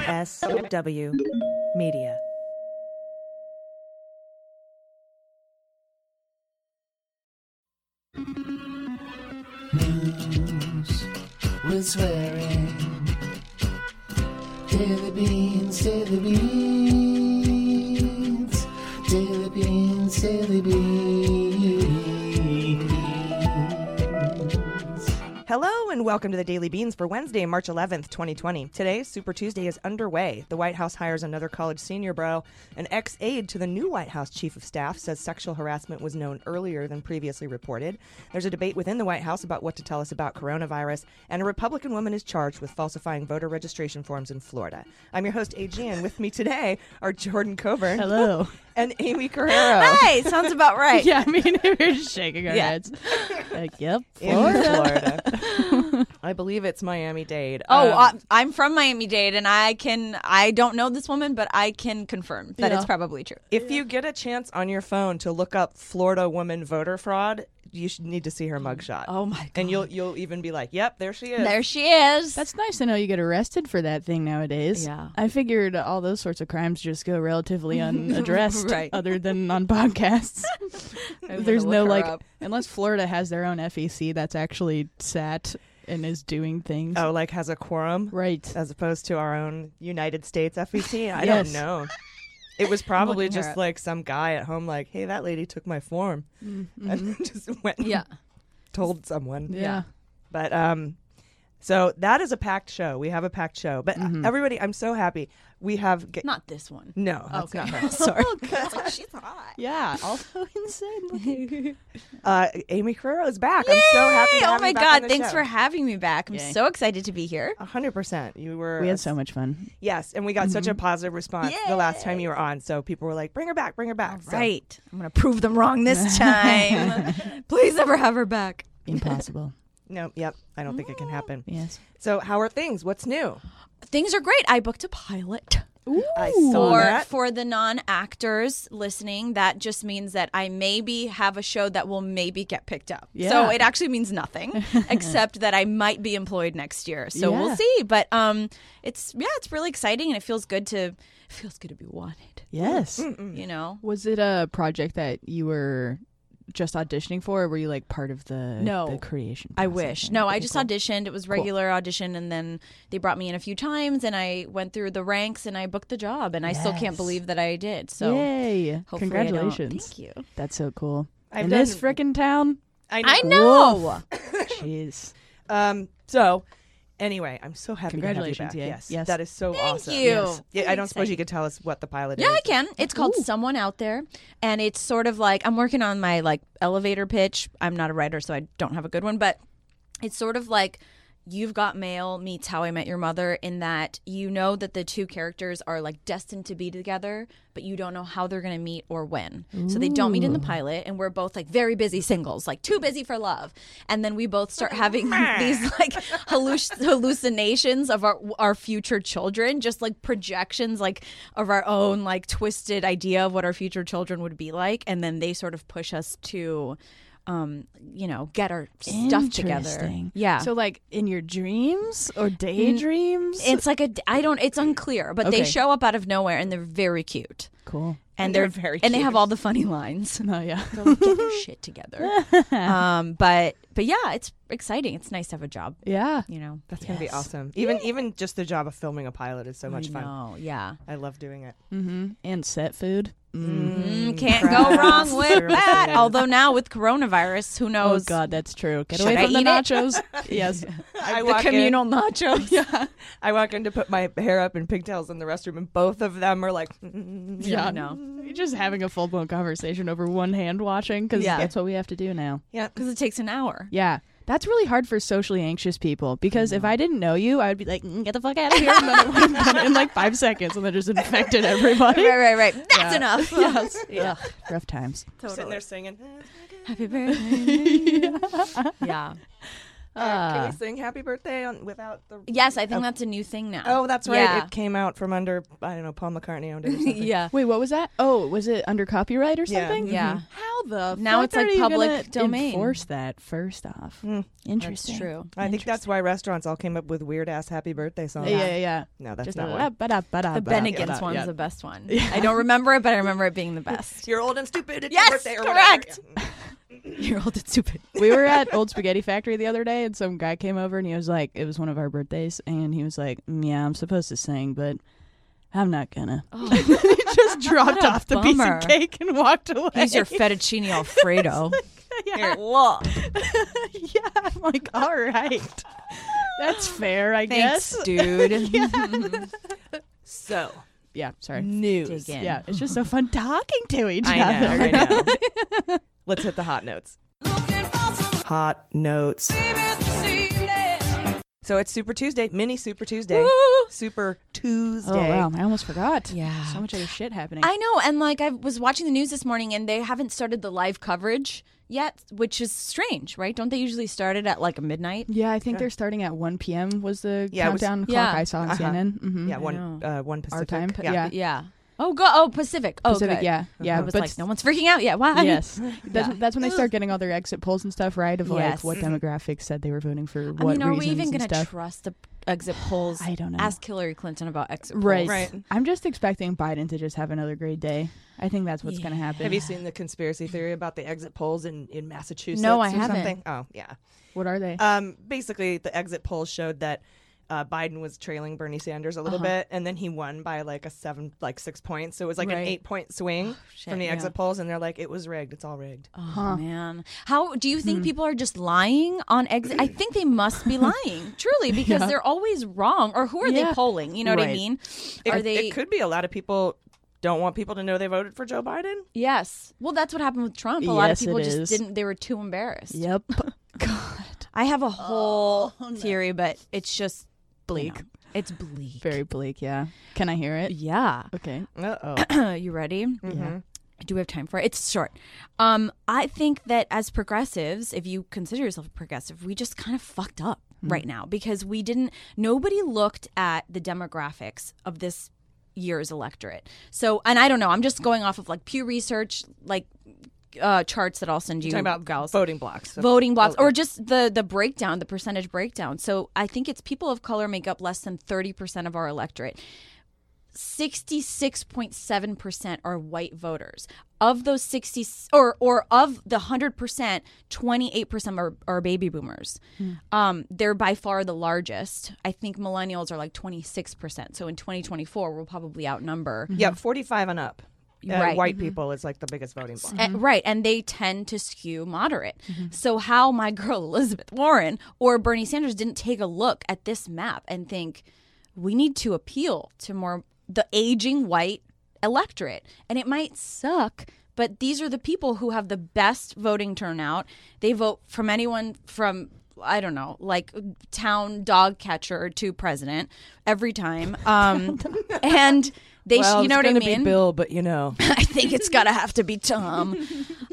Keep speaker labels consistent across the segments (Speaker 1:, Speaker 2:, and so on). Speaker 1: MSW Media.
Speaker 2: News with swearing. Daily beans, daily beans, daily beans, daily beans.
Speaker 3: Hello and welcome to the Daily Beans for Wednesday, March 11th, 2020. Today, Super Tuesday is underway. The White House hires another college senior bro. An ex aide to the new White House chief of staff says sexual harassment was known earlier than previously reported. There's a debate within the White House about what to tell us about coronavirus, and a Republican woman is charged with falsifying voter registration forms in Florida. I'm your host, AG, and with me today are Jordan Coburn.
Speaker 4: Hello.
Speaker 3: And Amy Guerrero.
Speaker 5: Hey, sounds about right.
Speaker 4: Yeah, I mean, we were just shaking our
Speaker 5: Yeah.
Speaker 4: heads. Like, yep.
Speaker 3: In Florida. I believe it's Um, Miami Dade.
Speaker 5: Oh, I, I'm from Miami Dade, and I can I don't know this woman, but I can confirm that
Speaker 4: Yeah.
Speaker 5: it's probably true.
Speaker 3: If you get a chance on your phone to look up Florida woman voter fraud, you should need to see her mugshot.
Speaker 4: Oh my
Speaker 3: And you'll you'll even be like, "Yep, there she is."
Speaker 5: There she is.
Speaker 4: That's nice to know you get arrested for that thing nowadays.
Speaker 5: Yeah.
Speaker 4: I figured all those sorts of crimes just go relatively unaddressed
Speaker 5: Right.
Speaker 4: other than on podcasts.
Speaker 5: I'm
Speaker 4: There's
Speaker 5: gonna
Speaker 4: no
Speaker 5: look her
Speaker 4: like
Speaker 5: up.
Speaker 4: unless Florida has their own FEC that's actually sat and is doing things.
Speaker 3: oh, like has a quorum
Speaker 4: Right.
Speaker 3: as opposed to our own United States FEC. I don't
Speaker 4: Yes.
Speaker 3: know. It was probably
Speaker 5: looking her
Speaker 3: just
Speaker 5: up.
Speaker 3: like some guy at home like, "Hey, that lady took my form." And just went and
Speaker 5: Mm-hmm. yeah.
Speaker 3: told someone.
Speaker 4: yeah.
Speaker 3: But um so that is a packed show. We have a packed show. But
Speaker 5: Mm-hmm.
Speaker 3: everybody, I'm so happy. We have g-
Speaker 5: Not this one.
Speaker 3: No, that's
Speaker 4: Okay.
Speaker 3: not her. Sorry.
Speaker 5: she's hot.
Speaker 4: Yeah. Also insane. looking.
Speaker 3: Uh, Amy Carrero is back. I'm so happy.
Speaker 5: Hey,
Speaker 3: To
Speaker 5: oh
Speaker 3: have
Speaker 5: my
Speaker 3: you back
Speaker 5: god,
Speaker 3: on the
Speaker 5: thanks
Speaker 3: show.
Speaker 5: for having me back. I'm
Speaker 4: Yay.
Speaker 5: so excited to be here.
Speaker 3: A hundred percent. You were.
Speaker 4: we had so much fun.
Speaker 3: Yes, and we got such a
Speaker 5: Mm-hmm.
Speaker 3: positive response the last time you were on. So people were like, "Bring her back, bring her back." So-
Speaker 5: Right. I'm gonna prove them wrong this time. Please never have her back.
Speaker 4: Impossible.
Speaker 3: no. Yep. I don't think it
Speaker 5: Mm-hmm.
Speaker 3: can happen.
Speaker 4: yes.
Speaker 3: So how are things? What's new?
Speaker 5: Things are great. I booked a pilot.
Speaker 3: I saw
Speaker 5: for
Speaker 3: that.
Speaker 5: for the non-actors listening that just means that i maybe have a show that will maybe get picked up so
Speaker 4: Yeah.
Speaker 5: it actually means nothing except that i might be employed next year so
Speaker 4: Yeah.
Speaker 5: we'll see but um it's yeah it's really exciting and it feels good to it feels good to be wanted
Speaker 4: Yes.
Speaker 5: you know
Speaker 4: Was it a project that you were just auditioning for, or were you like part of the
Speaker 5: No.
Speaker 4: the creation?
Speaker 5: I
Speaker 4: process?
Speaker 5: wish.
Speaker 4: Okay,
Speaker 5: No, I
Speaker 4: okay,
Speaker 5: just
Speaker 4: cool.
Speaker 5: auditioned. It was regular audition, and then they brought me in a few times, and I went through the ranks, and I booked the job, and I still can't
Speaker 4: Yes.
Speaker 5: believe that I did. So,
Speaker 4: Yay!
Speaker 5: hopefully I don't.
Speaker 4: Congratulations.
Speaker 5: Thank you.
Speaker 4: That's so cool.
Speaker 3: I've
Speaker 4: In
Speaker 3: done-
Speaker 4: this frickin' town.
Speaker 3: I know.
Speaker 5: I know.
Speaker 4: Jeez.
Speaker 3: Um. So. Anyway, I'm so happy to have
Speaker 4: Congratulations,
Speaker 3: you
Speaker 4: yay.
Speaker 3: back. Yes,
Speaker 4: Yes.
Speaker 3: that is so awesome.
Speaker 5: you.
Speaker 3: Yes. Yeah, I
Speaker 5: Very
Speaker 3: don't suppose you
Speaker 5: exciting.
Speaker 3: could tell us what the pilot
Speaker 5: Yeah,
Speaker 3: is.
Speaker 5: I can. It's called Someone Out There, and it's sort of like I'm working on my like elevator pitch. I'm not a writer, so I don't have a good one, but it's sort of like You've Got Mail meets How I Met Your Mother in that you know that the two characters are like destined to be together, but you don't know how they're going to meet or when. So they don't meet in the pilot, and we're both like very busy singles, like too busy for love. And then we both start having these like halluc- hallucinations of our our future children, just like projections like of our own like twisted idea of what our future children would be like, and then they sort of push us to. Um, you know, get our stuff together.
Speaker 4: Interesting.
Speaker 5: Yeah.
Speaker 4: So like in your dreams or daydreams.
Speaker 5: It's like a I don't it's unclear, but
Speaker 4: Okay.
Speaker 5: they show up out of nowhere and they're very cute.
Speaker 4: cool.
Speaker 5: And
Speaker 3: They're
Speaker 5: they're,
Speaker 3: very
Speaker 5: and they have
Speaker 3: cute.
Speaker 5: all the funny lines.
Speaker 4: No, yeah.
Speaker 5: They're like, Get your shit together. um, but but yeah, it's exciting. It's nice to have a job.
Speaker 4: Yeah.
Speaker 5: You know,
Speaker 3: That's gonna be awesome. Even even just the job of filming a pilot is so much
Speaker 5: I
Speaker 3: fun.
Speaker 5: know, yeah.
Speaker 3: I love doing it.
Speaker 4: Mm-hmm. And set food.
Speaker 5: Mm, can't go wrong with
Speaker 3: Seriously.
Speaker 5: that. Although now with coronavirus, who
Speaker 4: Oh
Speaker 5: knows?
Speaker 4: God, that's true. Get
Speaker 5: Should
Speaker 4: away
Speaker 5: I
Speaker 4: from the
Speaker 5: eat it?
Speaker 4: nachos. yes.
Speaker 3: I
Speaker 5: the
Speaker 3: walk in-
Speaker 5: communal nachos. Yeah,
Speaker 3: I walk in to put my hair up in pigtails in the restroom, and both of them are like, "Mm,
Speaker 4: Yeah.
Speaker 5: no,
Speaker 4: Just having a full blown conversation over one hand watching because
Speaker 5: Yeah.
Speaker 4: that's what we have to do now.
Speaker 3: "Yeah,
Speaker 5: because it takes an hour.
Speaker 4: Yeah. That's really hard for socially anxious people because if I didn't know you, I would be like, "Mm, get the fuck out of here. And then it would have done in like five seconds and then just infected everybody.
Speaker 5: Right, right, right. That's enough.
Speaker 4: Yes. Ugh, rough times.
Speaker 3: sitting there singing." "Eh,
Speaker 5: Happy birthday. yeah.
Speaker 3: Uh, can we sing "Happy Birthday" on, without the?
Speaker 5: Yes, I think that's a new thing now.
Speaker 3: Oh, that's right.
Speaker 5: Yeah.
Speaker 3: It came out from under I don't know Paul McCartney owned it. Or something.
Speaker 5: yeah.
Speaker 4: Wait, what was that? Oh, was it under copyright or something?
Speaker 5: Yeah.
Speaker 4: How the
Speaker 5: Now
Speaker 4: fuck
Speaker 5: it's, like,
Speaker 4: are you
Speaker 5: public
Speaker 4: gonna
Speaker 5: domain. Mm,
Speaker 4: Enforce that first off.
Speaker 3: Hmm.
Speaker 4: Interesting.
Speaker 5: true.
Speaker 3: I think that's why restaurants all came up with weird ass happy birthday songs.
Speaker 4: Yeah, yeah, yeah.
Speaker 3: No, that's
Speaker 4: Just
Speaker 3: not
Speaker 4: the
Speaker 3: one.
Speaker 5: The Bennigan's
Speaker 4: one.
Speaker 5: one's the best one. I don't remember it, but I remember it being the best.
Speaker 3: You're old and stupid. It's
Speaker 5: Yes,
Speaker 3: your birthday or
Speaker 5: correct.
Speaker 3: Whatever. Yeah.
Speaker 5: You're old and stupid.
Speaker 4: we were at Old Spaghetti Factory the other day, and some guy came over and he was like, it was one of our birthdays, and he was like, "Mm, yeah, I'm supposed to sing, but I'm not gonna. he just dropped
Speaker 5: Oh. a
Speaker 4: off the
Speaker 5: bummer.
Speaker 4: piece of cake and walked away.
Speaker 5: Use your fettuccine alfredo.
Speaker 4: yeah. yeah, I'm like, all right, that's fair, I
Speaker 5: Thanks,
Speaker 4: guess.
Speaker 5: dude.
Speaker 3: So
Speaker 4: Yeah, sorry.
Speaker 3: news.
Speaker 5: Dig in.
Speaker 4: Yeah, it's just so fun talking to each
Speaker 3: I
Speaker 4: other.
Speaker 3: know. I know. Let's hit the hot notes. Hot notes. So it's Super Tuesday, mini Super Tuesday, Super Tuesday.
Speaker 4: Oh wow, I almost forgot.
Speaker 5: Yeah.
Speaker 4: so much other shit happening.
Speaker 5: I know, and like I was watching the news this morning, and they haven't started the live coverage yet, which is strange, right? Don't they usually start it at like midnight?
Speaker 4: yeah, I think they're starting at 1 p.m. was the
Speaker 3: Yeah, it was-
Speaker 4: countdown
Speaker 5: Yeah.
Speaker 4: clock I saw on
Speaker 3: Uh-huh.
Speaker 4: CNN. Mm-hmm.
Speaker 3: Yeah, one uh, one Pacific.
Speaker 4: Our time,
Speaker 3: Yeah.
Speaker 4: yeah.
Speaker 5: Yeah. Oh, go. Oh, Pacific. Oh,
Speaker 4: Pacific,
Speaker 5: good.
Speaker 4: yeah, yeah.
Speaker 5: I was
Speaker 4: but
Speaker 5: like, no one's freaking out yet. Why?
Speaker 4: yes, that's, that's when they start getting all their exit polls and stuff, right? Of like
Speaker 5: Yes.
Speaker 4: what demographics said they were voting for,
Speaker 5: I
Speaker 4: what
Speaker 5: mean, are we
Speaker 4: reasons
Speaker 5: even
Speaker 4: and
Speaker 5: going to
Speaker 4: stuff.
Speaker 5: trust the exit polls?
Speaker 4: I don't know.
Speaker 5: Ask Hillary Clinton about exit polls.
Speaker 4: right.
Speaker 3: Right.
Speaker 4: I'm just expecting Biden to just have another great day. I think that's what's going to happen.
Speaker 3: Have you seen the conspiracy theory about the exit polls in, in Massachusetts?
Speaker 5: No, I
Speaker 3: or
Speaker 5: haven't.
Speaker 3: Something? Oh, yeah.
Speaker 4: what are they?
Speaker 3: Um, basically, the exit polls showed that uh, Biden was trailing Bernie Sanders a little
Speaker 5: Uh-huh.
Speaker 3: bit, and then he won by like a seven, like six points. So it was like an
Speaker 5: Right.
Speaker 3: eight point swing
Speaker 5: shit,
Speaker 3: from the
Speaker 5: yeah.
Speaker 3: exit polls, and they're like, "It was rigged. It's all rigged."
Speaker 5: Oh man, how do you
Speaker 4: Hmm.
Speaker 5: think people are just lying on exit? I think they must be lying, truly, because they're always wrong. Or who are they
Speaker 4: Yeah.
Speaker 5: polling? You know what I
Speaker 4: Right.
Speaker 5: mean?
Speaker 3: It,
Speaker 5: are they?
Speaker 3: It could be a lot of people don't want people to know they voted for Joe Biden.
Speaker 5: Yes. Well, that's what happened with Trump. A lot of
Speaker 4: Yes, it
Speaker 5: people just
Speaker 4: is.
Speaker 5: didn't. They were too embarrassed.
Speaker 4: yep. God,
Speaker 5: I have a whole
Speaker 3: Oh,
Speaker 5: theory, but it's just bleak. It's bleak.
Speaker 4: very bleak. Yeah. Can I hear it?
Speaker 5: yeah.
Speaker 4: Okay.
Speaker 3: Uh oh.
Speaker 5: you ready?
Speaker 3: Mm-hmm.
Speaker 5: Yeah. Do we have time for it? It's short. Um, I think that as progressives, if you consider yourself a progressive, we just kind of fucked up
Speaker 3: Hmm.
Speaker 5: right now because we didn't. Nobody looked at the demographics of this year's electorate. So, and I don't know. I'm just going off of like Pew Research, like uh, charts that I'll send you.
Speaker 3: Talking about
Speaker 5: gals
Speaker 3: voting blocks. So-
Speaker 5: voting blocks or just the the breakdown the percentage breakdown so i think it's people of color make up less than 30% of our electorate 66.7% are white voters of those 60 or or of the 100% 28% are, are baby boomers um, they're by far the largest i think millennials are like 26% so in 2024 we'll probably outnumber
Speaker 3: Yeah, 45 and up. Uh,
Speaker 5: Right.
Speaker 3: White people is like the biggest voting bloc.
Speaker 5: And- right and they tend to skew moderate so how my girl elizabeth warren or bernie sanders didn't take a look at this map and think we need to appeal to more the aging white electorate and it might suck but these are the people who have the best voting turnout they vote from anyone from I don't know, like town dog catcher to president every time. Um, and they, sh- you know what I mean?
Speaker 3: Bill, but you know,
Speaker 5: I think it's gotta have to be Tom.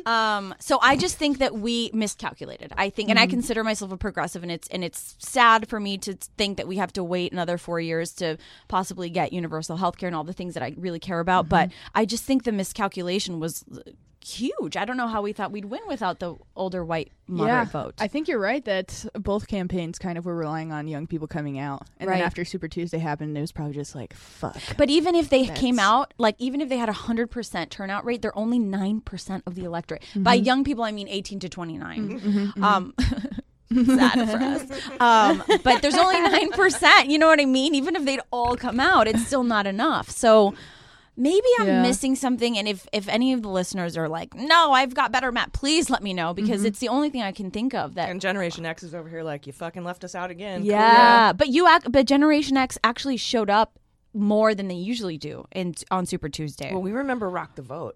Speaker 5: Um, so I just think that we miscalculated. I think, and I consider myself a progressive, and it's and it's sad for me to think that we have to wait another four years to possibly get universal health care and all the things that I really care about. But I just think the miscalculation was huge. I don't know how we thought we'd win without the older white moderate vote.
Speaker 4: I think you're right that both campaigns kind of were relying on young people coming out. And
Speaker 5: Right.
Speaker 4: then after Super Tuesday happened, it was probably just like, fuck.
Speaker 5: But even if they came out, like even if they had a hundred percent turnout rate, they're only nine percent of the electorate. By young people, I mean eighteen to twenty
Speaker 3: Mm-hmm.
Speaker 5: Um, sad for us. Um, but there's only nine percent. You know what I mean? Even if they'd all come out, it's still not enough. So. Maybe I'm
Speaker 4: Yeah.
Speaker 5: missing something, and if, if any of the listeners are like, "No, I've got better map," please let me know because it's the only thing I can think of that
Speaker 3: and Generation X is over here like, you fucking left us out again. Cool.
Speaker 5: yeah, but you ac- but Generation X actually showed up more than they usually do in on Super Tuesday.
Speaker 3: Well, we remember Rock the Vote.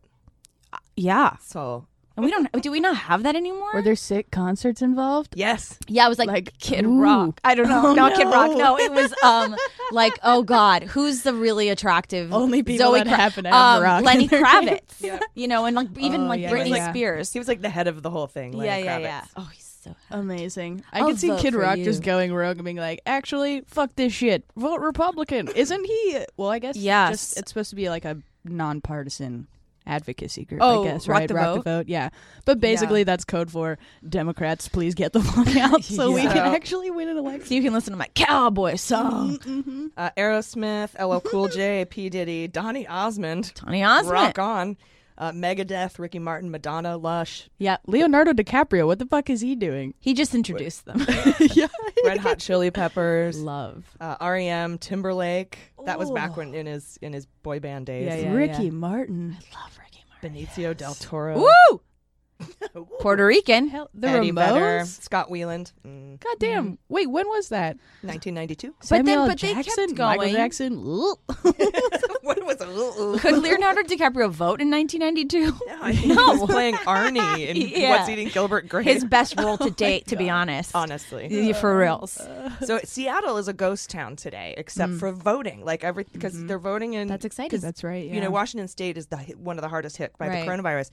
Speaker 5: yeah,
Speaker 3: So,
Speaker 5: and we don't do we not have that anymore?
Speaker 4: Were there sick concerts involved?
Speaker 3: yes.
Speaker 5: yeah, it was like,
Speaker 4: like,
Speaker 5: Kid
Speaker 4: ooh.
Speaker 5: Rock. I don't know, not Kid Rock. No, it was um like oh god, who's the really attractive
Speaker 4: Only people
Speaker 5: Zoe
Speaker 4: that
Speaker 5: Kra-
Speaker 4: happen to have
Speaker 5: um,
Speaker 4: Rock in
Speaker 5: Lenny
Speaker 4: their
Speaker 5: Kravitz. You know, and like even
Speaker 4: Oh,
Speaker 5: like
Speaker 4: yeah,
Speaker 5: Britney
Speaker 4: yeah, yeah.
Speaker 5: Spears.
Speaker 3: He was like the head of the whole thing. Lenny
Speaker 5: yeah, yeah,
Speaker 3: Kravitz.
Speaker 5: yeah. Oh, he's so
Speaker 4: Amazing. I
Speaker 5: I'll
Speaker 4: could see
Speaker 5: vote
Speaker 4: Kid
Speaker 5: for
Speaker 4: Rock
Speaker 5: you.
Speaker 4: just going rogue and being like, actually, fuck this shit. Vote Republican. Isn't he? Well, I guess
Speaker 5: Yes.
Speaker 4: just, it's supposed to be like a nonpartisan advocacy group,
Speaker 5: Oh,
Speaker 4: I guess,
Speaker 5: Rock
Speaker 4: right?
Speaker 5: the
Speaker 4: Rock the
Speaker 5: Vote?
Speaker 4: vote, yeah. But basically, that's code for Democrats. Please get the fuck out, so we can
Speaker 3: Yeah.
Speaker 4: actually win an election.
Speaker 5: So you can listen to my cowboy song.
Speaker 3: Uh, Aerosmith, LL Cool J, P Diddy, Donny Osmond,
Speaker 5: Tony Osmond.
Speaker 3: Rock On, uh, Megadeth, Ricky Martin, Madonna, Lush,
Speaker 4: Yeah, Leonardo DiCaprio. What the fuck is he doing?
Speaker 5: He just introduced them.
Speaker 4: yeah,
Speaker 3: Red Hot Chili Peppers,
Speaker 4: love.
Speaker 3: uh, REM, Timberlake. That was back
Speaker 5: Ooh.
Speaker 3: when in his in his boy band days.
Speaker 4: Yeah, yeah,
Speaker 5: Ricky
Speaker 4: yeah. Martin.
Speaker 5: Love Ricky Martin.
Speaker 3: Benicio del Toro,
Speaker 5: Woo! Puerto Rican.
Speaker 4: The
Speaker 3: Eddie Vedder,
Speaker 4: Ramones.
Speaker 3: Scott Weiland, mm,
Speaker 4: God damn. Wait, when was that?
Speaker 3: 1992.
Speaker 5: But then-
Speaker 4: Samuel
Speaker 5: but they kept
Speaker 4: Jackson,
Speaker 5: going.
Speaker 4: Michael Jackson. Ugh.
Speaker 3: what was it? Ooh, ooh.
Speaker 5: Could Leonardo DiCaprio vote in 1992?
Speaker 3: No, I think he was playing Arnie in
Speaker 5: Yeah.
Speaker 3: What's Eating Gilbert Grape.
Speaker 5: His best role to date, to be honest.
Speaker 3: honestly.
Speaker 5: Yeah, For reals.
Speaker 3: So Seattle is a ghost town today, except for voting. Like every because they're voting in.
Speaker 5: That's exciting.
Speaker 4: That's right. Yeah.
Speaker 3: You know, Washington State is the one of the hardest hit by
Speaker 5: Right.
Speaker 3: the coronavirus.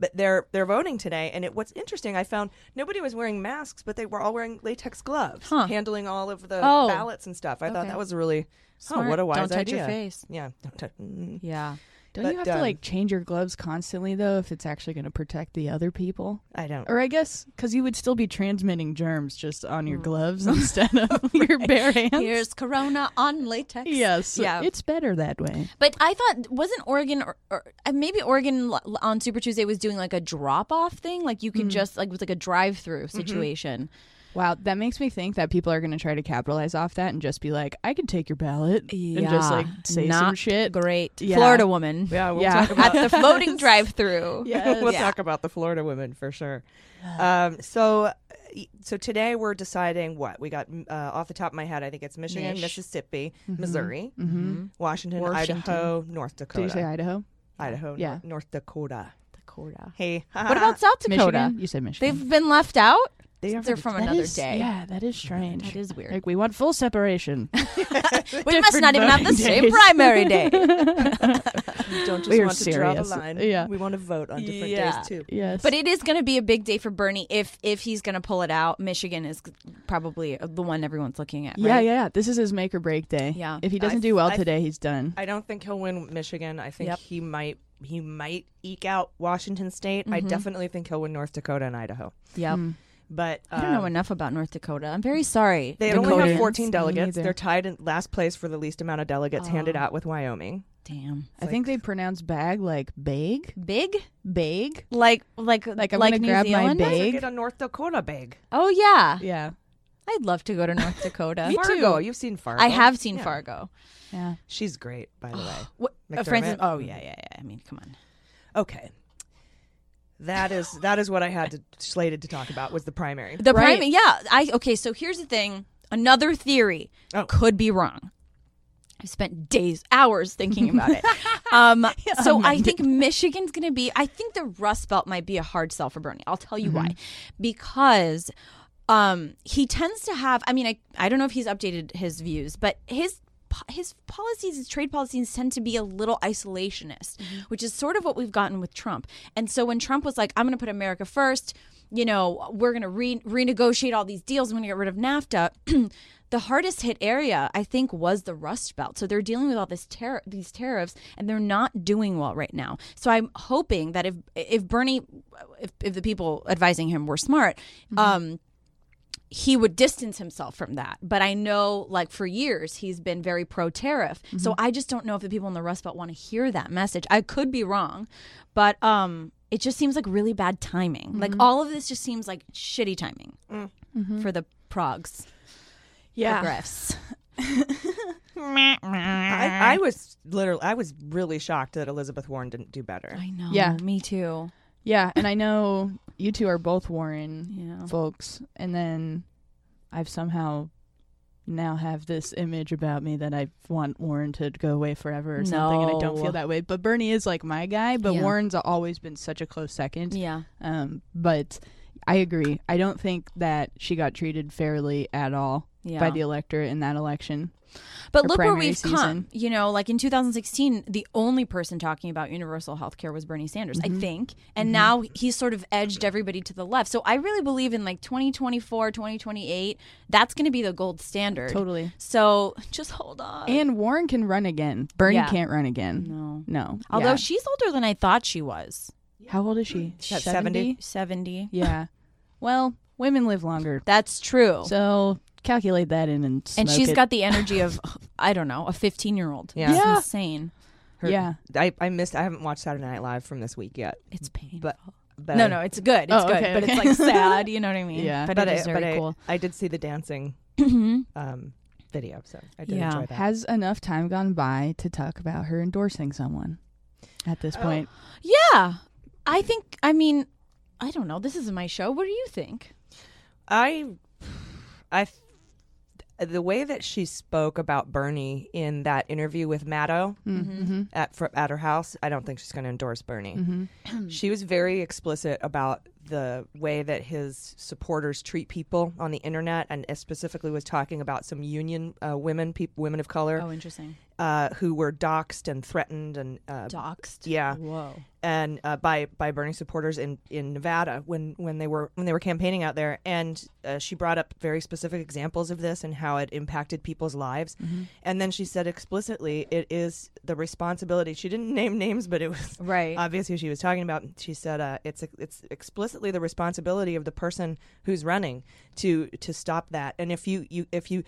Speaker 3: But they're they're voting today, and it, what's interesting, I found nobody was wearing masks, but they were all wearing latex gloves,
Speaker 5: Huh.
Speaker 3: handling all of the
Speaker 5: Oh.
Speaker 3: ballots and stuff. I thought
Speaker 5: Okay.
Speaker 3: that was really
Speaker 5: Smart.
Speaker 3: oh, what a wise
Speaker 5: Don't touch
Speaker 3: idea.
Speaker 5: your face.
Speaker 3: Yeah, don't touch. mm.
Speaker 5: Yeah.
Speaker 4: Don't
Speaker 3: But,
Speaker 4: you have to
Speaker 3: um,
Speaker 4: like change your gloves constantly though if it's actually going to protect the other people?
Speaker 3: I don't.
Speaker 5: Er,
Speaker 4: Or I guess because you would still be transmitting germs just on your gloves instead of Mm. your bare hands.
Speaker 5: Here's Corona on latex.
Speaker 4: yes,
Speaker 5: Yeah.
Speaker 4: it's better that way.
Speaker 5: But I thought wasn't Oregon or, or uh, maybe Oregon l- on Super Tuesday was doing like a drop off thing, like
Speaker 4: Mm-hmm.
Speaker 5: you could just like it was like a drive through situation.
Speaker 4: Wow, that makes me think that people are going to try to capitalize off that and just be like, "I could take your ballot and just like say some
Speaker 5: Not
Speaker 4: shit."
Speaker 5: Great
Speaker 4: Yeah.
Speaker 5: Florida woman
Speaker 3: Yeah, we'll
Speaker 4: Yeah.
Speaker 3: talk
Speaker 5: at
Speaker 3: about
Speaker 5: the floating drive through.
Speaker 4: Yes.
Speaker 3: we'll
Speaker 5: Yeah.
Speaker 3: talk about the Florida women for sure. Um, so, so today we're deciding what we got uh, off the top of my head. I think it's Michigan,
Speaker 5: Mish.
Speaker 3: Mississippi, Missouri,
Speaker 4: Mm-hmm.
Speaker 3: Washington,
Speaker 5: Washington.
Speaker 3: Idaho, North
Speaker 4: Did you say
Speaker 3: Dakota,
Speaker 4: Idaho?
Speaker 3: Idaho,
Speaker 4: Yeah.
Speaker 3: Nor- North Dakota.
Speaker 5: Dakota.
Speaker 3: Hey,
Speaker 5: What about South Dakota?
Speaker 4: Uh, Michigan? You said Michigan.
Speaker 5: They've been left out.
Speaker 3: They are
Speaker 5: They're from
Speaker 4: That
Speaker 5: another
Speaker 4: is-
Speaker 5: day.
Speaker 4: Yeah, that is strange.
Speaker 5: That is weird.
Speaker 4: Like we want full separation.
Speaker 5: we must
Speaker 4: different
Speaker 5: not even have the
Speaker 4: voting
Speaker 5: same
Speaker 4: days.
Speaker 5: primary day.
Speaker 3: We don't just
Speaker 4: We are
Speaker 3: want to draw the
Speaker 4: serious.
Speaker 3: line.
Speaker 4: Yeah.
Speaker 3: we want to vote on different
Speaker 5: Yeah.
Speaker 3: days too.
Speaker 4: yes,
Speaker 5: But it is going to be a big day for Bernie if if he's going to pull it out. Michigan is probably the one everyone's looking at.
Speaker 4: Yeah,
Speaker 5: right?
Speaker 4: yeah, yeah. This is his make or break day.
Speaker 5: Yeah.
Speaker 4: If he
Speaker 3: I
Speaker 4: doesn't
Speaker 3: f-
Speaker 4: do well
Speaker 3: I f-
Speaker 4: today, he's done.
Speaker 3: I don't think he'll win Michigan. I think
Speaker 5: Yep.
Speaker 3: he might. He might eke out Washington State.
Speaker 5: Mm-hmm.
Speaker 3: I definitely think he'll win North Dakota and Idaho.
Speaker 5: Yep.
Speaker 4: Hmm.
Speaker 3: But
Speaker 5: Mm. I don't know
Speaker 3: um,
Speaker 5: enough about North Dakota. I'm very sorry.
Speaker 3: They only have
Speaker 4: Dakotans.
Speaker 3: 14 delegates.
Speaker 4: neither.
Speaker 3: They're tied in last place for the least amount of delegates handed out with Wyoming.
Speaker 5: Damn.
Speaker 4: I think they pronounce bag like bag,
Speaker 5: Big?
Speaker 4: bag.
Speaker 5: Like like
Speaker 4: Like,
Speaker 5: like
Speaker 4: I'm
Speaker 5: like
Speaker 4: gonna
Speaker 5: New
Speaker 4: grab my
Speaker 5: Zealand?
Speaker 4: bag.
Speaker 3: Get a North Dakota bag.
Speaker 5: Oh yeah.
Speaker 4: Yeah,
Speaker 5: I'd love to go to North Dakota.
Speaker 3: Fargo. You've seen Fargo.
Speaker 5: I have seen
Speaker 3: Yeah.
Speaker 5: Fargo.
Speaker 4: yeah.
Speaker 3: She's great, by the way.
Speaker 5: What, uh,
Speaker 3: McDermott?
Speaker 5: Francis Oh yeah, yeah, yeah. I mean, come on.
Speaker 3: Okay. That is that is what I had to, slated to talk about was the primary.
Speaker 5: The
Speaker 4: Right.
Speaker 5: primary, yeah. I okay. So here's the thing. Another theory
Speaker 3: Oh.
Speaker 5: could be wrong. I spent days, hours thinking about it. um, so I think Michigan's going to be. I think the Rust Belt might be a hard sell for Bernie. I'll tell you why, because um, he tends to have. I mean, I I don't know if he's updated his views, but his po- his policies, his trade policies tend to be a little isolationist, which is sort of what we've gotten with Trump. And so when Trump was like, I'm going to put America first, you know, we're going to re- renegotiate all these deals, I'm going to get rid of NAFTA. the hardest hit area, I think, was the Rust Belt. So they're dealing with all this tar- these tariffs and they're not doing well right now. So I'm hoping that if if Bernie, if, if the people advising him were smart, um, he would distance himself from that. But I know, like, for years, he's been very pro tariff. So I just don't know if the people in the Rust Belt want to hear that message. I could be wrong, but um, it just seems like really bad timing. Like, all of this just seems like shitty timing for the progs, the Griffs.
Speaker 3: I, I was literally I was really shocked that Elizabeth Warren didn't do better.
Speaker 5: I know.
Speaker 4: Yeah.
Speaker 5: Me too.
Speaker 4: Yeah, and I know you two are both Warren
Speaker 5: Yeah.
Speaker 4: folks, and then I've somehow now have this image about me that I want Warren to go away forever or something, and I don't
Speaker 5: No.
Speaker 4: feel that way. But Bernie is like my guy, but
Speaker 5: Yeah.
Speaker 4: Warren's always been such a close second.
Speaker 5: Yeah.
Speaker 4: Um, but I agree. I don't think that she got treated fairly at all
Speaker 5: Yeah.
Speaker 4: by the electorate in that election.
Speaker 5: But
Speaker 4: Her
Speaker 5: look where
Speaker 4: primary
Speaker 5: we've come.
Speaker 4: season.
Speaker 5: You know, like in 2016, the only person talking about universal health care was Bernie Sanders,
Speaker 4: Mm-hmm.
Speaker 5: I think. And now he's sort of edged everybody to the left. So I really believe in like 2024, 2028, that's going to be the gold standard.
Speaker 4: Totally.
Speaker 5: So just hold on.
Speaker 4: And Warren can run again. Bernie
Speaker 5: Yeah.
Speaker 4: can't run again.
Speaker 5: no.
Speaker 4: No.
Speaker 5: Although Hmm.
Speaker 4: Yeah.
Speaker 5: she's older than I thought she was.
Speaker 4: how old is she?
Speaker 3: She's 70.
Speaker 5: 70.
Speaker 4: Yeah. Well, women live longer,
Speaker 5: That's true.
Speaker 4: so calculate that in and
Speaker 5: Oh. and
Speaker 4: smoke
Speaker 5: she's
Speaker 4: it.
Speaker 5: got the energy of, I don't know, a 15 year old.
Speaker 3: Yeah.
Speaker 4: Yeah.
Speaker 5: It's insane.
Speaker 4: yeah.
Speaker 3: I, I missed. I haven't watched Saturday Night Live from this week yet.
Speaker 5: It's painful.
Speaker 3: But but
Speaker 5: no,
Speaker 3: I-
Speaker 5: no, it's good. It's
Speaker 4: Oh,
Speaker 5: good,
Speaker 4: okay,
Speaker 5: but
Speaker 4: okay.
Speaker 5: it's like sad. You know what I mean?
Speaker 4: Yeah.
Speaker 5: but,
Speaker 3: but
Speaker 5: it
Speaker 3: I,
Speaker 5: is
Speaker 3: but
Speaker 5: very
Speaker 3: I,
Speaker 5: cool.
Speaker 3: I did see the dancing
Speaker 4: Mm-hmm.
Speaker 5: Mhm.
Speaker 3: um, video, so I did
Speaker 5: Yeah.
Speaker 3: enjoy that.
Speaker 4: Has enough time gone by to talk about her endorsing someone at this
Speaker 5: Oh.
Speaker 4: point?
Speaker 5: yeah, I think. I mean, I don't know. This isn't my show. What do you think?
Speaker 3: I, I, the way that she spoke about Bernie in that interview with Maddow
Speaker 4: Mm-hmm.
Speaker 3: at fr- at her house, I don't think she's going to endorse Bernie.
Speaker 4: Mm-hmm.
Speaker 3: She was very explicit about the way that his supporters treat people on the internet, and specifically was talking about some union uh, women, peop women of color,
Speaker 5: Oh, interesting.
Speaker 3: uh, who were doxxed and threatened, and uh,
Speaker 5: Doxed.
Speaker 3: yeah,
Speaker 5: Whoa.
Speaker 3: and uh, by by Bernie supporters in, in Nevada when, when they were when they were campaigning out there, and uh, she brought up very specific examples of this and how it impacted people's lives,
Speaker 5: Mm-hmm.
Speaker 3: and then she said explicitly it is the responsibility. She didn't name names, but it was
Speaker 5: Right.
Speaker 3: obvious who she was talking about. She said uh, it's it's explicitly the responsibility of the person who's running to to stop that, and if you, you if you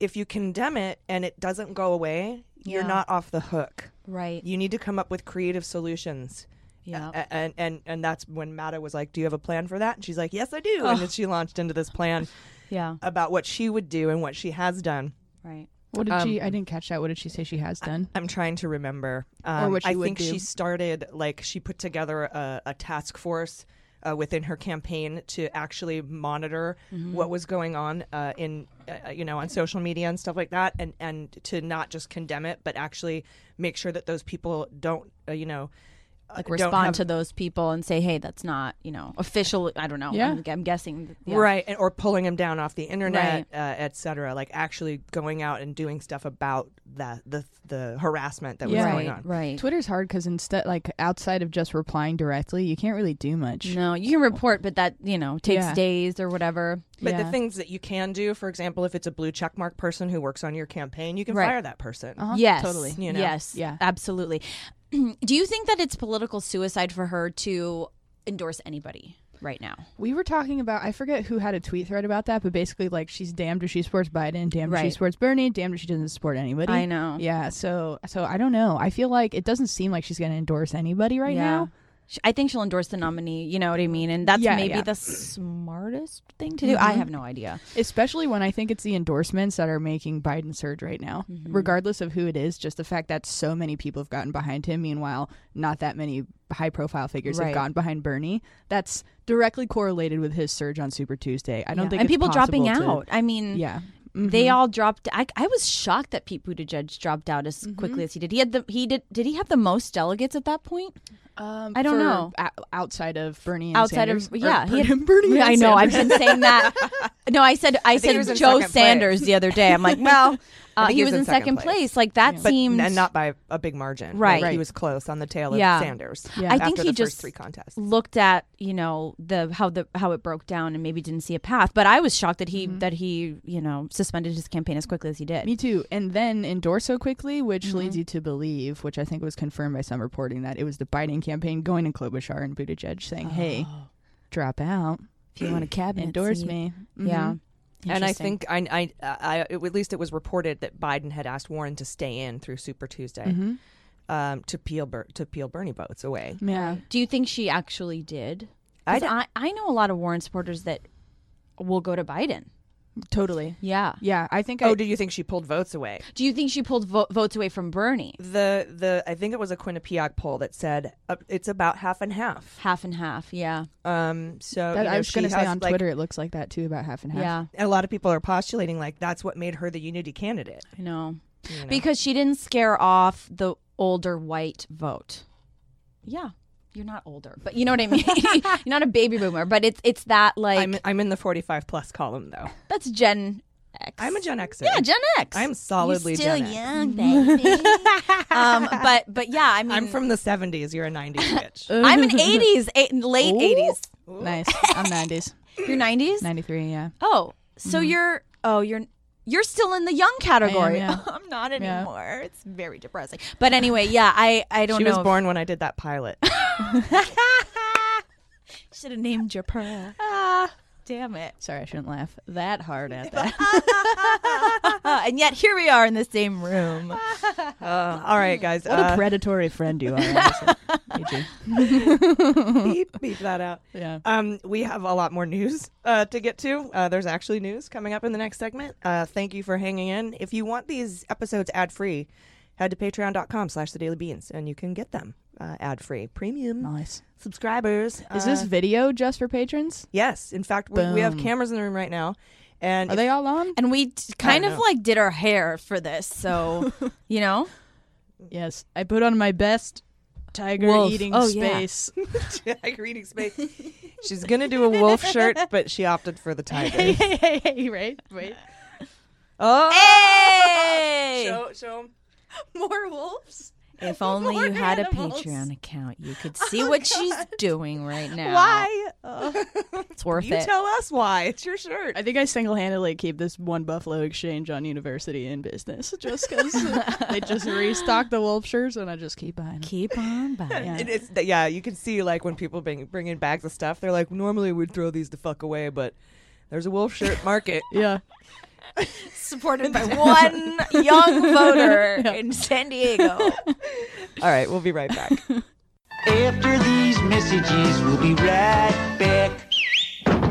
Speaker 3: if you condemn it and it doesn't go away, you're
Speaker 5: Yeah.
Speaker 3: not off the hook
Speaker 5: right.
Speaker 3: you need to come up with creative solutions.
Speaker 5: Yeah.
Speaker 3: A- And and and that's when Matta was like, "Do you have a plan for that?" And she's like, "Yes, I do." And then she launched into this plan
Speaker 5: yeah.
Speaker 3: about what she would do and what she has done.
Speaker 5: Right.
Speaker 4: What did
Speaker 3: Um,
Speaker 4: she? I didn't catch that. What did she say she has done?
Speaker 3: I'm trying to remember. Um,
Speaker 4: what she
Speaker 3: I
Speaker 4: would
Speaker 3: think
Speaker 4: do.
Speaker 3: she started like she put together a, a task force uh, within her campaign to actually monitor
Speaker 4: Mm-hmm.
Speaker 3: what was going on uh, in uh, you know on social media and stuff like that, and and to not just condemn it, but actually make sure that those people don't uh, you know uh,
Speaker 5: Like
Speaker 3: don't
Speaker 5: respond
Speaker 3: have-
Speaker 5: to those people and say, hey, that's not you know official. I don't know.
Speaker 4: Yeah.
Speaker 5: I'm, I'm guessing. yeah.
Speaker 3: right and, or pulling him down off the internet uh, etc like actually going out and doing stuff about that the the harassment that was
Speaker 4: Yeah.
Speaker 3: going
Speaker 5: Right.
Speaker 3: on
Speaker 5: Right.
Speaker 4: Twitter's hard because instead, like outside of just replying directly, you can't really do much.
Speaker 5: No, you can report, but that you know takes
Speaker 4: Yeah.
Speaker 5: days or whatever.
Speaker 3: but the
Speaker 4: Yeah.
Speaker 3: things that you can do for example if it's a blue checkmark person who works on your campaign you can
Speaker 5: Right.
Speaker 3: fire that person
Speaker 4: Uh-huh.
Speaker 5: Yes.
Speaker 4: Totally.
Speaker 3: You know?
Speaker 5: Yes.
Speaker 4: Yeah.
Speaker 5: Absolutely. Do you think that it's political suicide for her to endorse anybody right now?
Speaker 4: We were talking about I forget who had a tweet thread about that, but basically like she's damned if she supports Biden, damned if she
Speaker 5: Right.
Speaker 4: supports Bernie, damned if she doesn't support anybody.
Speaker 5: I know.
Speaker 4: Yeah, so so I don't know. I feel like it doesn't seem like she's going to endorse anybody right now.
Speaker 5: Sh- I think she'll endorse the nominee. You know what I mean? And that's
Speaker 4: Yeah,
Speaker 5: maybe
Speaker 4: yeah.
Speaker 5: the smartest thing to do. I have no idea.
Speaker 4: Especially when I think it's the endorsements that are making Biden surge right now.
Speaker 5: Mm-hmm.
Speaker 4: Regardless of who it is, just the fact that so many people have gotten behind him, meanwhile not that many high profile figures
Speaker 5: Right.
Speaker 4: have gotten behind Bernie. That's directly correlated with his surge on Super Tuesday. I don't
Speaker 5: Yeah.
Speaker 4: think
Speaker 5: and
Speaker 4: it's
Speaker 5: people dropping
Speaker 4: possible to-
Speaker 5: out. I mean,
Speaker 4: Yeah. Mm-hmm.
Speaker 5: they all dropped. I, I was shocked that Pete Buttigieg dropped out
Speaker 4: Mm-hmm.
Speaker 5: as quickly as he did. He had the he did did he have the most delegates at that point?
Speaker 4: Um,
Speaker 5: I don't
Speaker 4: for
Speaker 5: know.
Speaker 4: o- outside of Bernie. And
Speaker 5: outside
Speaker 4: Sanders,
Speaker 5: of
Speaker 4: or
Speaker 5: yeah,
Speaker 4: Bernie,
Speaker 5: had-
Speaker 4: Bernie and
Speaker 5: I know. I've
Speaker 4: Sanders.
Speaker 5: been saying that. No, I said I,
Speaker 3: think he was
Speaker 5: said
Speaker 3: in
Speaker 5: Joe
Speaker 3: second place.
Speaker 5: Sanders the other day. I'm like, well, uh,
Speaker 3: think
Speaker 5: he was in second place. Like that
Speaker 3: but
Speaker 5: seems
Speaker 3: and not by a big margin
Speaker 5: Right.
Speaker 3: Like, he
Speaker 4: Right.
Speaker 3: was close on the tail of
Speaker 5: Yeah.
Speaker 3: sanders
Speaker 4: Yeah.
Speaker 5: I
Speaker 3: after
Speaker 5: think
Speaker 3: the
Speaker 5: he
Speaker 3: first
Speaker 5: just
Speaker 3: three contests
Speaker 5: looked at you know the how the how it broke down and maybe didn't see a path. But I was shocked that he that he you know suspended his campaign as quickly as he did.
Speaker 4: Me too. And then endorse so quickly, which leads you to believe, which I think was confirmed by some reporting, that it was the Biden campaign going to Klobuchar and Buttigieg saying, "Hey, drop out,
Speaker 5: if you want a cabinet,
Speaker 4: endorse me."
Speaker 5: Yeah,
Speaker 4: Mhm.
Speaker 3: and I
Speaker 5: Interesting.
Speaker 3: think I, I, I, it- at least it was reported that Biden had asked Warren to stay in through Super Tuesday
Speaker 5: Mm-hmm.
Speaker 3: um, to peel Ber- to peel Bernie votes away.
Speaker 4: Mm-hmm. Yeah.
Speaker 5: Do you think she actually did? 'Cause
Speaker 3: I d-
Speaker 5: I I know a lot of Warren supporters that will go to Biden.
Speaker 4: Totally.
Speaker 5: Yeah.
Speaker 4: Yeah. I think. I,
Speaker 3: Oh, do you think she pulled votes away?
Speaker 5: Do you think she pulled vo- votes away from Bernie?
Speaker 3: the the I think it was a Quinnipiac poll that said uh, it's about half and half.
Speaker 5: Half and half. Yeah.
Speaker 3: Um, so
Speaker 4: that-
Speaker 3: you know,
Speaker 4: I was going to
Speaker 3: she
Speaker 4: say
Speaker 3: has,
Speaker 4: on
Speaker 3: like,
Speaker 4: Twitter, it looks like that too, about half and half.
Speaker 5: Yeah.
Speaker 3: A lot of people are postulating like that's what made her the unity candidate.
Speaker 5: I know.
Speaker 3: you know?
Speaker 5: Because she didn't scare off the older white vote. Yeah. You're not older, but you know what I mean. You're not a baby boomer, but it's it's that like
Speaker 3: I'm I'm in the 45 plus column though.
Speaker 5: that's Gen X.
Speaker 3: I'm a Gen Xer.
Speaker 5: yeah, Gen X.
Speaker 3: I'm solidly
Speaker 5: you still
Speaker 3: Gen X.
Speaker 5: young, baby. um, but but yeah, I mean,
Speaker 3: I'm from the 70s. You're a 90s bitch.
Speaker 5: I'm an '80s, eight, late
Speaker 4: Ooh.
Speaker 5: '80s.
Speaker 4: Nice. I'm 90s.
Speaker 5: You're '90s.
Speaker 4: 93, yeah.
Speaker 5: Oh, so
Speaker 3: Mm-hmm.
Speaker 5: you're oh you're you're still in the young category.
Speaker 4: yeah.
Speaker 5: I'm not
Speaker 4: Yeah.
Speaker 5: anymore. It's very depressing. But anyway, yeah, I I don't
Speaker 3: She
Speaker 5: know.
Speaker 3: was born when I did that pilot.
Speaker 5: Should have named your pearl. Damn it.
Speaker 4: Sorry, I shouldn't laugh that hard at that.
Speaker 5: and yet here we are in the same
Speaker 4: Um,
Speaker 5: room.
Speaker 3: Uh, all right, guys.
Speaker 4: What a
Speaker 3: uh,
Speaker 4: predatory friend you are. honestly. AG.
Speaker 3: beep, beep that out.
Speaker 4: Yeah.
Speaker 3: Um, we have a lot more news uh, to get to. Uh, there's actually news coming up in the next segment. Uh, thank you for hanging in. If you want these episodes ad free, head to patreon.com slash the daily beans and you can get them uh, ad free. Premium
Speaker 4: Nice.
Speaker 3: subscribers.
Speaker 4: Is this
Speaker 3: uh,
Speaker 4: video just for patrons?
Speaker 3: Yes. In fact, we, we have
Speaker 4: Boom.
Speaker 3: cameras in the room right now. And
Speaker 4: Are
Speaker 3: if-
Speaker 4: they all on?
Speaker 5: And we t- kind
Speaker 3: I
Speaker 5: of
Speaker 3: know.
Speaker 5: like did our hair for this, so you know.
Speaker 4: Yes. I put on my best tiger
Speaker 5: Wolf.
Speaker 4: eating
Speaker 5: Oh, yeah.
Speaker 4: space.
Speaker 3: tiger eating space. She's gonna do a wolf shirt, but she opted for the tiger.
Speaker 4: hey, hey, hey, right? Wait.
Speaker 3: Oh,
Speaker 5: Hey!
Speaker 3: show, show 'em.
Speaker 4: More wolves?
Speaker 5: if only
Speaker 4: More
Speaker 5: you had a
Speaker 4: animals.
Speaker 5: Patreon account, you could see what she's doing right now.
Speaker 4: Why?
Speaker 5: It's worth
Speaker 3: You
Speaker 5: it.
Speaker 3: tell us why. It's your shirt.
Speaker 4: I think I single handedly keep this one Buffalo Exchange on university in business just because they just restock the wolf shirts and I just keep buying them.
Speaker 5: Keep on buying.
Speaker 4: Yeah.
Speaker 3: It is, th- yeah, you can see like when people bring bringing bags of stuff, they're like, normally we'd throw these the fuck away, but there's a wolf shirt market.
Speaker 4: Yeah.
Speaker 5: Supported by one young voter in San Diego.
Speaker 3: All right, we'll be right back.
Speaker 2: After these messages, we'll be right back.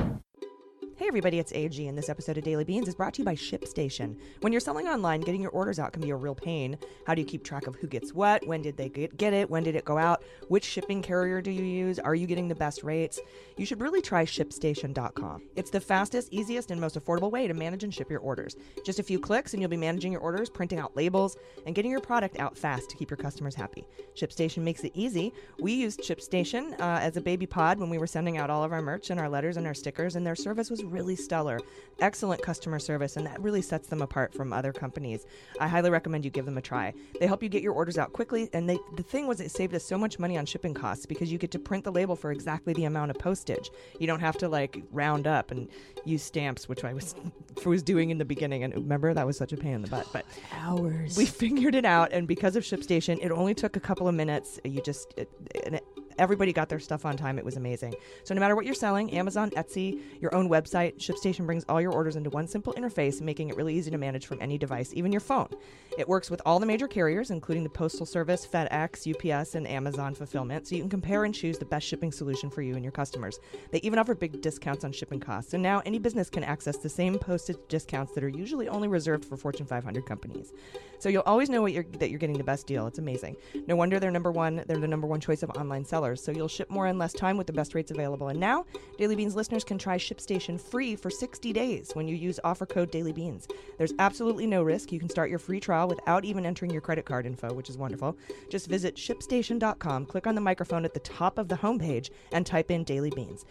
Speaker 3: Hey everybody, it's AG, and this episode of Daily Beans is brought to you by ShipStation. When you're selling online, getting your orders out can be a real pain. How do you keep track of who gets what? When did they get, get it? When did it go out? Which shipping carrier do you use? Are you getting the best rates? You should really try ShipStation.com. It's the fastest, easiest, and most affordable way to manage and ship your orders. Just a few clicks, and you'll be managing your orders, printing out labels, and getting your product out fast to keep your customers happy. ShipStation makes it easy. We used ShipStation uh, as a baby pod when we were sending out all of our merch and our letters and our stickers, and their service was really stellar. Excellent customer service, and that really sets them apart from other companies. I highly recommend you give them a try. They help you get your orders out quickly, and they, the thing was, it saved us so much money on shipping costs because you get to print the label for exactly the amount of postage. You don't have to like round up and use stamps, which I was was doing in the beginning. And remember, that was such a pain in the butt, but.
Speaker 4: Hours.
Speaker 3: We figured it out, and because of ShipStation, it only took a couple of minutes. You just, it, and it, everybody got their stuff on time. It was amazing. So, no matter what you're selling Amazon, Etsy, your own website ShipStation brings all your orders into one simple interface, making it really easy to manage from any device, even your phone. It works with all the major carriers, including the Postal Service, FedEx, UPS, and Amazon Fulfillment, so you can compare and choose the best shipping solution for you and your customers. They even offer big discounts on shipping costs, and now any business can access the same postage discounts that are usually only reserved for Fortune 500 companies. So you'll always know what you're, that you're getting the best deal. It's amazing. No wonder they're number one. They're the number one choice of online sellers. So you'll ship more in less time with the best rates available. And now, Daily Beans listeners can try ShipStation free for 60 days when you use offer code Daily Beans. There's absolutely no risk. You can start your free trial without even entering your credit card info, which is wonderful. Just visit ShipStation.com, click on the microphone at the top of the homepage, and type in Daily Beans.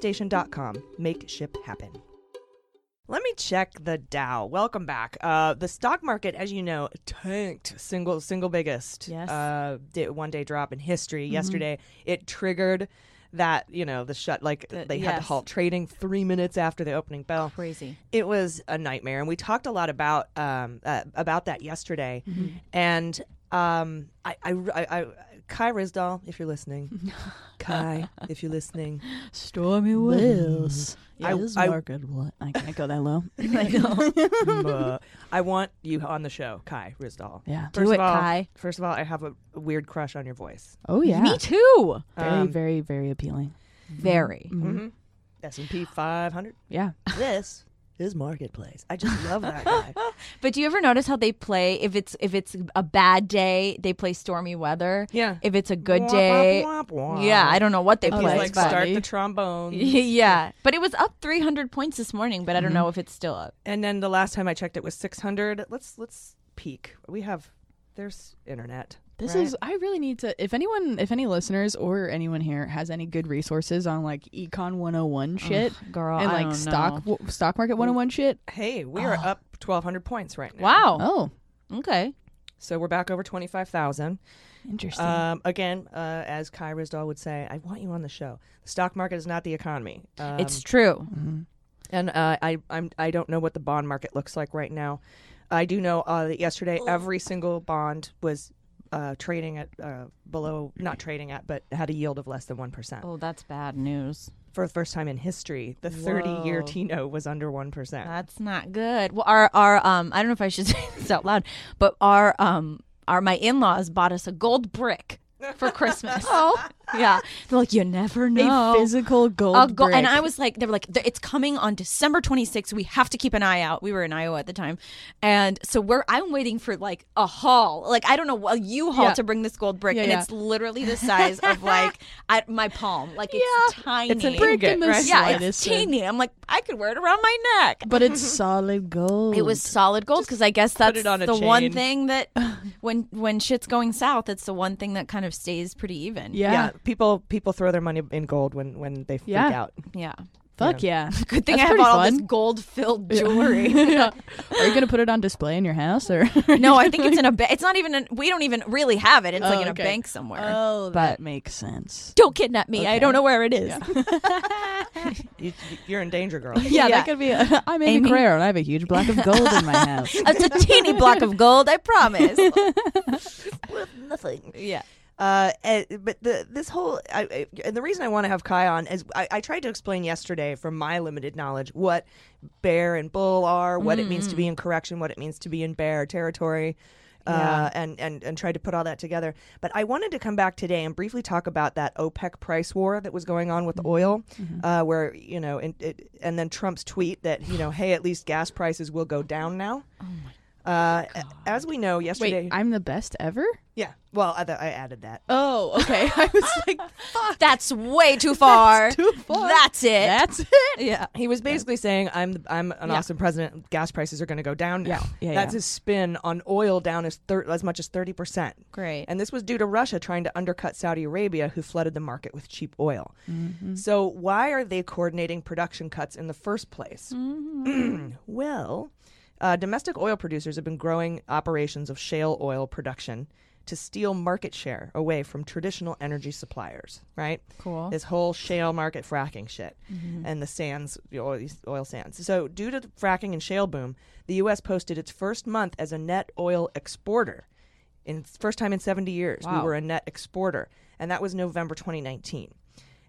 Speaker 3: ShipStation.com. Make ship happen. Let me check the Dow. Welcome back. Uh, the stock market, as you know, tanked. Single, single biggest
Speaker 5: Yes. Mm-hmm.
Speaker 3: uh, di- one day drop in history yesterday. It triggered that you know the shut. Like
Speaker 5: The-
Speaker 3: they had to
Speaker 5: yes.
Speaker 3: halt trading three minutes after the opening bell.
Speaker 5: Crazy.
Speaker 3: It was a nightmare, and we talked a lot about um, uh, about that yesterday.
Speaker 5: Mm-hmm.
Speaker 3: And um, I, I, I, I, Kai Rizdal, if you're listening, Kai, if you're listening,
Speaker 4: Stormy Wills.
Speaker 3: I-
Speaker 4: Yes,
Speaker 3: I-
Speaker 4: market what? I can't go that low.
Speaker 3: uh, I want you on the show, Kai Rizdal.
Speaker 4: Yeah.
Speaker 5: Do it,
Speaker 3: of all,
Speaker 5: Kai.
Speaker 3: First of all, I have a weird crush on your voice.
Speaker 4: Oh yeah.
Speaker 5: Me too.
Speaker 4: Very, Mm-hmm.
Speaker 3: Um,
Speaker 4: very, very appealing.
Speaker 5: Very.
Speaker 3: Mhm. S&P 500.
Speaker 4: Yeah.
Speaker 3: This is marketplace. I just love that guy.
Speaker 5: But do you ever notice how they play if it's if it's a bad day, they play stormy weather.
Speaker 3: Yeah.
Speaker 5: If it's a good
Speaker 3: Womp,
Speaker 5: day,
Speaker 3: womp, womp, womp.
Speaker 5: yeah, I don't know what they
Speaker 3: He's
Speaker 4: Oh,
Speaker 5: play.
Speaker 4: that's
Speaker 3: like
Speaker 5: but-
Speaker 3: start
Speaker 4: funny.
Speaker 3: the trombone.
Speaker 5: yeah, but it was up 300 points this morning, but I
Speaker 4: Mm-hmm.
Speaker 5: don't know if it's still up.
Speaker 3: and then the last time I checked, it was 600. Let's let's peek. We have there's internet.
Speaker 4: This
Speaker 5: Right.
Speaker 4: is I really need to if anyone if any listeners or anyone here has any good resources on like econ 101 shit
Speaker 5: girl,
Speaker 4: and
Speaker 5: Oh, I
Speaker 4: like
Speaker 5: don't
Speaker 4: stock w- stock market 101 shit.
Speaker 3: Hey, we are up 1,200 points right now.
Speaker 5: Oh. Wow.
Speaker 4: Oh,
Speaker 5: Okay.
Speaker 3: So we're back over 25,000.
Speaker 4: interesting.
Speaker 3: Um, again, uh, as Kai Rizdal would say, I want you on the show. The stock market is not the economy. Um,
Speaker 5: it's true.
Speaker 3: and uh, I I'm I don't know what the bond market looks like right now. I do know uh, that yesterday every single bond was uh, trading at uh, below, not trading at, but had a yield of less than one percent
Speaker 5: Oh, that's bad news.
Speaker 3: for the first time in history. The 30 year
Speaker 5: Whoa.
Speaker 3: Tino was under one percent.
Speaker 5: That's not good. Well, our our um, I don't know if I should say this out loud, but our um, our my in laws bought us a gold brick for Christmas. oh, yeah. They're like, you never know.
Speaker 4: a physical gold
Speaker 5: A go- and
Speaker 4: brick.
Speaker 5: I was like, they were like, "Th- it's coming on December 26th. We have to keep an eye out. We were in Iowa at the time, and so we're I'm waiting for like a haul, like I don't know, a U-Haul
Speaker 4: Yeah.
Speaker 5: to bring this gold brick,
Speaker 4: Yeah,
Speaker 5: and
Speaker 4: yeah.
Speaker 5: it's literally the size of like I, my palm, like it's tiny.
Speaker 3: It's an
Speaker 4: Brick
Speaker 3: Get
Speaker 4: in the
Speaker 3: right.
Speaker 5: Yeah, it's
Speaker 4: slightest one.
Speaker 5: teeny. I'm like, I could wear it around my neck.
Speaker 4: but it's solid gold.
Speaker 5: It was solid gold because I guess that's
Speaker 3: it on a
Speaker 5: the one
Speaker 3: chain.
Speaker 5: thing that when when shit's going south, it's the one thing that kind of stays pretty even.
Speaker 4: yeah,
Speaker 3: Yeah. people people throw their money in gold when when they freak
Speaker 4: Yeah.
Speaker 3: out.
Speaker 5: yeah.
Speaker 4: fuck yeah.
Speaker 5: Good thing
Speaker 4: That's
Speaker 5: I have
Speaker 4: pretty
Speaker 5: all
Speaker 4: fun.
Speaker 5: this gold filled jewelry.
Speaker 4: Yeah. Are you gonna put it on display in your house or?
Speaker 5: no, I think it's in a. Ba- it's not even. An, we don't even really have it. It's
Speaker 4: Oh,
Speaker 5: like in
Speaker 4: okay.
Speaker 5: a bank somewhere.
Speaker 4: Oh, that makes sense.
Speaker 5: don't kidnap me. I don't know where it is.
Speaker 3: You, you're in danger, girl.
Speaker 4: Yeah,
Speaker 5: Yeah.
Speaker 4: that could be. i I'm Amy,
Speaker 5: Amy?
Speaker 4: Carrera, and I have a huge block of gold in my house.
Speaker 5: it's a teeny block of gold. I promise.
Speaker 3: Nothing.
Speaker 5: yeah.
Speaker 3: Uh, eh, but the this whole I, I, and the reason I want to have Kai on is I, I tried to explain yesterday from my limited knowledge what bear and bull are, what it means to be in correction, what it means to be in bear territory, uh, and and and tried to put all that together. But I wanted to come back today and briefly talk about that OPEC price war that was going on with oil, uh, where you know, and, it, and then Trump's tweet that you know, hey, at least gas prices will go down now. Oh my. Uh, a- as we know, yesterday,
Speaker 4: Wait, I'm the best ever.
Speaker 3: yeah. Well, I, I added that.
Speaker 4: Oh, okay. I was like,
Speaker 5: That's way too far.
Speaker 4: too far.
Speaker 5: That's it.
Speaker 4: that's it.
Speaker 5: yeah.
Speaker 3: He was basically saying, "I'm the- I'm an
Speaker 5: Yeah.
Speaker 3: awesome president. Gas prices are going to go down now."
Speaker 4: Yeah,
Speaker 3: That's
Speaker 4: yeah.
Speaker 3: his spin on oil down as thir- as much as thirty percent.
Speaker 5: Great.
Speaker 3: And this was due to Russia trying to undercut Saudi Arabia, who flooded the market with cheap oil.
Speaker 5: Mm-hmm.
Speaker 3: So why are they coordinating production cuts in the first place?
Speaker 5: Mm-hmm.
Speaker 3: well, uh, domestic oil producers have been growing operations of shale oil production to steal market share away from traditional energy suppliers, right?
Speaker 5: Cool.
Speaker 3: This whole shale market fracking shit and the sands, the oil, oil sands. So, due to the fracking and shale boom, the U.S. posted its first month as a net oil exporter. In first time in 70 years, we were a net exporter, and that was November 2019.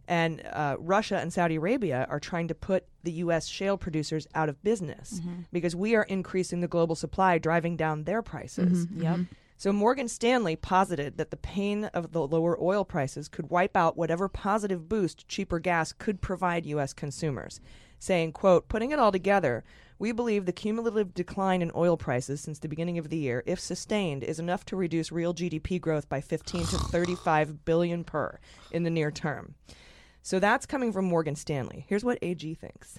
Speaker 3: And uh, Russia and Saudi Arabia are trying to put the U.S. shale producers out of business because we are increasing the global supply, driving down their prices.
Speaker 5: Yep.
Speaker 3: So Morgan Stanley posited that the pain of the lower oil prices could wipe out whatever positive boost cheaper gas could provide US consumers, saying, quote, putting it all together, we believe the cumulative decline in oil prices since the beginning of the year, if sustained, is enough to reduce real GDP growth by 15 to 35 billion per in the near term. So that's coming from Morgan Stanley. Here's what AG thinks.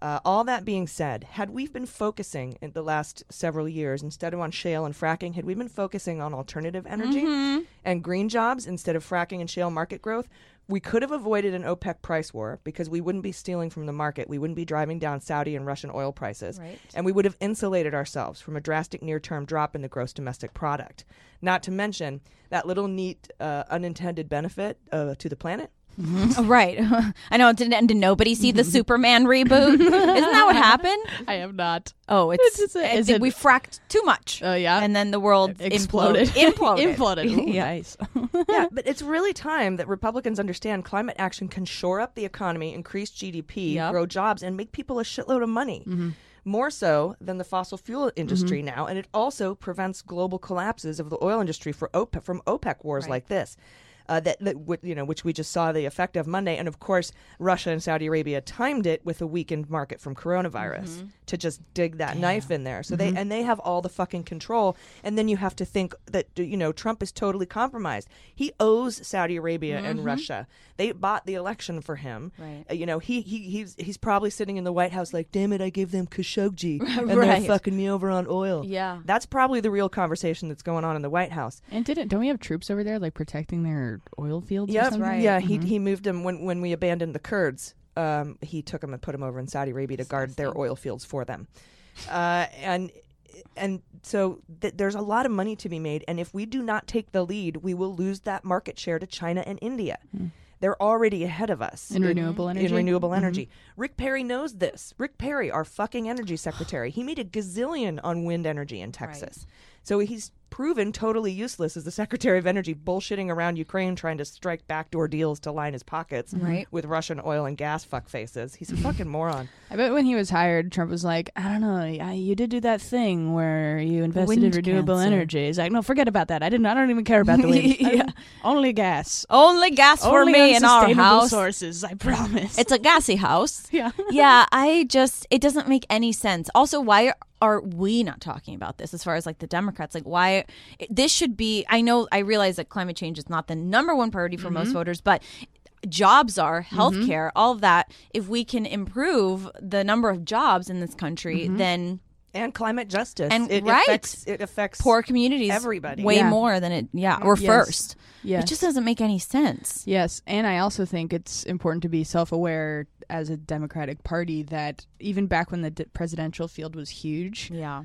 Speaker 3: Uh, all that being said, had we been focusing in the last several years instead of on shale and fracking, had we been focusing on alternative energy and green jobs instead of fracking and shale market growth, we could have avoided an OPEC price war because we wouldn't be stealing from the market. We wouldn't be driving down Saudi and Russian oil prices.
Speaker 5: Right.
Speaker 3: And we would have insulated ourselves from a drastic near term drop in the gross domestic product. Not to mention that little neat uh, unintended benefit uh, to the planet.
Speaker 5: Oh, right. I know. Didn't did nobody see the Superman reboot? Isn't that what happened?
Speaker 4: I have not.
Speaker 5: Oh, it's,
Speaker 4: It's- it's a-
Speaker 5: I
Speaker 4: is
Speaker 5: think
Speaker 4: it-
Speaker 5: we fracked too much.
Speaker 4: Oh, yeah?
Speaker 5: And then the world
Speaker 4: Exploded.
Speaker 5: Imploded.
Speaker 4: Imploded. Ooh, Nice.
Speaker 3: yeah, but it's really time that Republicans understand climate action can shore up the economy, increase GDP,
Speaker 5: Yep.
Speaker 3: grow jobs, and make people a shitload of money. More so than the fossil fuel industry now, E, and it also prevents global collapses of the oil industry for OPEC, from OPEC wars like this. uh, that, that w- you know which we just saw the effect of Monday. And of course, Russia and Saudi Arabia timed it with a weakened market from coronavirus to just dig that knife in there. So they and they have all the fucking control. And then you have to think that you know Trump is totally compromised. He owes Saudi Arabia and Russia. They bought the election for him.
Speaker 5: Right.
Speaker 3: Uh, You know he, he he's he's probably sitting in the White House like, damn it, I gave them Khashoggi and they're
Speaker 5: Right.
Speaker 3: fucking me over on oil.
Speaker 5: Yeah.
Speaker 3: That's probably the real conversation that's going on in the White House.
Speaker 4: And didn't don't we have troops over there like protecting their oil fields? or
Speaker 3: Yep.
Speaker 4: something?
Speaker 5: right.
Speaker 3: Yeah,
Speaker 4: Mm-hmm.
Speaker 3: he he moved him when when we abandoned the Kurds. Um, he took him and put him over in Saudi Arabia to guard their oil fields for them, uh, and and so th- there's a lot of money to be made. And if we do not take the lead, we will lose that market share to China and India. They're already ahead of us
Speaker 4: Hmm. In renewable energy. Mm-hmm.
Speaker 3: in renewable energy. Rick Perry knows this. Rick Perry, our fucking energy secretary, he made a gazillion on wind energy in Texas. So he's proven totally useless as the secretary of energy, bullshitting around Ukraine, trying to strike backdoor deals to line his pockets
Speaker 4: Mm-hmm.
Speaker 5: Right.
Speaker 3: with Russian oil and gas fuckfaces. He's a fucking moron.
Speaker 4: I bet when he was hired, Trump was like, I don't know, I, you did do that thing where you invested in
Speaker 5: Wind
Speaker 4: renewable
Speaker 5: cancer.
Speaker 4: energy. He's like, no, forget about that. I didn't. I don't even care about the wind.
Speaker 5: Yeah.
Speaker 4: I'm- Only gas.
Speaker 5: Only gas for
Speaker 4: Only
Speaker 5: me in our
Speaker 4: unsustainable
Speaker 5: house.
Speaker 4: sources. I promise.
Speaker 5: It's a gassy house.
Speaker 4: yeah.
Speaker 5: yeah, I just it doesn't make any sense. Also, why are we not talking about this as far as like the Democrats? Like why this should be I know I realize that climate change is not the number one priority for most voters, but jobs are healthcare, care, all of that. If we can improve the number of jobs in this country, then
Speaker 3: And climate justice.
Speaker 5: And
Speaker 3: it
Speaker 5: right.
Speaker 3: affects it affects
Speaker 5: poor communities
Speaker 3: Everybody.
Speaker 5: way
Speaker 4: Yeah.
Speaker 5: more than it yeah, or
Speaker 4: Yes.
Speaker 5: first.
Speaker 4: Yes.
Speaker 5: It just doesn't make any sense.
Speaker 4: Yes, and I also think it's important to be self-aware as a Democratic Party that even back when the d- presidential field was huge,
Speaker 5: Yeah.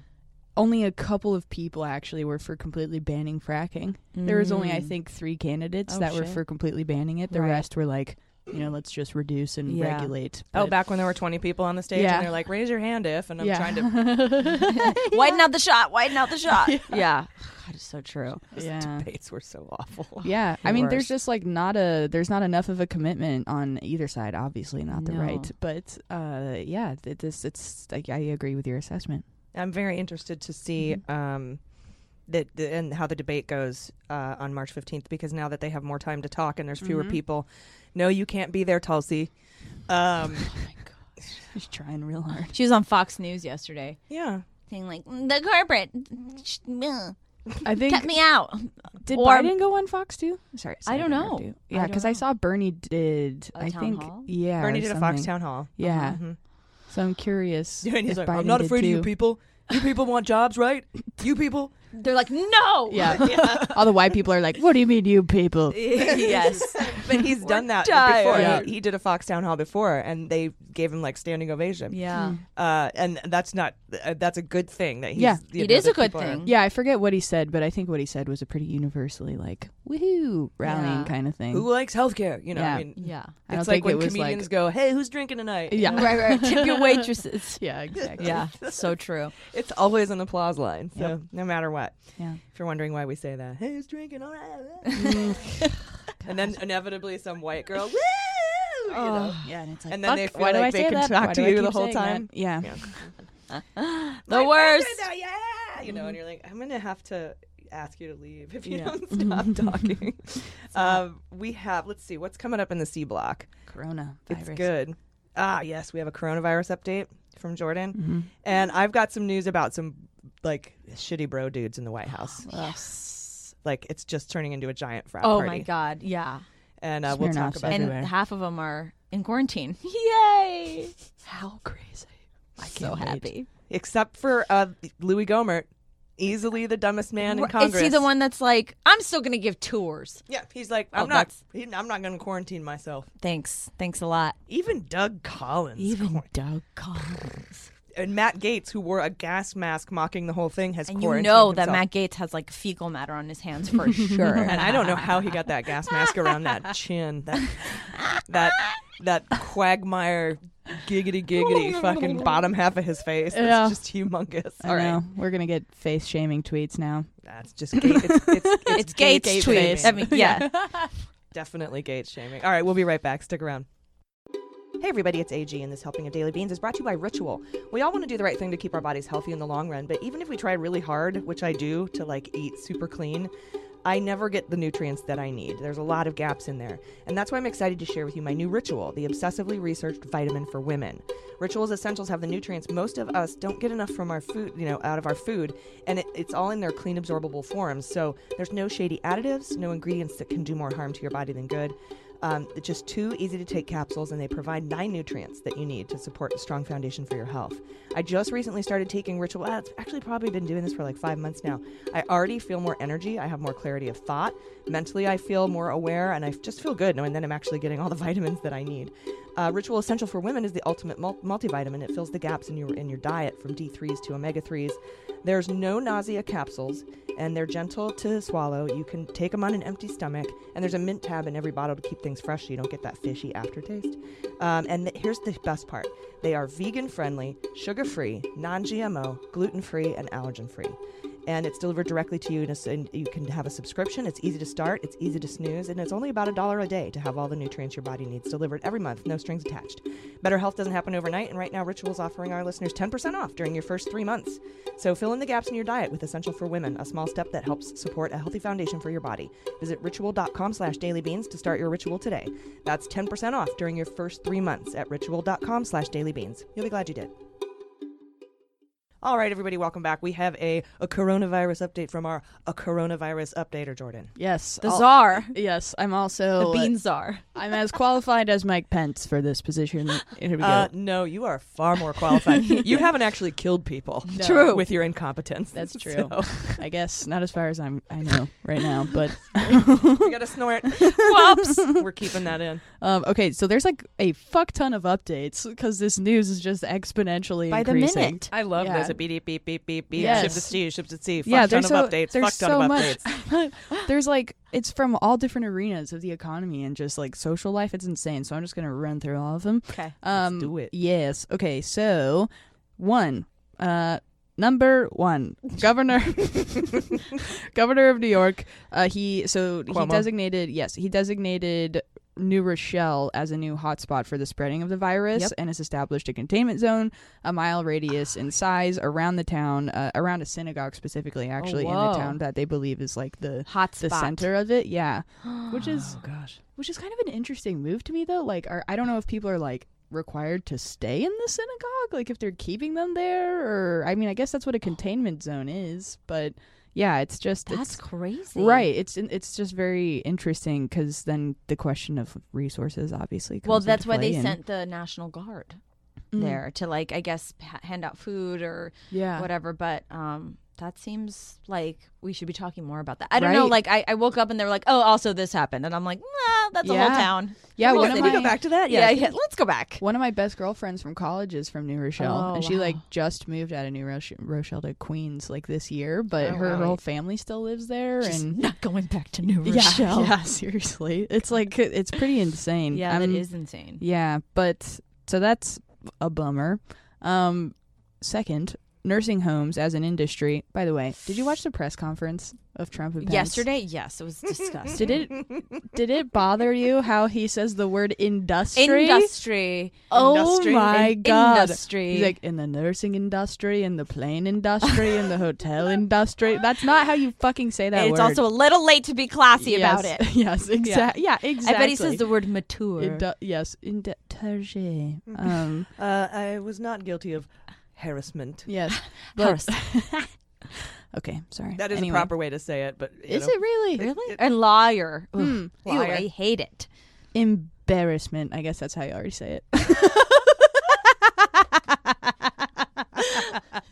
Speaker 4: only a couple of people actually were for completely banning fracking. There was only I think 3 candidates
Speaker 5: Oh,
Speaker 4: that were
Speaker 5: shit.
Speaker 4: for completely banning it. The
Speaker 5: Right.
Speaker 4: rest were like, you know, let's just reduce and
Speaker 5: Yeah.
Speaker 4: regulate.
Speaker 3: Oh,
Speaker 4: But-
Speaker 3: back when there were 20 people on the stage
Speaker 4: Yeah.
Speaker 3: and they're like, raise your hand if, and I'm
Speaker 4: yeah.
Speaker 3: trying to
Speaker 5: Widen out the shot, widen out the shot. yeah. God, it's so true.
Speaker 4: yeah.
Speaker 3: debates were so awful.
Speaker 4: Yeah, I mean,
Speaker 5: worst.
Speaker 4: there's just like not a there's not enough of a commitment on either side. Obviously, not the
Speaker 5: No.
Speaker 4: right, but uh, yeah, it, this it's like I agree with your assessment.
Speaker 3: I'm very interested to see
Speaker 4: Mm-hmm.
Speaker 3: um, that the, and how the debate goes uh, on March 15th because now that they have more time to talk and there's fewer
Speaker 4: Mm-hmm.
Speaker 3: people, no, you can't be there, Tulsi. Um,
Speaker 4: She's trying real hard.
Speaker 5: She was on Fox News yesterday.
Speaker 3: yeah,
Speaker 5: saying like "Mm, the corporate sh- ugh,
Speaker 4: I think
Speaker 5: cut me out.
Speaker 4: did
Speaker 5: or-
Speaker 4: Biden go on Fox too? Sorry,
Speaker 5: I don't know.
Speaker 4: interrupt you.
Speaker 5: I
Speaker 4: Yeah,
Speaker 5: don't
Speaker 4: because I,
Speaker 5: know.
Speaker 4: saw Bernie did.
Speaker 5: A
Speaker 4: I
Speaker 5: town
Speaker 4: think
Speaker 5: hall? Uh-huh.
Speaker 4: yeah,
Speaker 3: Bernie
Speaker 4: or
Speaker 3: did a Fox
Speaker 4: something.
Speaker 3: town hall.
Speaker 4: Yeah,
Speaker 3: Mhm.
Speaker 4: so I'm curious.
Speaker 3: And he's
Speaker 4: if
Speaker 3: like,
Speaker 4: Biden
Speaker 3: I'm not
Speaker 4: did
Speaker 3: afraid of you
Speaker 4: too."
Speaker 3: people. You people want jobs, right? You people.
Speaker 5: They're like no.
Speaker 4: Yeah. all the white people are like, "What do you mean, you people?"
Speaker 5: yes.
Speaker 3: But he's done that
Speaker 5: tired.
Speaker 3: before.
Speaker 4: Yeah.
Speaker 3: He, he did a Fox town hall before, and they gave him like standing ovation.
Speaker 5: Yeah.
Speaker 3: Uh, and that's not. Uh, that's a good thing. That he's,
Speaker 4: Yeah.
Speaker 3: you
Speaker 5: It
Speaker 3: know,
Speaker 5: is
Speaker 3: that
Speaker 5: a good
Speaker 3: people are-
Speaker 5: thing.
Speaker 4: Yeah, I forget what he said, but I think what he said was a pretty universally like woohoo rallying
Speaker 5: Yeah.
Speaker 4: kind of thing.
Speaker 3: Who likes healthcare? You know,
Speaker 4: Yeah.
Speaker 3: I mean,
Speaker 5: Yeah.
Speaker 4: I don't
Speaker 3: it's like
Speaker 4: think
Speaker 3: when
Speaker 4: it was
Speaker 3: comedians
Speaker 4: like
Speaker 3: go, "Hey, who's drinking tonight?" You
Speaker 4: Yeah.
Speaker 3: know?
Speaker 5: Right, right. Tip your waitresses.
Speaker 4: yeah, exactly.
Speaker 5: Yeah. So true.
Speaker 3: It's always an applause line. So no matter what.
Speaker 4: Yeah.
Speaker 3: If you're wondering why we say that, hey, it's drinking all right.
Speaker 4: Mm.
Speaker 3: and then inevitably some white girl, woo! You know?
Speaker 4: Yeah, and it's like,
Speaker 3: And then they
Speaker 4: Oh, fuck,
Speaker 3: feel
Speaker 4: why do
Speaker 3: like
Speaker 4: I
Speaker 3: they
Speaker 4: say
Speaker 3: can
Speaker 4: that?
Speaker 3: talk
Speaker 4: Why
Speaker 3: to
Speaker 4: do I
Speaker 3: you the
Speaker 4: keep
Speaker 3: whole
Speaker 4: saying
Speaker 3: time?
Speaker 4: that? Yeah.
Speaker 3: Yeah.
Speaker 5: The
Speaker 3: My friends
Speaker 5: worst.
Speaker 3: are there, yeah. You know, and you're like, I'm gonna have to ask you to leave if you
Speaker 4: Yeah.
Speaker 3: don't stop talking. um, we have, let's see, what's coming up in the C block.
Speaker 4: Corona virus.
Speaker 3: It's good. Ah, yes, we have a coronavirus update from Jordan,
Speaker 5: Mm-hmm.
Speaker 3: and I've got some news about some like shitty bro dudes in the White House.
Speaker 5: Oh, Yes.
Speaker 3: Like it's just turning into a giant frat
Speaker 5: Oh
Speaker 3: party.
Speaker 5: my god. Yeah.
Speaker 3: And uh, we'll talk
Speaker 4: Smirnoff's
Speaker 3: about
Speaker 5: And
Speaker 4: Everywhere.
Speaker 5: half of them are in quarantine. Yay. How crazy. I'm so happy.
Speaker 3: except for uh, Louis Gohmert, easily the dumbest man in
Speaker 5: Is
Speaker 3: Congress.
Speaker 5: he the one that's like, I'm still going to give tours?
Speaker 3: Yeah, he's like, I'm
Speaker 5: Oh,
Speaker 3: not,
Speaker 5: that's-
Speaker 3: he, I'm not going to quarantine myself.
Speaker 5: Thanks. Thanks a lot.
Speaker 3: Even Doug Collins
Speaker 5: Even Doug Collins.
Speaker 3: and Matt Gates, who wore a gas mask mocking the whole thing, has
Speaker 5: And you
Speaker 3: quarantined
Speaker 5: know that
Speaker 3: himself.
Speaker 5: Matt Gates has like fecal matter on his hands for sure.
Speaker 3: and I don't know how he got that gas mask around that chin, that that that quagmire giggity giggity fucking bottom half of his face.
Speaker 4: Yeah.
Speaker 3: It's just humongous.
Speaker 4: I
Speaker 3: All right,
Speaker 4: know. We're gonna get face shaming tweets now.
Speaker 3: that's just gate, it's, it's, it's,
Speaker 5: It's Gates
Speaker 3: gate
Speaker 5: tweets.
Speaker 3: shaming.
Speaker 5: I mean, yeah.
Speaker 3: definitely gate shaming. All right, we'll be right back. Stick around. Hey everybody, it's AG and this helping of Daily Beans is brought to you by Ritual. We all want to do the right thing to keep our bodies healthy in the long run, but even if we try really hard, which I do, to like eat super clean, I never get the nutrients that I need. There's a lot of gaps in there. And that's why I'm excited to share with you my new ritual, the obsessively researched vitamin for women. Rituals Essentials have the nutrients most of us don't get enough from our food, you know, out of our food, and it, it's all in their clean, absorbable forms. So there's no shady additives, no ingredients that can do more harm to your body than good. Um, it's just two easy to take capsules, and they provide nine nutrients that you need to support a strong foundation for your health. I just recently started taking Ritual. Ah, it's actually probably been doing this for like five months now. I already feel more energy. I have more clarity of thought. Mentally, I feel more aware, and I just feel good knowing that I'm actually getting all the vitamins that I need. Uh, Ritual Essential for Women is the ultimate mul- multivitamin. It fills the gaps in your in your diet from D3s to omega 3s. There's no nausea capsules, and they're gentle to swallow. You can take them on an empty stomach, and there's a mint tab in every bottle to keep things fresh so you don't get that fishy aftertaste. Um, and th- here's the best part they are vegan friendly, sugar free, non GMO, gluten free, and allergen free. And it's delivered directly to you, and it's- and you can have a subscription. It's easy to start, it's easy to snooze, and it's only about a dollar a day to have all the nutrients your body needs delivered every month, no strings attached. Better health doesn't happen overnight, and right now Ritual's offering our listeners 10% off during your first three months. So fill in the gaps in your diet with Essential for Women, a small step that helps support a healthy foundation for your body. Visit ritual.com slash dailybeans to start your ritual today. That's 10% off during your first three months at ritual.com slash dailybeans. You'll be glad you did. All right, everybody, welcome back. We have a, a coronavirus update from our a coronavirus updater, Jordan.
Speaker 4: Yes.
Speaker 5: The
Speaker 4: I'll-
Speaker 5: czar,
Speaker 4: Yes, I'm
Speaker 5: the
Speaker 4: also uh,
Speaker 5: bean czar.
Speaker 4: I'm as qualified as Mike Pence for this position. Here we
Speaker 3: Uh,
Speaker 4: go.
Speaker 3: no, you are far more qualified. you haven't actually killed people
Speaker 4: No.
Speaker 5: True.
Speaker 3: with your incompetence.
Speaker 4: That's true.
Speaker 3: So,
Speaker 4: I guess not as far as I'm I know right now, but
Speaker 3: we gotta snort. Whoops. We're keeping that in.
Speaker 4: um, okay. So there's like a fuck ton of updates because this news is just exponentially
Speaker 5: By the
Speaker 4: increasing.
Speaker 5: minute.
Speaker 3: I love
Speaker 4: Yeah.
Speaker 3: those. A beep, beep, beep, beep, beep, beep.
Speaker 4: Yes.
Speaker 3: Ship to sea, ship to sea. Fuck
Speaker 4: yeah,
Speaker 3: ton
Speaker 4: there's
Speaker 3: of
Speaker 4: so
Speaker 3: updates.
Speaker 4: there's
Speaker 3: Fuck ton
Speaker 4: so
Speaker 3: of
Speaker 4: much.
Speaker 3: updates.
Speaker 4: there's like it's from all different arenas of the economy and just like social life. It's insane. So I'm just gonna run through all of them.
Speaker 3: Okay.
Speaker 4: Um,
Speaker 3: do it.
Speaker 4: Yes. Okay. So, one, uh, number one, governor, governor of New York. Uh, he so he
Speaker 3: Cuomo.
Speaker 4: designated. Yes, he designated. New Rochelle as a new hotspot for the spreading of the virus,
Speaker 3: Yep.
Speaker 4: and has established a containment zone a mile radius in size around the town, uh, around a synagogue specifically, actually in
Speaker 3: Oh,
Speaker 4: the
Speaker 5: whoa.
Speaker 4: town that they believe is like the
Speaker 5: Hot
Speaker 4: the center of it. Yeah, which is
Speaker 5: Oh,
Speaker 4: gosh, which is kind of an interesting move to me though. Like, are, I don't know if people are like required to stay in the synagogue, like if they're keeping them there, or I mean, I guess that's
Speaker 5: Oh.
Speaker 4: what a containment zone is. But yeah, it's just
Speaker 5: That's
Speaker 4: it's,
Speaker 5: crazy.
Speaker 4: right. It's it's just very interesting because then the question of resources obviously. Comes
Speaker 5: Well, that's
Speaker 4: into
Speaker 5: why they
Speaker 4: play and-
Speaker 5: sent the National Guard
Speaker 4: Mm.
Speaker 5: there to like I guess ha- hand out food or
Speaker 4: Yeah,
Speaker 5: whatever. But um, that seems like we should be talking more about that. I don't know.
Speaker 4: Right.
Speaker 5: Like I, I woke up and they were like, oh, also this happened, and I'm like, nah, that's a
Speaker 4: Yeah.
Speaker 5: whole town.
Speaker 4: yeah.
Speaker 5: Come
Speaker 4: One
Speaker 5: on,
Speaker 4: of
Speaker 5: then
Speaker 4: my
Speaker 5: we go
Speaker 3: to that.
Speaker 5: Yeah, yeah. Let's go back.
Speaker 4: One of my best girlfriends from college is from New Rochelle,
Speaker 5: Oh,
Speaker 4: and she like
Speaker 5: wow.
Speaker 4: just moved out of New Roche- Rochelle to Queens like this year, but
Speaker 5: Oh,
Speaker 4: her
Speaker 5: wow.
Speaker 4: whole family still lives there.
Speaker 5: Just
Speaker 4: and
Speaker 5: not going back to New
Speaker 4: yeah,
Speaker 5: Rochelle.
Speaker 4: yeah, seriously, it's like it's pretty insane.
Speaker 5: Yeah, that
Speaker 4: Um,
Speaker 5: is insane.
Speaker 4: Yeah, but so that's a bummer. Um, second, nursing homes as an industry. By the way, did you watch the press conference of Trump and Pence?
Speaker 5: Yesterday, yes, it was disgusting.
Speaker 4: Did it did it bother you how he says the word industry?
Speaker 5: Industry.
Speaker 4: Oh
Speaker 5: Industry.
Speaker 4: my
Speaker 5: In-
Speaker 4: God.
Speaker 5: Industry.
Speaker 4: He's like in the nursing industry, in the plane industry, in the hotel industry. That's not how you fucking say that
Speaker 5: it's
Speaker 4: word.
Speaker 5: also a little late to be classy
Speaker 4: yes,
Speaker 5: about it.
Speaker 4: Yes, exactly. Yeah. exactly.
Speaker 5: I bet he says the word mature.
Speaker 4: Indu- yes, industry. Um,
Speaker 3: Uh, I was not guilty of harassment.
Speaker 4: yes.
Speaker 5: Harris.
Speaker 4: Okay, sorry.
Speaker 3: That is
Speaker 4: Anyway.
Speaker 3: a proper way to say it, but you
Speaker 4: Is
Speaker 3: know.
Speaker 4: it really?
Speaker 5: really? and liar. Ugh.
Speaker 4: Hmm.
Speaker 5: Ew,
Speaker 3: Liar.
Speaker 5: I hate it.
Speaker 4: Embarrassment. I guess that's how you already say it.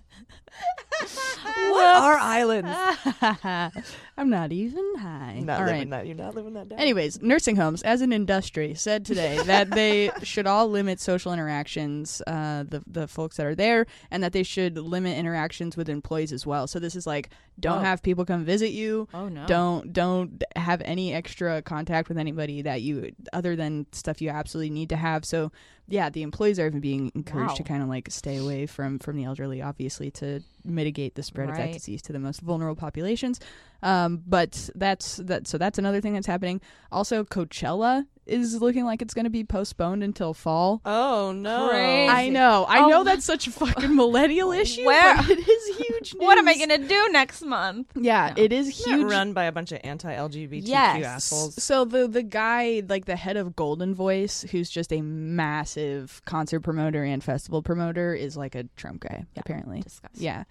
Speaker 3: What are Ah, islands?
Speaker 4: I'm not even high.
Speaker 3: Not
Speaker 4: Ah, All
Speaker 3: living
Speaker 4: right.
Speaker 3: that. You're not living that down.
Speaker 4: Anyways, nursing homes as an industry said today that they should all limit social interactions, uh, the the folks that are there, and that they should limit interactions with employees as well. So this is like, don't
Speaker 5: Oh.
Speaker 4: have people come visit you.
Speaker 5: Oh no.
Speaker 4: Don't don't have any extra contact with anybody that you other than stuff you absolutely need to have. So yeah, the employees are even being encouraged
Speaker 5: Wow.
Speaker 4: to kind of like stay away from from the elderly, obviously, to mitigate the spread of that
Speaker 5: Right.
Speaker 4: disease to the most vulnerable populations. Um, but that's that. So that's another thing that's happening. Also, Coachella is looking like it's going to be postponed until fall.
Speaker 3: Oh no!
Speaker 5: Crazy.
Speaker 4: I know. I
Speaker 5: Oh.
Speaker 4: know that's such a fucking millennial issue.
Speaker 5: Where-
Speaker 4: but it is huge.
Speaker 5: What am I
Speaker 4: news.
Speaker 5: gonna do next month?
Speaker 4: Yeah, it is
Speaker 3: Isn't that
Speaker 4: huge.
Speaker 3: run by a bunch of anti-LGBTQ
Speaker 5: Yes.
Speaker 3: assholes.
Speaker 4: So the the guy, like the head of Golden Voice, who's just a massive concert promoter and festival promoter, is like a Trump guy, apparently.
Speaker 5: Disgusting.
Speaker 4: Yeah.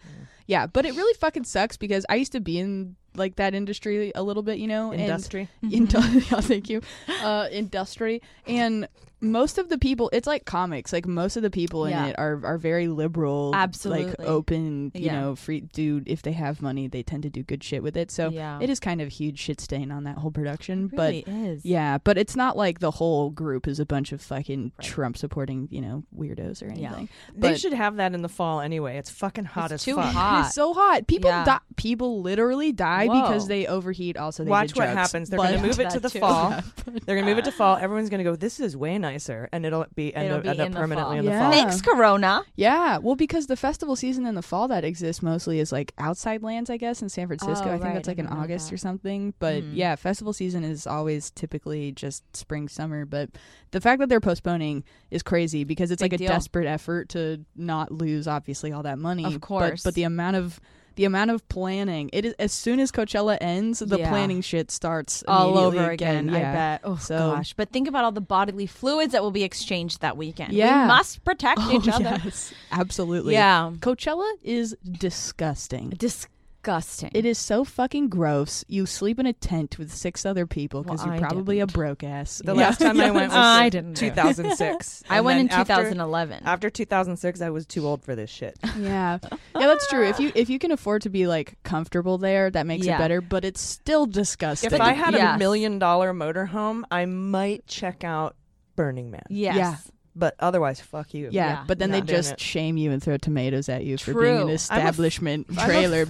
Speaker 4: Yeah. But it really fucking sucks because I used to be in like that industry a little bit, you know? and-
Speaker 3: Industry.
Speaker 5: Mm-hmm.
Speaker 4: Indu- yeah, thank you. Uh, industry. And most of the people, it's like comics. Like most of the people in
Speaker 5: Yeah.
Speaker 4: it are, are very liberal,
Speaker 5: Absolutely.
Speaker 4: like open, you
Speaker 5: Yeah.
Speaker 4: know, free dude. If they have money, they tend to do good shit with it. So
Speaker 5: Yeah.
Speaker 4: it is kind of a huge shit stain on that whole production. but
Speaker 5: really is.
Speaker 4: yeah, but it's not like the whole group is a bunch of fucking Trump supporting, you know, weirdos or
Speaker 5: Yeah.
Speaker 4: anything.
Speaker 3: They
Speaker 4: But-
Speaker 3: should have that in the fall anyway. It's fucking hot
Speaker 5: It's
Speaker 3: as
Speaker 5: too
Speaker 3: fuck.
Speaker 5: hot.
Speaker 4: It's so hot. People
Speaker 5: Yeah.
Speaker 4: die. People literally die
Speaker 5: Whoa.
Speaker 4: because they overheat. Also, they
Speaker 3: Watch
Speaker 4: did
Speaker 3: what
Speaker 4: drugs.
Speaker 3: happens. They're
Speaker 4: But-
Speaker 3: going to move it
Speaker 5: That
Speaker 3: to the
Speaker 5: too.
Speaker 3: fall. They're going to move it to fall. Everyone's going to go. This is way nicer, and it'll be end
Speaker 5: It'll
Speaker 3: up,
Speaker 5: be
Speaker 3: end up
Speaker 5: in the
Speaker 3: permanently
Speaker 5: fall.
Speaker 3: in the
Speaker 4: Yeah.
Speaker 3: fall.
Speaker 5: Thanks, Corona.
Speaker 4: Yeah, well, because the festival season in the fall that exists mostly is like outside lands, I guess, in San Francisco.
Speaker 5: Oh,
Speaker 4: I think
Speaker 5: right.
Speaker 4: that's
Speaker 5: I
Speaker 4: like in
Speaker 5: didn't know
Speaker 4: August
Speaker 5: that.
Speaker 4: or something. But
Speaker 5: Mhm.
Speaker 4: yeah, festival season is always typically just spring, summer. But the fact that they're postponing is crazy because it's
Speaker 5: Big
Speaker 4: like
Speaker 5: deal.
Speaker 4: a desperate effort to not lose, obviously, all that money.
Speaker 5: Of
Speaker 4: But-
Speaker 5: course.
Speaker 4: but, the amount of the amount of planning it is as soon as Coachella ends, the
Speaker 5: Yeah.
Speaker 4: planning shit starts
Speaker 5: all
Speaker 4: immediately
Speaker 5: over again.
Speaker 4: Yeah.
Speaker 5: I bet. Oh
Speaker 4: So-
Speaker 5: gosh! But think about all the bodily fluids that will be exchanged that weekend.
Speaker 4: Yeah.
Speaker 5: we must protect
Speaker 4: Oh,
Speaker 5: each other.
Speaker 4: yes, absolutely.
Speaker 5: Yeah,
Speaker 4: Coachella is disgusting.
Speaker 5: disgusting.
Speaker 4: It is so fucking gross. You sleep in a tent with six other people because
Speaker 5: Well, I
Speaker 4: you're probably
Speaker 5: didn't.
Speaker 4: a broke ass.
Speaker 3: The
Speaker 4: Yeah.
Speaker 3: last time I went was
Speaker 5: I
Speaker 3: in
Speaker 5: didn't do it.
Speaker 3: 2006.
Speaker 5: I
Speaker 3: And
Speaker 5: went in
Speaker 3: then after-
Speaker 5: 2011.
Speaker 3: After 2006, I was too old for this shit.
Speaker 4: yeah, yeah, that's true. If you if you can afford to be like comfortable there, that makes
Speaker 5: Yeah.
Speaker 4: it better. But it's still disgusting.
Speaker 3: If I had
Speaker 5: Yes.
Speaker 3: a million dollar motorhome, I might check out Burning Man.
Speaker 5: yes.
Speaker 4: Yeah.
Speaker 3: But otherwise, fuck you.
Speaker 4: yeah,
Speaker 5: Yeah,
Speaker 4: but then
Speaker 3: not
Speaker 4: they
Speaker 3: doing
Speaker 4: just
Speaker 3: it.
Speaker 4: shame you and throw tomatoes at you for being
Speaker 5: True.
Speaker 4: an establishment
Speaker 3: I'm a
Speaker 4: trailer
Speaker 3: f-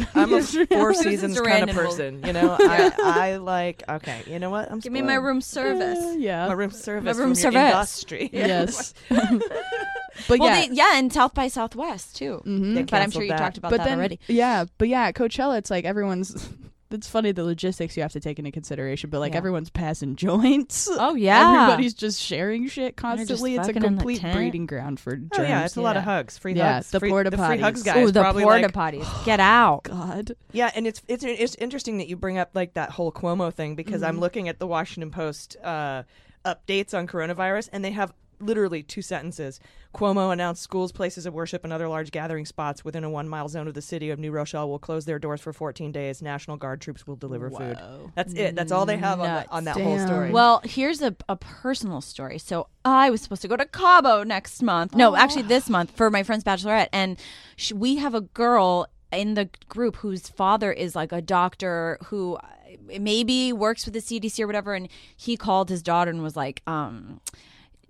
Speaker 3: Hey, I'm a four seasons
Speaker 5: Susan
Speaker 3: kind
Speaker 5: Sarandon
Speaker 3: of
Speaker 5: will-
Speaker 3: person. You know,
Speaker 5: Yeah.
Speaker 3: I, I like. Okay, you know what? I'm
Speaker 5: Give me my
Speaker 3: spoiled.
Speaker 5: room
Speaker 4: Uh,
Speaker 5: service.
Speaker 4: yeah.
Speaker 3: My room service.
Speaker 5: room
Speaker 3: from your
Speaker 5: service.
Speaker 3: Industry.
Speaker 4: Yes. but
Speaker 5: well,
Speaker 4: yeah.
Speaker 5: They, yeah, and South by Southwest too.
Speaker 4: Mhm.
Speaker 3: They
Speaker 5: But I'm sure
Speaker 3: canceled
Speaker 5: you
Speaker 3: that.
Speaker 5: talked about that
Speaker 4: then,
Speaker 5: already.
Speaker 4: Yeah, but yeah, at Coachella, it's like everyone's. It's funny the logistics you have to take into consideration, but like
Speaker 5: Yeah.
Speaker 4: everyone's passing joints.
Speaker 5: Oh yeah,
Speaker 4: Everybody's just sharing shit constantly. It's a
Speaker 5: fucking in the
Speaker 4: complete
Speaker 5: tent.
Speaker 4: breeding ground for germs.
Speaker 3: Oh yeah, it's a lot of
Speaker 5: Yeah.
Speaker 3: hugs. Free
Speaker 4: Yeah,
Speaker 3: hugs.
Speaker 4: the
Speaker 3: free,
Speaker 4: porta
Speaker 3: the free
Speaker 4: potties.
Speaker 3: hugs guy.
Speaker 5: Ooh,
Speaker 3: is
Speaker 5: the
Speaker 3: probably
Speaker 5: porta
Speaker 3: like,
Speaker 5: potties. Get out.
Speaker 4: God.
Speaker 3: Yeah, and it's it's it's interesting that you bring up like that whole Cuomo thing because I'm looking at the Washington Post uh, updates on coronavirus, and they have literally two sentences. Cuomo announced schools, places of worship, and other large gathering spots within a one mile zone of the city of New Rochelle will close their doors for 14 days. National Guard troops will deliver food. That's it. That's all they have on, the, on that whole
Speaker 4: Damn.
Speaker 3: story.
Speaker 5: Well, here's a, a personal story. So I was supposed to go to Cabo next month.
Speaker 4: Oh.
Speaker 5: No, actually this month for my friend's bachelorette, and sh we have a girl in the group whose father is like a doctor who uh, maybe works with the CDC or whatever, and he called his daughter and was like, um.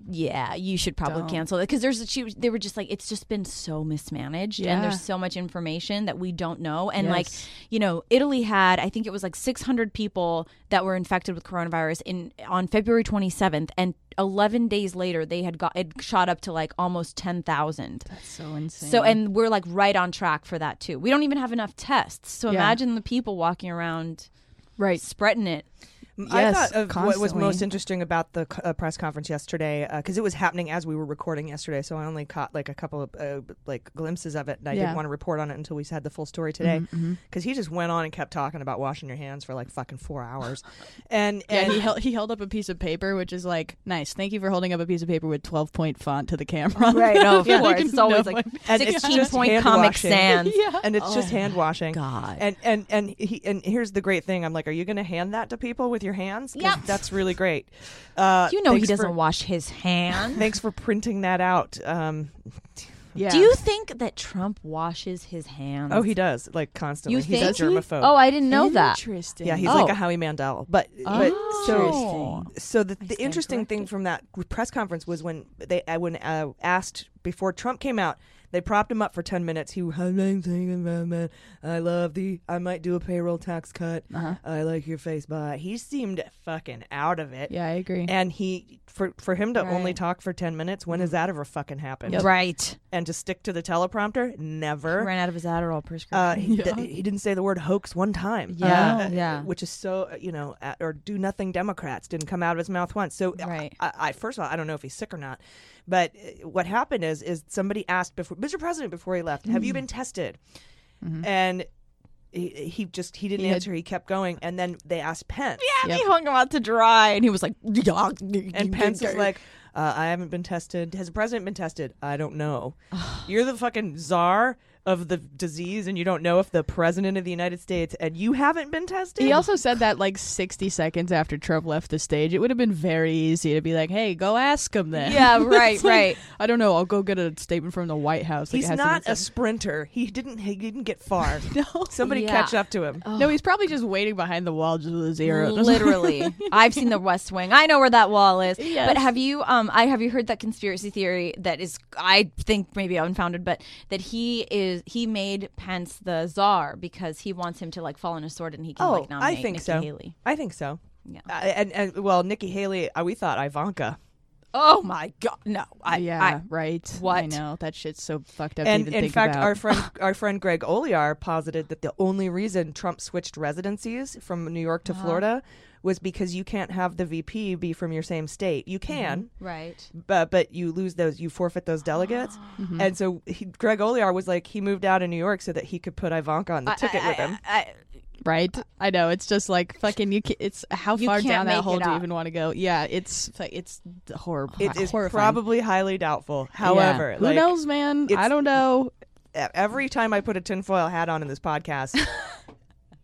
Speaker 5: Yeah, you should probably cancel it because there's she. was- They were just like it's just been so mismanaged, and
Speaker 4: Yeah.
Speaker 5: there's so much information that we don't know, and like
Speaker 4: Yes.
Speaker 5: you know, Italy had I think it was like 600 people that were infected with coronavirus in on February 27th, and 11 days later they had got it shot up to like almost 10,000.
Speaker 4: That's so insane.
Speaker 5: So and we're like right on track for that too. We don't even have enough tests. So
Speaker 4: Yeah.
Speaker 5: imagine the people walking around
Speaker 4: right.
Speaker 5: spreading it.
Speaker 3: I
Speaker 4: Yes,
Speaker 3: thought of what was
Speaker 4: constantly.
Speaker 3: most interesting about the c- uh, press conference yesterday because it was happening as we were recording yesterday, so I only caught like a couple of uh, like glimpses of it, and I
Speaker 4: Yeah.
Speaker 3: didn't want to report on it until we had the full story today
Speaker 5: Mm-hmm.
Speaker 4: Mm-hmm,
Speaker 3: because he just went on and kept talking about washing your hands for like fucking four hours, and
Speaker 4: Yeah,
Speaker 3: and
Speaker 4: he held he held up a piece of paper, which is like nice. Thank you for holding up a piece of paper with twelve point font to the camera.
Speaker 5: Right. No, of
Speaker 4: Yeah.
Speaker 5: course. It's always
Speaker 4: No
Speaker 5: like
Speaker 4: one-
Speaker 3: And it's
Speaker 5: 16
Speaker 3: just
Speaker 5: point
Speaker 3: hand
Speaker 5: comic
Speaker 3: washing.
Speaker 5: sans. Oh
Speaker 4: yeah.
Speaker 3: and it's just hand washing.
Speaker 5: God.
Speaker 3: And and and he and here's the great thing. I'm like, are you going to hand that to people with your hands? 'Cause
Speaker 5: Yep.
Speaker 3: that's really great. Uh,
Speaker 5: you know he
Speaker 3: thanks
Speaker 5: doesn't
Speaker 3: For,
Speaker 5: wash his hands.
Speaker 3: thanks for printing that out. Um,
Speaker 4: Yeah.
Speaker 5: Do you think that Trump washes his hands?
Speaker 3: oh, he does like constantly.
Speaker 5: You
Speaker 3: he's
Speaker 5: think
Speaker 3: a germaphobe.
Speaker 5: Oh, I didn't know that.
Speaker 4: Interesting.
Speaker 3: Yeah, he's
Speaker 5: Oh.
Speaker 3: like a Howie Mandel. But
Speaker 5: Oh.
Speaker 3: but so
Speaker 5: Interesting.
Speaker 3: so the,
Speaker 5: stand
Speaker 3: the interesting thing
Speaker 5: corrected.
Speaker 3: from that press conference was when they uh, when uh, asked before Trump came out, They propped him up for 10 minutes. He, I'm thinking about man. I love the, I might do a payroll tax cut.
Speaker 5: Uh-huh.
Speaker 3: I like your face, bye. He seemed fucking out of it.
Speaker 4: Yeah, I agree.
Speaker 3: And he, for, for him to only
Speaker 5: Right. Mm-hmm.
Speaker 3: talk for 10 minutes, when has that ever fucking happened?
Speaker 5: Right.
Speaker 3: And to stick to the teleprompter, never.
Speaker 5: Ran out of his Adderall prescription.
Speaker 3: Uh, he, d- he didn't say the word hoax one time.
Speaker 5: Yeah, Oh,
Speaker 3: Uh,
Speaker 5: yeah.
Speaker 3: Which is so, uh, you know, uh, or do nothing Democrats didn't come out of his mouth once. So, uh,
Speaker 5: Right.
Speaker 3: I, I, first of all, I don't know if he's sick or not, but uh, what happened is, is somebody asked before Mr. President before he left, "Have you
Speaker 5: Mm-hmm.
Speaker 3: been tested?" And he, he just he didn't
Speaker 4: He had-
Speaker 3: answer. He kept going, and then they asked Pence.
Speaker 5: yeah,
Speaker 4: Yep.
Speaker 5: he hung him out to dry, and he was like, "Yeah."
Speaker 3: And Pence is like, uh, I haven't been tested. Has the president been tested? I don't know. You're the fucking czar of the disease, and you don't know if the president of the United States and you haven't been tested.
Speaker 4: He also said that like 60 seconds after Trump left the stage, it would have been very easy to be like, "Hey, go ask him then."
Speaker 5: Yeah, right,
Speaker 4: It's like,
Speaker 5: right. I
Speaker 4: I don't know. I'll go get a statement from the White House. Like, it
Speaker 3: He's
Speaker 4: has to be
Speaker 3: not a
Speaker 4: some-
Speaker 3: sprinter. He didn't. He didn't get far. no. Somebody
Speaker 5: Yeah. Oh,
Speaker 3: catch up to him.
Speaker 4: No, he's probably just waiting behind the wall just with his ear. out.
Speaker 5: Literally, I've seen the West Wing. I know where that wall is.
Speaker 4: Yes.
Speaker 5: But have you? Um, I have you heard that conspiracy theory that is, I think maybe unfounded, but that he is he made Pence the czar because he wants him to like fall on his sword and he can like
Speaker 3: Oh, I
Speaker 5: nominate
Speaker 3: think
Speaker 5: Nikki
Speaker 3: so.
Speaker 5: Haley.
Speaker 3: I think so.
Speaker 5: Yeah.
Speaker 3: Uh, and, and well, Nikki Haley. Uh, we thought Ivanka.
Speaker 5: Oh my god, no! I,
Speaker 4: yeah,
Speaker 5: I,
Speaker 4: right.
Speaker 5: What?
Speaker 4: I know that shit's so fucked up.
Speaker 3: And
Speaker 4: to even
Speaker 3: in
Speaker 4: think
Speaker 3: fact,
Speaker 4: about.
Speaker 3: our friend our friend Greg Oliar posited that the only reason Trump switched residencies from New York to
Speaker 4: Uh-huh.
Speaker 3: Florida was because you can't have the VP be from your same state.
Speaker 4: Mm-hmm.
Speaker 3: You can,
Speaker 5: right.
Speaker 3: but but you lose those, you forfeit those delegates.
Speaker 4: Mm-hmm.
Speaker 3: And so he, Greg Oliar was like, he moved out of New York so that he could put Ivanka on the ticket with him.
Speaker 5: I, I-
Speaker 4: right? I know it's just like fucking. You, ca- it's how
Speaker 5: You
Speaker 4: far
Speaker 5: can't
Speaker 4: down
Speaker 5: make
Speaker 4: that
Speaker 5: it
Speaker 4: hole do you
Speaker 5: up.
Speaker 4: even want to go? Yeah, it's like it's horrible.
Speaker 3: it is
Speaker 4: horrifying.
Speaker 3: probably highly doubtful. However,
Speaker 4: yeah. who
Speaker 3: like,
Speaker 4: knows, man? I
Speaker 3: it's-
Speaker 4: don't know.
Speaker 3: e- every time I put a tinfoil hat on in this podcast,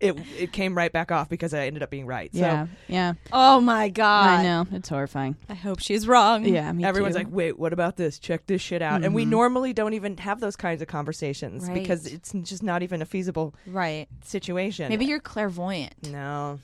Speaker 3: it it came right back off because I ended up being right.
Speaker 4: yeah,
Speaker 3: So
Speaker 4: yeah.
Speaker 5: oh my god!
Speaker 4: I know it's horrifying.
Speaker 5: I hope she's wrong.
Speaker 4: Yeah, me
Speaker 3: everyone's
Speaker 4: too. Mm-hmm.
Speaker 3: like, wait, what about this? Check this shit out. And we normally don't even have those kinds of conversations because
Speaker 5: Right.
Speaker 3: it's just not even a feasible
Speaker 5: Right.
Speaker 3: situation.
Speaker 5: Maybe you're clairvoyant.
Speaker 3: No,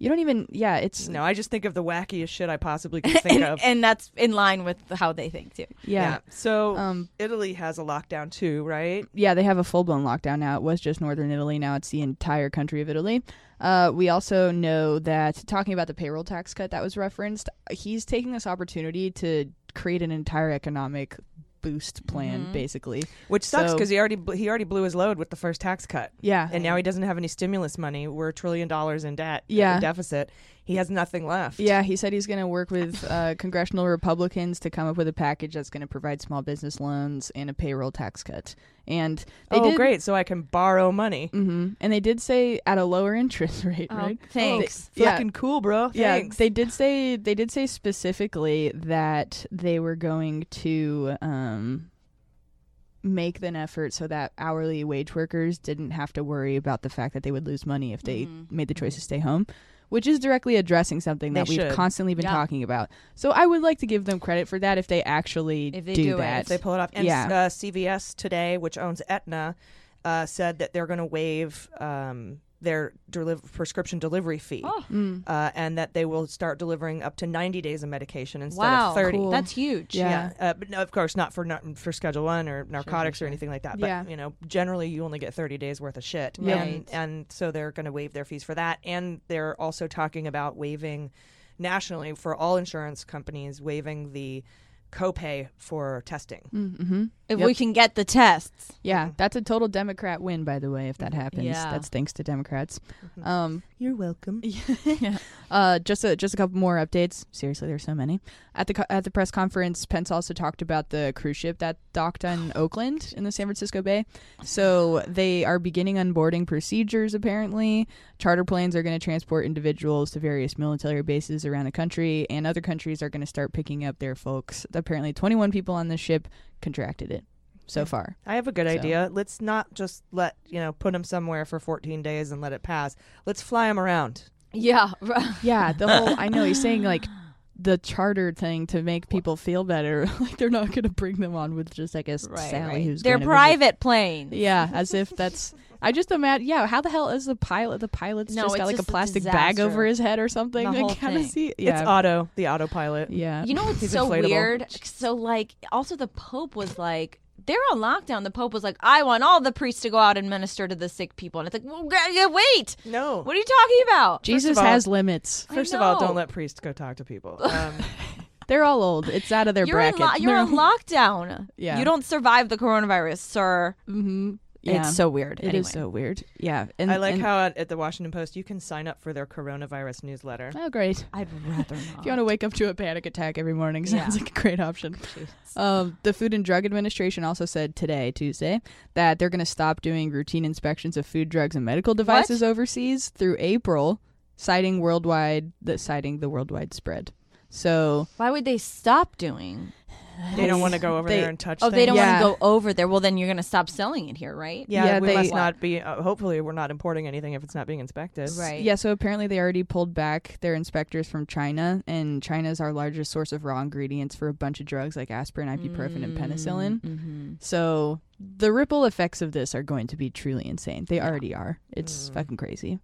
Speaker 4: you don't even. Yeah, it's
Speaker 3: no. I just think of the wackiest shit I possibly could think
Speaker 5: and,
Speaker 3: of.
Speaker 5: and that's in line with how they think too.
Speaker 4: yeah.
Speaker 3: So
Speaker 4: Um,
Speaker 3: Italy has a lockdown too, right?
Speaker 4: yeah, they have a full blown lockdown now. It was just northern Italy. Now it's the entire country of Italy. Uh, we also know that talking about the payroll tax cut that was referenced, he's taking this opportunity to create an entire economic boost plan,
Speaker 3: Mm-hmm.
Speaker 4: basically.
Speaker 3: Which sucks
Speaker 4: So-
Speaker 3: because he already bl- he already blew his load with the first tax cut.
Speaker 4: Yeah.
Speaker 3: and now he doesn't have any stimulus money. We're a trillion dollars in debt.
Speaker 4: Yeah.
Speaker 3: deficit. He has nothing left.
Speaker 4: yeah, he said he's going to work with uh, congressional Republicans to come up with a package that's going to provide small business loans and a payroll tax cut. And they
Speaker 3: oh,
Speaker 4: did,
Speaker 3: great! So I can borrow money.
Speaker 4: Mhm. and they did say at a lower interest rate, right?
Speaker 5: Oh, thanks.
Speaker 4: Yeah.
Speaker 3: Fucking cool, bro. Thanks.
Speaker 4: Yeah, they did say they did say specifically that they were going to um, make an effort so that hourly wage workers didn't have to worry about the fact that they would lose money if they
Speaker 5: Mm-hmm.
Speaker 4: made the choice to stay home, which is directly addressing something
Speaker 3: They
Speaker 4: that we've
Speaker 3: should.
Speaker 4: constantly been
Speaker 5: Yeah.
Speaker 4: talking about. So I would like to give them credit for that if they actually
Speaker 5: If they
Speaker 4: do,
Speaker 5: do it,
Speaker 4: that.
Speaker 5: if
Speaker 3: they pull it off. And
Speaker 4: Yeah.
Speaker 3: uh, CVS today, which owns Aetna, uh, said that they're going to waive um, their deliv- prescription delivery fee,
Speaker 4: Oh. Mm,
Speaker 3: uh, and that they will start delivering up to ninety days of medication instead
Speaker 5: Wow,
Speaker 3: of thirty.
Speaker 4: Cool.
Speaker 5: that's huge.
Speaker 3: Yeah, uh, but no, of course not for not for Schedule One or narcotics or anything like that. But
Speaker 4: Yeah.
Speaker 3: you know, generally you only get thirty days worth of shit,
Speaker 5: Yep.
Speaker 3: and and so they're going to waive their fees for that, and they're also talking about waiving nationally for all insurance companies, waiving the copay for testing.
Speaker 5: If we can get the tests,
Speaker 4: mm, mm-hmm. Yeah, that's a total Democrat win, by the way, if that happens.
Speaker 5: Mm-hmm. Yeah. Mm-hmm.
Speaker 4: That's thanks to Democrats. Um,
Speaker 3: You're welcome.
Speaker 4: Uh, just a just a couple more updates. Seriously, there's so many. At the co- at the press conference, Pence also talked about the cruise ship that docked in Oakland in the San Francisco Bay. So they are beginning onboarding procedures. Apparently, charter planes are going to transport individuals to various military bases around the country, and other countries are going to start picking up their folks. Apparently, 21 people on this ship contracted it so far.
Speaker 3: I have a good idea. Let's not just let you know put them somewhere for 14 days and let it pass. Let's fly them around.
Speaker 5: yeah,
Speaker 4: Yeah, the whole I know he's saying like the charter thing to make people feel better. like they're not going to bring them on with just I guess Sally who's
Speaker 5: they're
Speaker 4: gonna
Speaker 5: private planes.
Speaker 4: visit- Yeah, as if that's I just imagine. Yeah, how the hell is the pilot? The pilot's
Speaker 5: No,
Speaker 4: just
Speaker 5: it's
Speaker 4: got like
Speaker 5: just
Speaker 4: a
Speaker 5: a
Speaker 4: plastic bag
Speaker 5: disaster.
Speaker 4: over his head or something.
Speaker 5: The
Speaker 4: I
Speaker 5: whole
Speaker 4: kinda
Speaker 5: thing.
Speaker 4: see. Yeah,
Speaker 3: It's auto, the autopilot.
Speaker 4: yeah.
Speaker 5: You know what's
Speaker 3: He's
Speaker 5: so
Speaker 3: inflatable.
Speaker 5: weird? So like, also the Pope was like. they're on lockdown. The Pope was like, I want all the priests to go out and minister to the sick people. And it's like, well, g- yeah, wait.
Speaker 3: No.
Speaker 5: What are you talking about?
Speaker 4: Jesus
Speaker 3: all-
Speaker 4: has limits.
Speaker 5: I
Speaker 3: First of all,
Speaker 5: know.
Speaker 3: don't let priests go talk to people. Um,
Speaker 4: They're all old. It's out of their
Speaker 5: You're in,
Speaker 4: bracket.
Speaker 5: lo- you're
Speaker 4: They're
Speaker 5: on lockdown.
Speaker 4: Yeah.
Speaker 5: You don't survive the coronavirus, sir.
Speaker 4: Mhm. Yeah.
Speaker 5: It's so weird.
Speaker 4: It is
Speaker 5: Anyway.
Speaker 4: so weird. Yeah. And
Speaker 3: I like
Speaker 4: and-
Speaker 3: how at, at the Washington Post you can sign up for their coronavirus newsletter.
Speaker 4: Oh, great.
Speaker 5: I'd rather not.
Speaker 4: If you want to wake up to a panic attack every morning, sounds
Speaker 5: Yeah.
Speaker 4: like a great option. Um, the Food and Drug Administration also said today, Tuesday, that they're going to stop doing routine inspections of food, drugs, and medical devices overseas through April, citing worldwide the citing the worldwide spread. So
Speaker 5: Why would they stop doing?
Speaker 3: They don't want to go over
Speaker 4: They-
Speaker 3: there and touch.
Speaker 5: Oh, they don't
Speaker 3: things.
Speaker 4: Yeah.
Speaker 5: want to go over there. Well, then you're going to stop selling it here, right?
Speaker 3: Yeah,
Speaker 4: Yeah,
Speaker 3: we
Speaker 4: they-
Speaker 3: must not be. Uh, hopefully, we're not importing anything if it's not being inspected.
Speaker 5: Right.
Speaker 4: yeah, so apparently they already pulled back their inspectors from China, and China is our largest source of raw ingredients for a bunch of drugs like aspirin, ibuprofen, and penicillin.
Speaker 5: Mm-hmm.
Speaker 4: So the ripple effects of this are going to be truly insane. They already are. It's
Speaker 5: Mm.
Speaker 4: fucking crazy.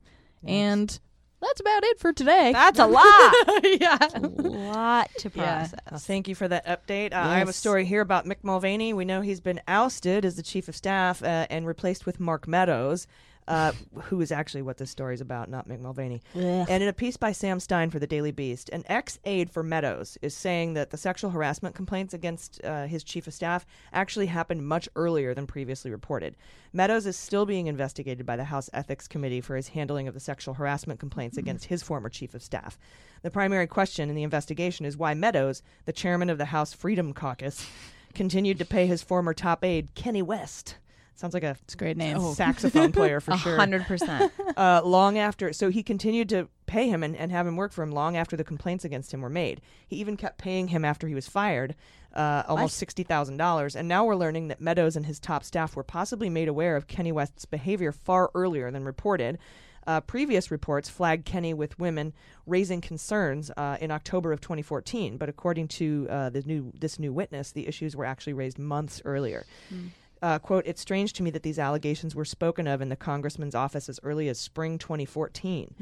Speaker 4: And that's about it for today.
Speaker 5: That's a lot.
Speaker 4: yeah.
Speaker 5: lot to process.
Speaker 3: Uh, thank you for that update. Uh, I have a story here about Mick Mulvaney. We know he's been ousted as the chief of staff uh, and replaced with Mark Meadows, uh, who is actually what this story is about, not Mick Mulvaney. And in a piece by Sam Stein for the Daily Beast, an ex aide for Meadows is saying that the sexual harassment complaints against uh, his chief of staff actually happened much earlier than previously reported. Meadows is still being investigated by the House Ethics Committee for his handling of the sexual harassment
Speaker 5: Hmm.
Speaker 3: complaints against his former chief of staff. The primary question in the investigation is why Meadows, the chairman of the House Freedom Caucus, continued to pay his former top aide, Kenny West. Sounds like a
Speaker 4: Great name.
Speaker 3: saxophone player for
Speaker 5: Oh. A
Speaker 3: sure
Speaker 5: hundred percent.
Speaker 3: uh, long after. So he continued to pay him and, and have him work for him long after the complaints against him were made. He even kept paying him after he was fired, uh, almost sixty thousand dollars. And now we're learning that Meadows and his top staff were possibly made aware of Kenny West's behavior far earlier than reported. Uh, previous reports flagged Kenny with women, raising concerns uh, in October of 2014. But according to uh, the new this new witness, the issues were actually raised months earlier. Uh, quote, it's strange to me that these allegations were spoken of in the congressman's office as early as spring 2014.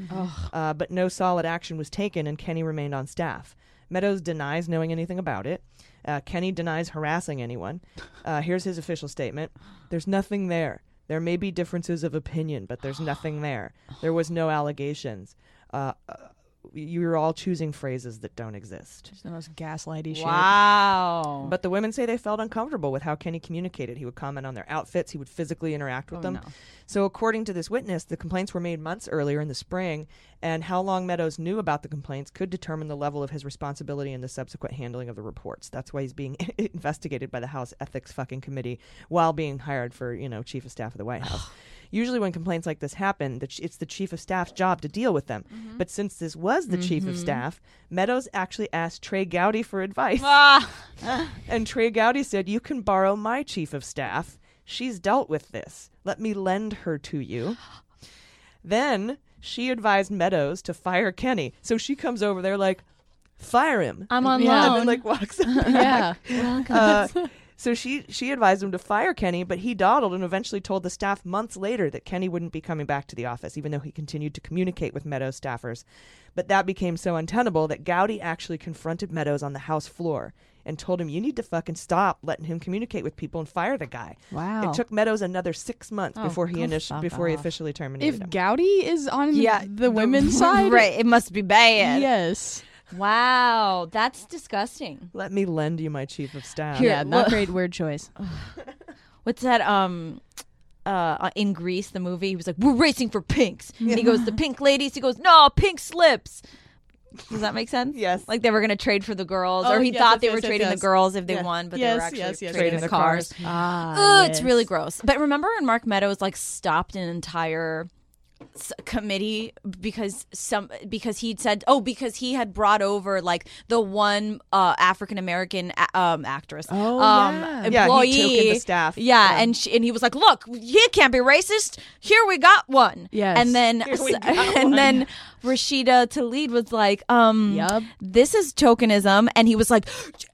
Speaker 3: Uh, but no solid action was taken, and Kenny remained on staff. Meadows denies knowing anything about it. Uh, Kenny denies harassing anyone. Uh, here's his official statement There's nothing there. There may be differences of opinion, but there's nothing there. There was no allegations. Uh, uh, you're all choosing phrases that don't exist.
Speaker 4: It's the most gaslighty
Speaker 5: wow.
Speaker 3: But the women say they felt uncomfortable with how Kenny communicated. He would comment on their outfits, he would physically interact with them. So, according to this witness, the complaints were made months earlier in the spring, and how long Meadows knew about the complaints could determine the level of his responsibility in the subsequent handling of the reports. That's why he's being investigated by the House Ethics fucking Committee while being hired for, you know, Chief of Staff of the White House. Usually, when complaints like this happen, the ch- it's the chief of staff's job to deal with them. But since this was the chief of staff, Meadows actually asked Trey Gowdy for advice.
Speaker 5: Ah,
Speaker 3: And Trey Gowdy said, You can borrow my chief of staff. She's dealt with this. Let me lend her to you. Then she advised Meadows to fire Kenny. So she comes over there like, Fire him.
Speaker 5: I'm on
Speaker 4: Yeah.
Speaker 3: and
Speaker 5: loan.
Speaker 3: then like walks up.
Speaker 4: Yeah.
Speaker 3: Uh, so she she advised him to fire Kenny, but he dawdled and eventually told the staff months later that Kenny wouldn't be coming back to the office, even though he continued to communicate with Meadows staffers. But that became so untenable that Gowdy actually confronted Meadows on the house floor and told him, "You need to fucking stop letting him communicate with people and fire the guy."
Speaker 4: Wow.
Speaker 3: It took Meadows another six months before he
Speaker 5: Oh, go
Speaker 3: initi-
Speaker 5: fuck
Speaker 3: before he
Speaker 5: off.
Speaker 3: officially terminated
Speaker 4: if
Speaker 3: him.
Speaker 4: Gowdy is on
Speaker 5: yeah,
Speaker 4: the, women's side,
Speaker 5: right? It must be bad.
Speaker 4: Yes.
Speaker 5: Wow, that's disgusting.
Speaker 3: Let me lend you my chief of staff.
Speaker 5: Here,
Speaker 4: yeah, not
Speaker 5: look-
Speaker 4: great word choice.
Speaker 5: What's that? Um, uh, in Greece, the movie, he was like, "We're racing for pinks." And he goes, "The pink ladies." He goes, "No, pink slips." Does that make sense?
Speaker 3: Yes.
Speaker 5: Like they were going to trade for the girls,
Speaker 4: Oh,
Speaker 5: or he
Speaker 4: yes,
Speaker 5: thought
Speaker 4: yes,
Speaker 5: they were
Speaker 4: yes, yes,
Speaker 5: trading
Speaker 4: yes.
Speaker 5: the girls if they won, but they
Speaker 4: Yes,
Speaker 5: were actually
Speaker 4: yes, yes,
Speaker 5: trading
Speaker 4: yes.
Speaker 5: the cars.
Speaker 4: Ah,
Speaker 5: Ugh, Oh, it's really gross. But remember when Mark Meadows like stopped an entire s- committee because some because he'd said oh because he had brought over like the one uh, African American a- um, actress
Speaker 4: Oh,
Speaker 5: um
Speaker 4: yeah.
Speaker 3: Yeah,
Speaker 5: employee
Speaker 3: he took in the staff.
Speaker 5: yeah,
Speaker 3: Yeah.
Speaker 5: and she, and he was like look he can't be racist here we got one
Speaker 4: Yes.
Speaker 5: and then
Speaker 3: Here we got
Speaker 5: and
Speaker 3: one.
Speaker 5: then Rashida Tlaib was like um
Speaker 4: Yup.
Speaker 5: this is tokenism and he was like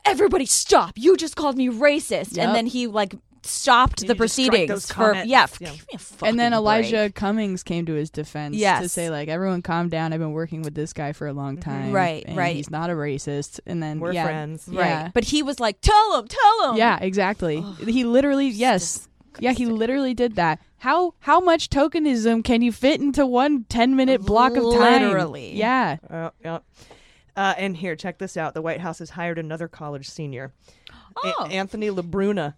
Speaker 5: everybody stop you just called me racist
Speaker 4: Yup.
Speaker 5: and then he like stopped the
Speaker 3: need to strike those
Speaker 5: proceedings for
Speaker 3: comments,
Speaker 5: yeah. f-
Speaker 3: yeah.
Speaker 5: Give me a fucking
Speaker 4: and then Elijah
Speaker 5: break.
Speaker 4: Cummings came to his defense to
Speaker 5: Yes.
Speaker 4: say like, "Everyone, calm down. I've been working with this guy for a long time.
Speaker 5: Right,
Speaker 4: and
Speaker 5: right.
Speaker 4: He's not a racist." And then
Speaker 3: We're
Speaker 4: yeah,
Speaker 3: friends.
Speaker 5: Right.
Speaker 4: yeah.
Speaker 5: But he was like, tell him, tell him.
Speaker 4: Yeah, exactly.
Speaker 5: Oh,
Speaker 4: he literally, yes, yeah, he literally did that. How how much tokenism can you fit into one 10 minute block of time?
Speaker 5: Literally.
Speaker 4: Yeah.
Speaker 3: Uh, yeah. Uh, and here, check this out. The White House has hired another college senior, A-
Speaker 5: Oh.
Speaker 3: Anthony LaBruna.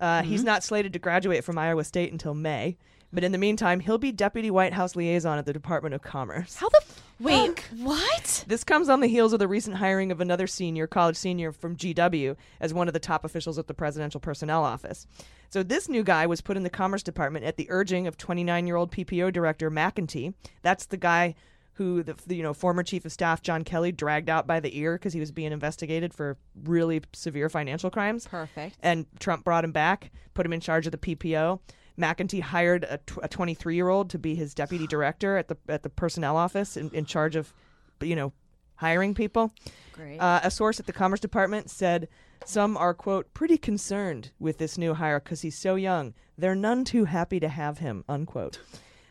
Speaker 3: Uh, He's not slated to graduate from Iowa State until May, but in the meantime, he'll be deputy White House liaison at the Department of Commerce.
Speaker 5: How the Wait, what?
Speaker 3: This comes on the heels of the recent hiring of another senior, college senior from GW, as one of the top officials at the Presidential Personnel Office. So, this new guy was put in the Commerce Department at the urging of 29 year old PPO Director McEntee. That's the guy who the the, you know former chief of staff John Kelly dragged out by the ear because he was being investigated for really severe financial crimes
Speaker 5: Perfect.
Speaker 3: and Trump brought him back, put him in charge of the PPO. McEntee hired a, tw- a 23-year-old to be his deputy director at the at the personnel office in, in charge of, you know, hiring people.
Speaker 5: Great.
Speaker 3: Uh, a source at the Commerce Department said some are quote pretty concerned with this new hire because he's so young. They're none too happy to have him unquote.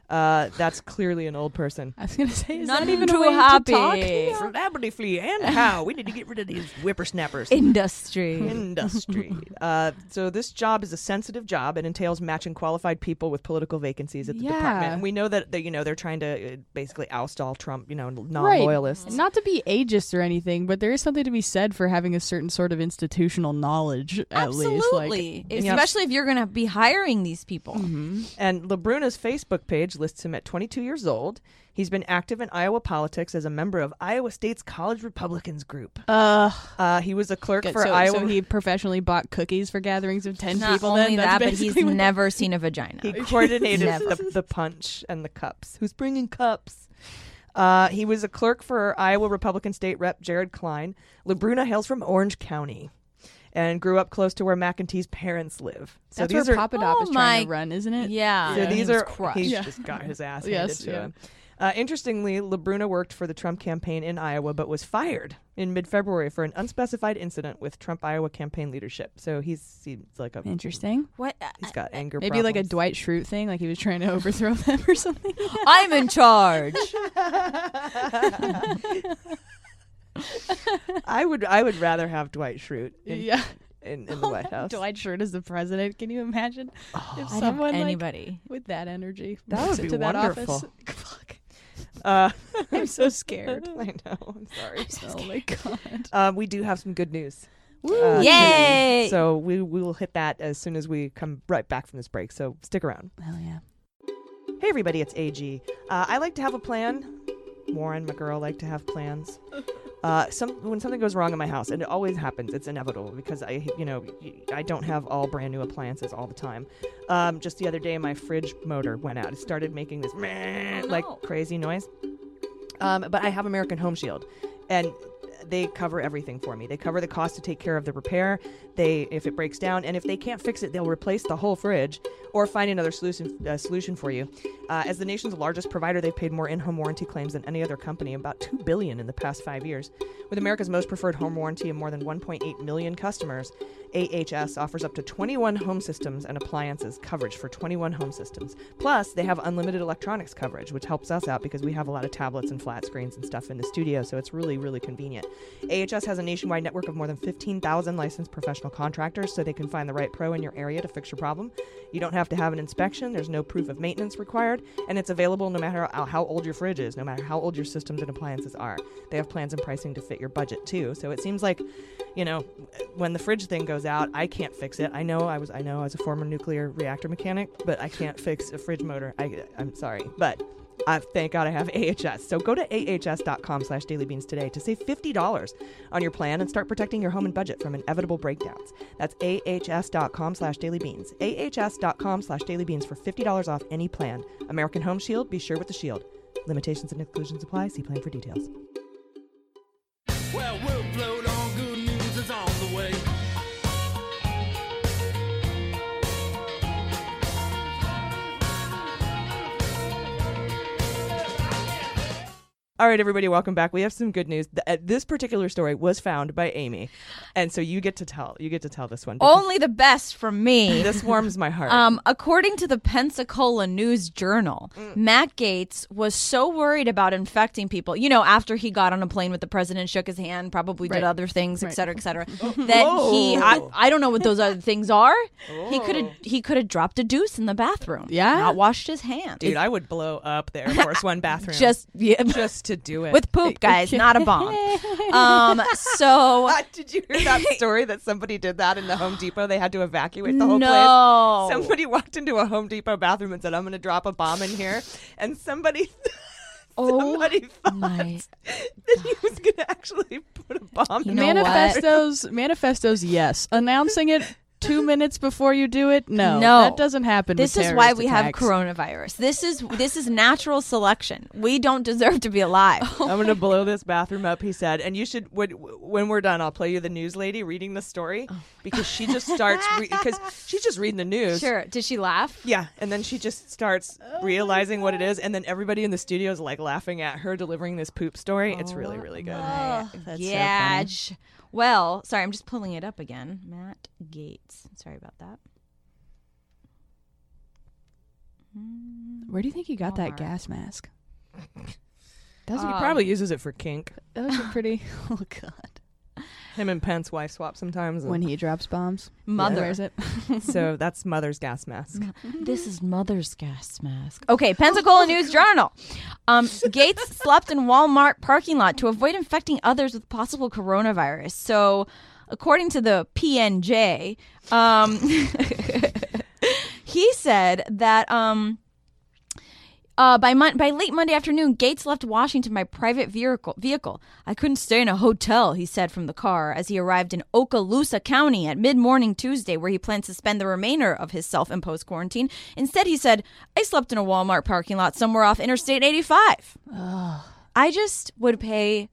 Speaker 3: Uh, that's clearly an old person.
Speaker 4: I was gonna say, is
Speaker 5: Not
Speaker 4: that even
Speaker 5: too
Speaker 4: a way
Speaker 5: happy.
Speaker 4: to talk? Yeah.
Speaker 3: From Aberdyflee and how we need to get rid of these whippersnappers.
Speaker 5: Industry.
Speaker 3: industry. uh, so this job is a sensitive job and entails matching qualified people with political vacancies at the
Speaker 4: Yeah.
Speaker 3: department. And we know that, that you know they're trying to uh, basically oust all Trump, you know,
Speaker 4: Right.
Speaker 3: non-loyalists.
Speaker 4: Not to be ageist or anything, but there is something to be said for having a certain sort of institutional knowledge, at least. Like,
Speaker 5: Absolutely.
Speaker 3: Yeah.
Speaker 5: Especially if you're going to be hiring these people.
Speaker 3: And LaBruna's Facebook page lists him at 22 years old. He's been active in Iowa politics as a member of Iowa State's College Republicans group.
Speaker 4: uh,
Speaker 3: Uh, he was a clerk for
Speaker 4: so,
Speaker 3: Iowa.
Speaker 4: so he professionally bought cookies for gatherings of ten
Speaker 5: Not
Speaker 4: people.
Speaker 5: only
Speaker 4: then
Speaker 5: that,
Speaker 4: That's
Speaker 5: but he's
Speaker 4: basically what-
Speaker 5: never seen a vagina.
Speaker 3: He coordinated
Speaker 5: Never.
Speaker 3: the, the punch and the cups. Who's bringing cups? Uh, he was a clerk for Iowa Republican State Rep Jared Klein. LaBruna hails from Orange County and grew up close to where McEntee's parents live. So
Speaker 4: That's
Speaker 3: these
Speaker 4: where
Speaker 3: are
Speaker 4: Papadop is trying
Speaker 5: Oh my-
Speaker 4: to run, isn't it?
Speaker 5: yeah.
Speaker 3: so
Speaker 5: He
Speaker 3: these
Speaker 5: was
Speaker 3: are
Speaker 5: crushed.
Speaker 3: he's
Speaker 4: Yeah.
Speaker 3: just got his ass handed
Speaker 4: Yes,
Speaker 3: to
Speaker 4: yeah.
Speaker 3: him. Uh, interestingly, LaBruna worked for the Trump campaign in Iowa, but was fired in mid-February for an unspecified incident with Trump Iowa campaign leadership. So he seems like a
Speaker 4: Interesting.
Speaker 5: What?
Speaker 3: he's got anger.
Speaker 4: Maybe like a
Speaker 3: problems.
Speaker 4: Dwight Schrute thing, like he was trying to overthrow them or something.
Speaker 5: I'm in charge.
Speaker 3: I would I would rather have Dwight Schrute in,
Speaker 4: yeah.
Speaker 3: in, in the White House.
Speaker 4: Dwight Schrute is the president. Can you imagine if
Speaker 5: Oh, I'd have
Speaker 4: someone like,
Speaker 5: anybody.
Speaker 4: with that energy
Speaker 3: That
Speaker 4: walks
Speaker 3: would be
Speaker 4: into that office?
Speaker 3: wonderful.
Speaker 4: Fuck.
Speaker 3: Uh,
Speaker 4: I'm so scared.
Speaker 3: I know. I'm sorry.
Speaker 4: oh my god.
Speaker 3: Um, we do have some good news.
Speaker 5: Uh,
Speaker 3: uh,
Speaker 4: Woo.
Speaker 5: Yay!
Speaker 3: So we we will hit that as soon as we come right back from this break. So stick around.
Speaker 4: Hell yeah.
Speaker 3: Hey everybody, it's AG. Uh, I like to have a plan. Warren, my girl, like to have plans. Uh, some when something goes wrong in my house, and it always happens, it's inevitable because I, you know, I don't have all brand new appliances all the time. Um, just the other day, my fridge motor went out. It started making this meh, like
Speaker 5: no.
Speaker 3: crazy noise. Um, but I have American Home Shield, and they cover everything for me. They cover the cost to take care of the repair. They, if it breaks down, and if they can't fix it, they'll replace the whole fridge or find another solution uh, solution for you. Uh, as the nation's largest provider, they've paid more in-home warranty claims than any other company, about two billion in the past five years. With America's most preferred home warranty and more than 1.8 million customers, AHS offers up to 21 home systems and appliances coverage for 21 home systems. Plus, they have unlimited electronics coverage, which helps us out because we have a lot of tablets and flat screens and stuff in the studio, so it's really, really convenient. AHS has a nationwide network of more than 15,000 licensed professional contractors, so they can find the right pro in your area to fix your problem. You don't have to have an inspection, there's no proof of maintenance required, and it's available no matter how- how old your fridge is, no matter how old your systems and appliances are. They have plans and pricing to fit your budget too. So it seems like, you know, when the fridge thing goes out, I can't fix it. I know I was I know I was a former nuclear reactor mechanic, but I can't fix a fridge motor. I I'm sorry, but I thank God I have AHS. So go to ahs.com slash dailybeans today to save $50 on your plan and start protecting your home and budget from inevitable breakdowns. That's ahs.com slash dailybeans. ahs.com slash dailybeans for $50 off any plan. American Home Shield, be sure with the shield. Limitations and exclusions apply. See plan for details.
Speaker 6: Well, we'll float on. Good news is on the way.
Speaker 3: All right, everybody, welcome back. We have some good news. Th- uh, this particular story was found by Amy, and so you get to tell. You get to tell this one. because
Speaker 5: Only the best from me.
Speaker 3: this warms my heart.
Speaker 5: Um, according to the Pensacola News Journal, Matt Gates was so worried about infecting people, you know, after he got on a plane with the president, shook his hand, probably did
Speaker 4: Right.
Speaker 5: other things, et cetera, et cetera, that he, I, I don't know what those other things are. He could have, he could have dropped a deuce in the bathroom.
Speaker 4: Yeah.
Speaker 5: Not washed his hand.
Speaker 3: Dude, I would blow up the Air Force One bathroom
Speaker 5: just, yeah,
Speaker 3: just to do it.
Speaker 5: with poop, guys, not a bomb. Um, so.
Speaker 3: Did you hear that story that somebody did that in the Home Depot? They had to evacuate the whole
Speaker 5: No.
Speaker 3: place. Somebody walked into a Home Depot bathroom and said, "I'm going to drop a bomb in here," and somebody.
Speaker 5: Oh
Speaker 3: Somebody thought
Speaker 5: my
Speaker 3: that he was going to actually put a bomb in
Speaker 5: know what?
Speaker 4: manifestos, manifestos, yes. Announcing it two minutes before you do it, no,
Speaker 5: No.
Speaker 4: that doesn't happen.
Speaker 5: This
Speaker 4: with
Speaker 5: is why
Speaker 4: terrorist
Speaker 5: we
Speaker 4: attacks.
Speaker 5: have coronavirus. This is this is natural selection. We don't deserve to be alive.
Speaker 3: I'm gonna blow this bathroom up, he said. And you should when, when we're done, I'll play you the news lady reading the story
Speaker 4: Oh
Speaker 3: because she just starts re- because she's just reading the news.
Speaker 5: Sure. Did she laugh?
Speaker 3: Yeah, and then she just starts
Speaker 4: Oh
Speaker 3: realizing what it is, and then everybody in the studio is like laughing at her delivering this poop story. it's really, really good.
Speaker 4: Oh, That's so
Speaker 5: yeah.
Speaker 4: funny.
Speaker 5: well, sorry, I'm just pulling it up again. Matt Gates. Sorry about that.
Speaker 4: Where do you think he got
Speaker 5: Walmart.
Speaker 4: that gas mask? Those
Speaker 3: He
Speaker 4: are,
Speaker 3: probably uses it for kink.
Speaker 4: those are pretty. Oh god!
Speaker 3: Him and Pence wife swap sometimes. and-
Speaker 4: When he drops bombs,
Speaker 5: Mother.
Speaker 4: where's it?
Speaker 3: so that's mother's gas mask.
Speaker 4: Mm-hmm.
Speaker 5: This is mother's gas mask. Okay, Pensacola News Journal. Um, Gates slept in Walmart parking lot to avoid infecting others with possible coronavirus. So, according to the PNJ, um, he said that. Um, uh, by mon- by late Monday afternoon, Gates left Washington by private vehicle. Vehicle. I couldn't stay in a hotel, he said from the car as he arrived in Okaloosa County at mid-morning Tuesday, where he plans to spend the remainder of his self-imposed quarantine. Instead, he said, "I slept in a Walmart parking lot somewhere off Interstate 85. I just would pay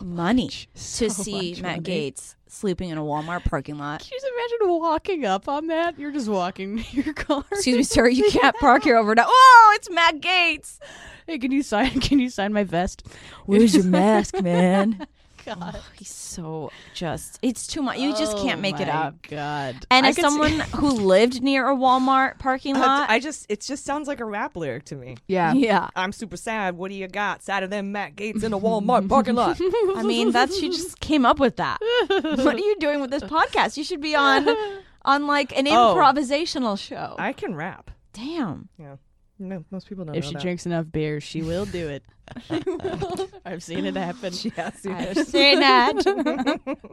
Speaker 5: money to see
Speaker 4: much
Speaker 5: Matt
Speaker 4: money.
Speaker 5: Gates sleeping in a Walmart parking lot."
Speaker 4: Can you just imagine walking up on that? You're just walking to your car.
Speaker 5: Excuse me, sir, you can't park here overnight. Oh, it's Matt Gates.
Speaker 4: Hey, can you sign? Can you sign my vest?
Speaker 5: Where's your mask, man?
Speaker 4: God.
Speaker 5: Oh, He's so just. It's too much. You just can't
Speaker 4: Oh
Speaker 5: make it
Speaker 4: my
Speaker 5: up.
Speaker 4: God.
Speaker 5: And
Speaker 4: I
Speaker 5: as
Speaker 4: could see-
Speaker 5: someone who lived near a Walmart parking lot,
Speaker 3: Uh, I just it just sounds like a rap lyric to me.
Speaker 4: yeah.
Speaker 5: yeah.
Speaker 3: I'm super sad. What do you got? Sad of them Matt Gates in a Walmart parking lot.
Speaker 5: I mean, that's you just came up with that. what are you doing with this podcast? You should be on on like an
Speaker 3: Oh.
Speaker 5: improvisational
Speaker 4: Oh.
Speaker 5: show.
Speaker 3: I can rap.
Speaker 5: Damn.
Speaker 3: Yeah. No, most people don't
Speaker 4: If
Speaker 3: know
Speaker 4: she
Speaker 3: that.
Speaker 4: drinks enough beer, she will do it. I've seen it happen.
Speaker 3: Yes,
Speaker 5: I've
Speaker 3: yes.
Speaker 5: seen that.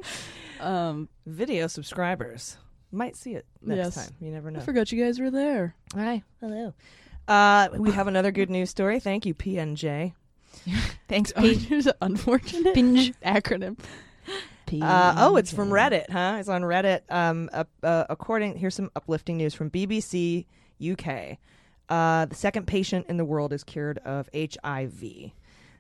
Speaker 4: Um,
Speaker 3: Video subscribers might see it next
Speaker 4: Yes.
Speaker 3: time. You never
Speaker 4: I
Speaker 3: know.
Speaker 4: forgot you guys were there.
Speaker 3: Hi. Hello. Uh, we have another good news story. Thank you, PNJ.
Speaker 5: Thanks, Pete.
Speaker 4: There's an unfortunate
Speaker 5: Binge.
Speaker 4: acronym.
Speaker 3: Uh, oh, it's from Reddit, huh? It's on Reddit. Um, uh, uh, according, here's some uplifting news from BBC UK. Uh, the second patient in the world is cured of HIV.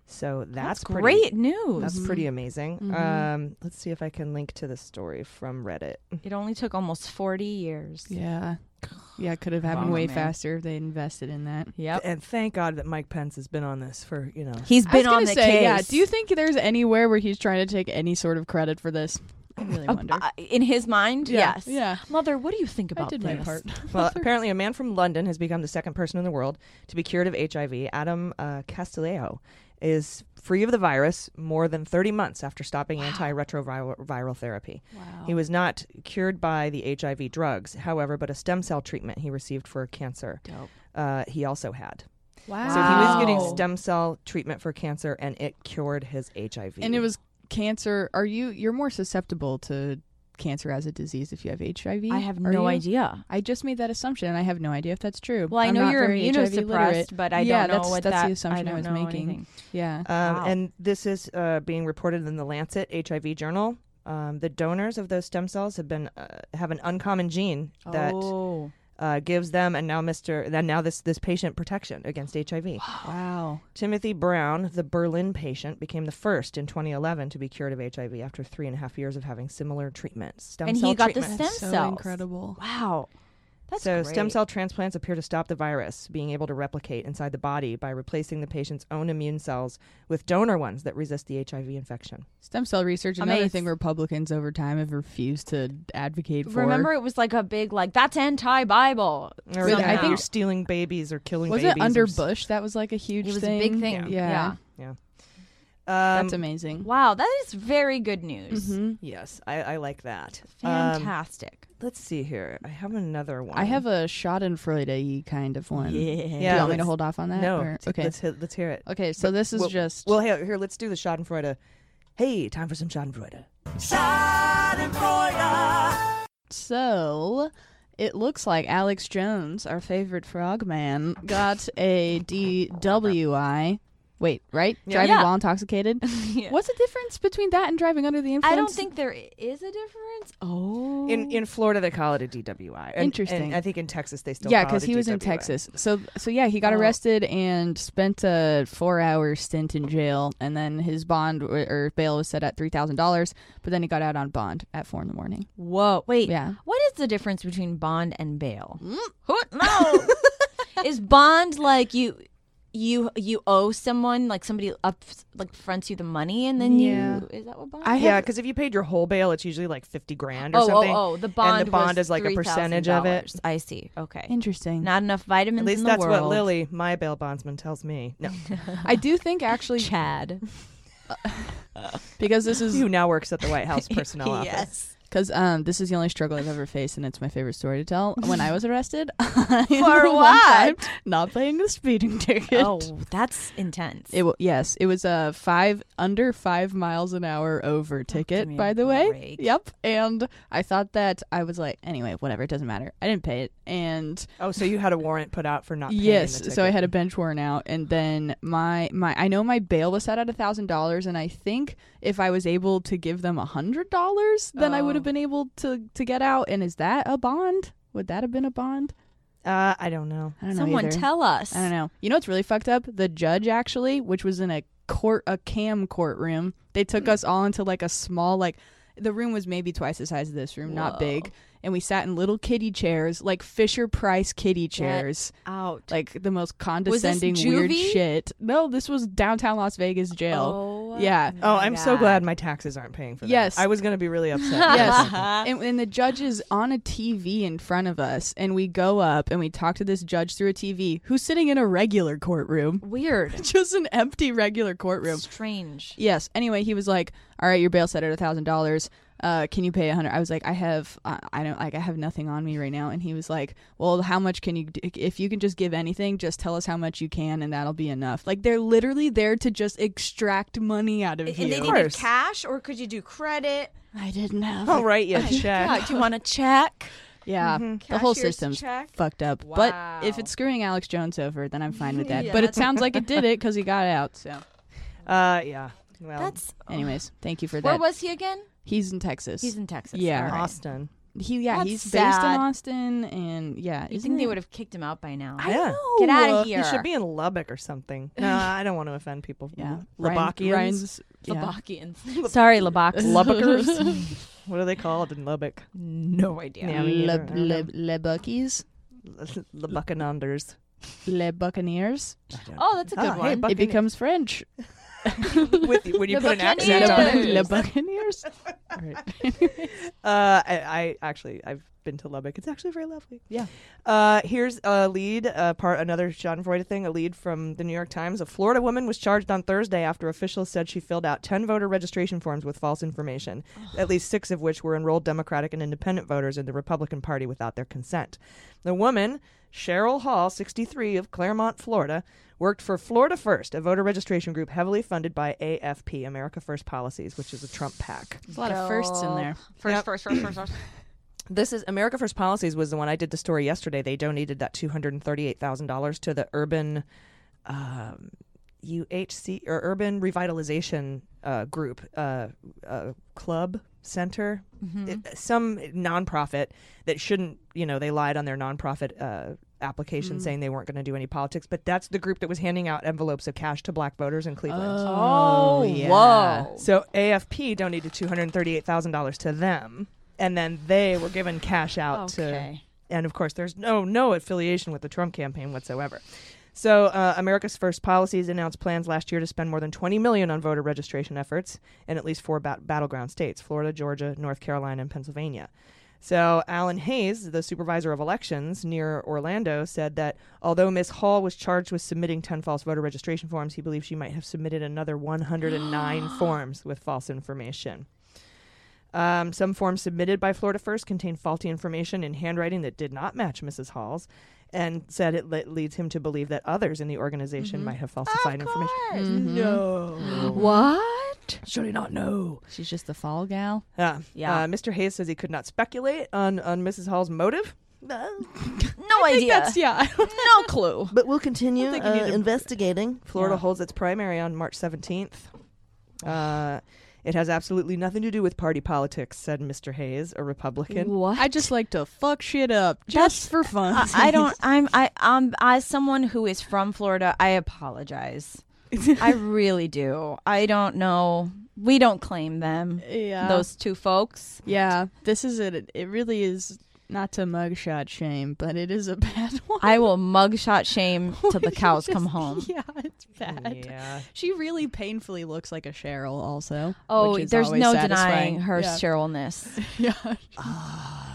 Speaker 3: So that's, pretty-
Speaker 5: Great news.
Speaker 3: That's
Speaker 4: Mm-hmm.
Speaker 3: pretty amazing. Um, let's see if I can link to the story from Reddit.
Speaker 5: it only took almost 40 years.
Speaker 4: Yeah. Yeah, it could have happened
Speaker 5: Bummer,
Speaker 4: way
Speaker 5: man.
Speaker 4: faster if they invested in that.
Speaker 5: Yep.
Speaker 3: And thank God that Mike Pence has been on this for you know.
Speaker 5: He's been
Speaker 4: I was
Speaker 5: on
Speaker 4: gonna
Speaker 5: the
Speaker 4: say,
Speaker 5: case.
Speaker 4: yeah. Do you think there's anywhere where he's trying to take any sort of credit for this? I really wonder.
Speaker 5: Uh, in his mind,
Speaker 4: Yeah,
Speaker 5: yes.
Speaker 4: yeah.
Speaker 5: Mother, what do you think about
Speaker 4: I did
Speaker 5: this?
Speaker 4: my part.
Speaker 3: Well, apparently, a man from London has become the second person in the world to be cured of HIV. Adam uh, Castillejo is free of the virus more than 30 months after stopping antiretroviral viral therapy. He
Speaker 5: Oh.
Speaker 3: was not cured by the HIV drugs, however, but a stem cell treatment he received for cancer.
Speaker 5: Dope.
Speaker 3: Uh, he also had.
Speaker 4: Wow.
Speaker 3: So he was getting
Speaker 5: Wow.
Speaker 3: stem cell treatment for cancer, and it cured his HIV.
Speaker 4: and it was cancer. Are you? You're more susceptible to cancer as a disease if you have HIV.
Speaker 5: I have
Speaker 4: Are
Speaker 5: no
Speaker 4: you?
Speaker 5: idea.
Speaker 4: I just made that assumption, and I have no idea if that's true.
Speaker 5: Well, i
Speaker 4: I'm
Speaker 5: know
Speaker 4: not
Speaker 5: you're
Speaker 4: very HIV
Speaker 5: immunosuppressed,
Speaker 4: literate.
Speaker 5: but I
Speaker 4: yeah,
Speaker 5: don't know
Speaker 4: that's,
Speaker 5: what
Speaker 4: that's
Speaker 5: that,
Speaker 4: the assumption I,
Speaker 5: don't
Speaker 4: was
Speaker 5: know
Speaker 4: making.
Speaker 5: anything.
Speaker 4: Yeah.
Speaker 3: Um,
Speaker 5: Wow.
Speaker 3: And this is uh, being reported in the Lancet HIV Journal. Um, the donors of those stem cells have been uh, have an uncommon gene that
Speaker 5: oh,
Speaker 3: uh, gives them and now Mr. Then now this this patient protection against HIV.
Speaker 4: Wow.
Speaker 3: Timothy Brown, the Berlin patient, became the first in 2011 that be cured of HIV after three and a half years of having similar treatments. Stem
Speaker 5: And he
Speaker 3: cell
Speaker 5: got the
Speaker 3: treatment.
Speaker 5: stem
Speaker 4: so
Speaker 5: cells.
Speaker 4: incredible.
Speaker 5: wow. That's
Speaker 3: so stem
Speaker 5: great.
Speaker 3: cell transplants appear to stop the virus being able to replicate inside the body by replacing the patient's own immune cells with donor ones that resist the HIV infection.
Speaker 4: Stem cell research, another
Speaker 5: Amazing.
Speaker 4: thing Republicans over time have refused to advocate for.
Speaker 5: Remember, it was like a big like that's anti-Bible.
Speaker 3: Or
Speaker 4: Really?
Speaker 3: I
Speaker 5: somehow.
Speaker 3: think you're stealing babies or killing
Speaker 4: was
Speaker 3: babies. um,
Speaker 4: it under
Speaker 3: or s-
Speaker 4: Bush that was like a huge
Speaker 5: it was
Speaker 4: thing?
Speaker 5: a big thing.
Speaker 4: Yeah.
Speaker 5: Yeah.
Speaker 3: Um,
Speaker 4: That's amazing.
Speaker 5: Wow, that is very good news.
Speaker 3: yes, I, I like that. Um,
Speaker 5: Fantastic.
Speaker 3: let's see here. I have another one.
Speaker 4: I have a Schadenfreude kind of one.
Speaker 5: yeah.
Speaker 4: Do you want me to
Speaker 3: let's-
Speaker 4: hold off on that?
Speaker 3: no.
Speaker 4: or-
Speaker 3: let's-
Speaker 4: okay.
Speaker 3: Let's, hit, let's hear it.
Speaker 4: okay. So this is
Speaker 3: Well-
Speaker 4: just.
Speaker 3: Well, here, here, let's do the Schadenfreude. Hey, time for some Schadenfreude.
Speaker 4: So it looks like Alex Jones, our favorite frogman, got a DWI. Wait, right?
Speaker 3: Yeah.
Speaker 4: Driving
Speaker 5: Yeah.
Speaker 4: while intoxicated.
Speaker 5: Yeah.
Speaker 4: What's the difference between that and driving under the influence?
Speaker 5: I don't think there is a difference. Oh.
Speaker 3: In in Florida, they call it a DWI. And-
Speaker 4: Interesting.
Speaker 3: And I think in Texas they still
Speaker 4: yeah,
Speaker 3: because
Speaker 4: he was in Texas. So, so yeah, he got
Speaker 5: Oh.
Speaker 4: arrested and spent a four-hour stint in jail, and then his bond or- or bail was set at three thousand dollars. But then he got out on bond at four in the morning.
Speaker 5: Whoa. Wait.
Speaker 4: Yeah.
Speaker 5: What is the difference between bond and bail? Who- No. is bond like you you you owe someone like somebody up like fronts you the money and then
Speaker 4: Yeah.
Speaker 5: you is that what bond?
Speaker 4: I
Speaker 5: is?
Speaker 3: Yeah, because if you paid your whole bail, it's usually like fifty grand or
Speaker 5: oh,
Speaker 3: something.
Speaker 5: oh, oh, the bond.
Speaker 3: and the bond
Speaker 5: was
Speaker 3: is like a percentage of it.
Speaker 5: $3,000. I see. Okay.
Speaker 4: Interesting.
Speaker 5: Not enough vitamins.
Speaker 3: At least
Speaker 5: in the
Speaker 3: that's
Speaker 5: world.
Speaker 3: what Lily, my bail bondsman, tells me. No,
Speaker 4: I do think actually
Speaker 5: Chad.
Speaker 4: because this is
Speaker 3: who now works at the White House personnel office.
Speaker 4: Because um, this is the only struggle I've ever faced, and it's my favorite story to tell. When I was arrested,
Speaker 5: For what?
Speaker 4: not paying the speeding ticket.
Speaker 5: Oh, that's intense.
Speaker 4: It w- yes, it was a five under five miles an hour over ticket.
Speaker 5: me a
Speaker 4: by the way,
Speaker 5: break.
Speaker 4: yep. And I thought that I was like, anyway, whatever, it doesn't matter. I didn't pay it, and
Speaker 3: Oh, so you had a warrant put out for not paying the
Speaker 4: yes so i
Speaker 3: ticket.
Speaker 4: had a bench warrant out and then my my i know my bail was set at a thousand dollars and i think if i was able to give them a hundred dollars then i would have been able to to get out and is that a bond would that have been a bond
Speaker 3: Uh, I don't know.
Speaker 4: i don't
Speaker 5: Someone
Speaker 4: know either.
Speaker 5: tell us.
Speaker 4: i don't know you know what's really fucked up the judge actually which was in a court a cam courtroom they
Speaker 5: Hmm.
Speaker 4: took us all into like a small like the room was maybe twice the size of this room not
Speaker 5: Whoa.
Speaker 4: big and we sat in little kiddie chairs like fisher price kiddie chairs
Speaker 5: Out.
Speaker 4: like the most
Speaker 5: this
Speaker 4: condescending weird
Speaker 5: juvie?
Speaker 4: shit. No, this was downtown Las Vegas jail.
Speaker 5: Oh,
Speaker 4: Yeah.
Speaker 5: my
Speaker 3: Oh, I'm so
Speaker 5: God.
Speaker 3: glad my taxes aren't paying for that.
Speaker 4: Yes.
Speaker 3: I was going to be really upset.
Speaker 5: Oh.
Speaker 4: Yes. and, and the judge is on a TV in front of us, and we go up and we talk to this judge through a TV who's sitting in a regular courtroom,
Speaker 5: Weird.
Speaker 4: just an empty regular courtroom.
Speaker 5: Strange.
Speaker 4: Yes. Anyway, he was like, "All right, your bail set at a thousand dollars. Uh, Can you pay a hundred? I was like, "I have, I I don't like, I have nothing on me right now." And he was like, "Well, how much can you? d- If you can just give anything, just tell us how much you can, and that'll be enough." Like they're literally there to just extract money out of
Speaker 5: And
Speaker 4: you.
Speaker 5: they needed cash, or could you do credit?
Speaker 4: I didn't have.
Speaker 3: I'll write you a
Speaker 5: Yeah,
Speaker 3: check.
Speaker 5: do you want to check?
Speaker 4: Yeah, the whole
Speaker 5: Mm-hmm. Cashier's
Speaker 4: system's
Speaker 5: check?
Speaker 4: fucked up.
Speaker 5: Wow.
Speaker 4: But if it's screwing Alex Jones over, then I'm fine with that.
Speaker 5: Yeah,
Speaker 4: but it
Speaker 5: that's-
Speaker 4: sounds like it did it because he got out. So,
Speaker 3: Uh, yeah. Well,
Speaker 5: That's
Speaker 4: anyways, thank you for
Speaker 5: where
Speaker 4: that.
Speaker 5: was he again?
Speaker 4: He's in Texas.
Speaker 5: He's in Texas.
Speaker 4: Yeah.
Speaker 5: All right.
Speaker 3: Austin.
Speaker 4: He yeah,
Speaker 5: That's
Speaker 4: he's based in
Speaker 5: sad.
Speaker 4: Austin and yeah,
Speaker 5: You
Speaker 4: isn't
Speaker 5: think they
Speaker 4: it-
Speaker 5: would have kicked him out by now?
Speaker 4: I
Speaker 3: Yeah.
Speaker 4: know.
Speaker 5: Get out of
Speaker 3: You
Speaker 5: here.
Speaker 3: uh, should be in Lubbock or something. No, I don't want to offend people. from
Speaker 4: Yeah.
Speaker 3: Lubbock-ians?
Speaker 4: Ryan's yeah.
Speaker 5: Lubockians. Sorry, Lubox.
Speaker 3: Lubbockers? what are they called in Lubbock?
Speaker 5: No idea.
Speaker 3: Yeah. me
Speaker 4: Le,
Speaker 3: neither. I don't
Speaker 4: le, le Buckies,
Speaker 3: Lubbockanders.
Speaker 4: le Buccaneers.
Speaker 5: Oh, that's a good
Speaker 3: Ah, hey,
Speaker 5: one.
Speaker 3: Buc-
Speaker 4: It becomes French.
Speaker 3: With, when you
Speaker 5: The
Speaker 3: put an
Speaker 5: Buccaneers.
Speaker 3: accent
Speaker 4: Le,
Speaker 3: on
Speaker 4: Bu-
Speaker 3: it.
Speaker 4: le Buccaneers. All right.
Speaker 3: Uh, I, I actually, I've been to Lubbock. It's actually very lovely. Yeah. Uh, here's a lead, uh, part another Schadenfreude thing, a lead from the New York Times. A Florida woman was charged on Thursday after officials said she filled out 10 voter registration forms with false information, at least six of which were enrolled Democratic and Independent voters in the Republican Party without their consent. The woman, Cheryl Hall, 63, of Claremont, Florida, worked for Florida First, a voter registration group heavily funded by AFP, America First Policies, which is a Trump pack.
Speaker 4: There's a lot of firsts in there.
Speaker 5: First, first, first, first, first.
Speaker 3: This is America First Policies was the one I did the story yesterday. They donated that two hundred and thirty-eight thousand dollars to the urban um, UHC or Urban Revitalization uh, Group uh, uh, Club Center, It- some nonprofit that shouldn't. You know, they lied on their nonprofit uh, application saying they weren't going to do any politics, but that's the group that was handing out envelopes of cash to black voters in Cleveland.
Speaker 5: Oh, whoa.
Speaker 3: So AFP donated two hundred thirty-eight thousand dollars to them, and then they were given cash out to And of course, there's no no affiliation with the Trump campaign whatsoever. So, uh, America's First Policies announced plans last year to spend more than 20 million on voter registration efforts in at least four bat- battleground states: Florida, Georgia, North Carolina, and Pennsylvania. So, Alan Hayes, the supervisor of elections near Orlando, said that although Miss Hall was charged with submitting 10 false voter registration forms, he believes she might have submitted another 109 forms with false information. Um, some forms submitted by Florida First contain faulty information in handwriting that did not match Mrs. Hall's, and said it le- leads him to believe that others in the organization
Speaker 5: Mm-hmm.
Speaker 3: might have falsified information. Mm-hmm.
Speaker 4: What?
Speaker 3: Should he not know?
Speaker 4: She's just the fall gal.
Speaker 3: Yeah.
Speaker 5: Yeah.
Speaker 3: Uh, Mr. Hayes says he could not speculate on, on Mrs. Hall's motive.
Speaker 5: No idea.
Speaker 4: That's yeah.
Speaker 5: No clue.
Speaker 3: But we'll continue
Speaker 4: think you need
Speaker 3: uh,
Speaker 4: to-
Speaker 3: investigating. Florida
Speaker 4: Yeah.
Speaker 3: holds its primary on March 17th. Uh, it has absolutely nothing to do with party politics, said Mr. Hayes, a Republican.
Speaker 5: What?
Speaker 4: I just like to fuck shit up just for fun.
Speaker 5: I, I don't. I'm. I. Um. As someone who is from Florida, I apologize. I really do. I don't know. We don't claim them.
Speaker 4: Yeah.
Speaker 5: Those two folks.
Speaker 4: Yeah. This is it. It really is not to mugshot shame, but it is a bad one.
Speaker 5: I will mugshot shame till the
Speaker 4: She
Speaker 5: cows
Speaker 4: just-
Speaker 5: come home.
Speaker 4: Yeah, it's bad.
Speaker 3: Yeah.
Speaker 4: She really painfully looks like a Cheryl, also.
Speaker 5: Oh,
Speaker 4: which is
Speaker 5: there's
Speaker 4: always
Speaker 5: no
Speaker 4: satisfying.
Speaker 5: denying her
Speaker 4: Yeah.
Speaker 5: Cherylness.
Speaker 4: yeah.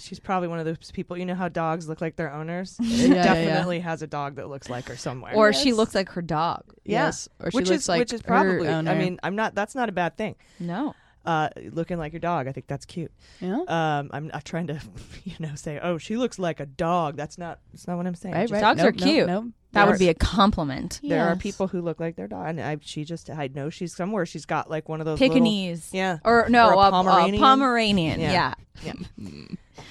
Speaker 3: She's probably one of those people. You know how dogs look like their owners.
Speaker 4: Yeah, yeah, yeah.
Speaker 3: Definitely has a dog that looks like her somewhere.
Speaker 5: Or she looks like her dog.
Speaker 3: Yeah.
Speaker 4: Yes. Or she
Speaker 3: which
Speaker 4: looks
Speaker 3: is
Speaker 4: like
Speaker 3: which is
Speaker 4: her
Speaker 3: probably. I
Speaker 4: owner.
Speaker 3: mean, I'm not. That's not a bad thing.
Speaker 5: No.
Speaker 3: Uh, looking like your dog, I think that's cute.
Speaker 4: Yeah.
Speaker 3: Um, I'm not trying to, you know, say, oh, she looks like a dog. That's not. That's not what I'm saying. Just-
Speaker 5: Dogs are
Speaker 4: Nope, nope,
Speaker 5: cute.
Speaker 4: Nope.
Speaker 5: That
Speaker 3: Yes.
Speaker 5: would be a compliment.
Speaker 3: There are
Speaker 4: Yes.
Speaker 3: people who look like their dog, and I, she just. I know she's somewhere. She's got like one of those little-
Speaker 5: Pekingese.
Speaker 3: yeah.
Speaker 5: Or no,
Speaker 3: Or a
Speaker 5: a- a
Speaker 3: Pomeranian?
Speaker 5: Pomeranian.
Speaker 3: Yeah.
Speaker 5: Yeah.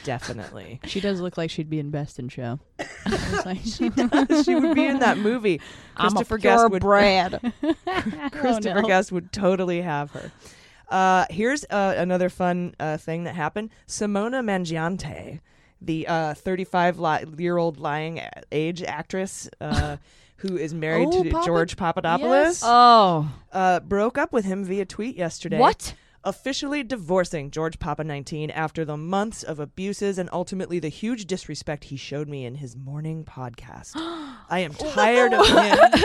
Speaker 3: definitely.
Speaker 4: She does look like she'd be in Best in Show. It's like-
Speaker 3: she would be in that movie.
Speaker 5: I'm a
Speaker 3: Christopher Guest would
Speaker 5: purebred.
Speaker 4: Oh,
Speaker 3: Christopher Guest would totally have her. Uh, here's uh, another fun uh, thing that happened. Simona Mangiante, the uh, 35 li- year old lying a- age actress uh, who is married
Speaker 4: Oh,
Speaker 3: to
Speaker 4: Papa-
Speaker 3: George Papadopoulos,
Speaker 4: Yes.
Speaker 5: oh.
Speaker 3: uh, broke up with him via tweet yesterday.
Speaker 5: What?
Speaker 3: Officially divorcing George Papa 19 after the months of abuses and ultimately the huge disrespect he showed me in his morning podcast. I am tired of him.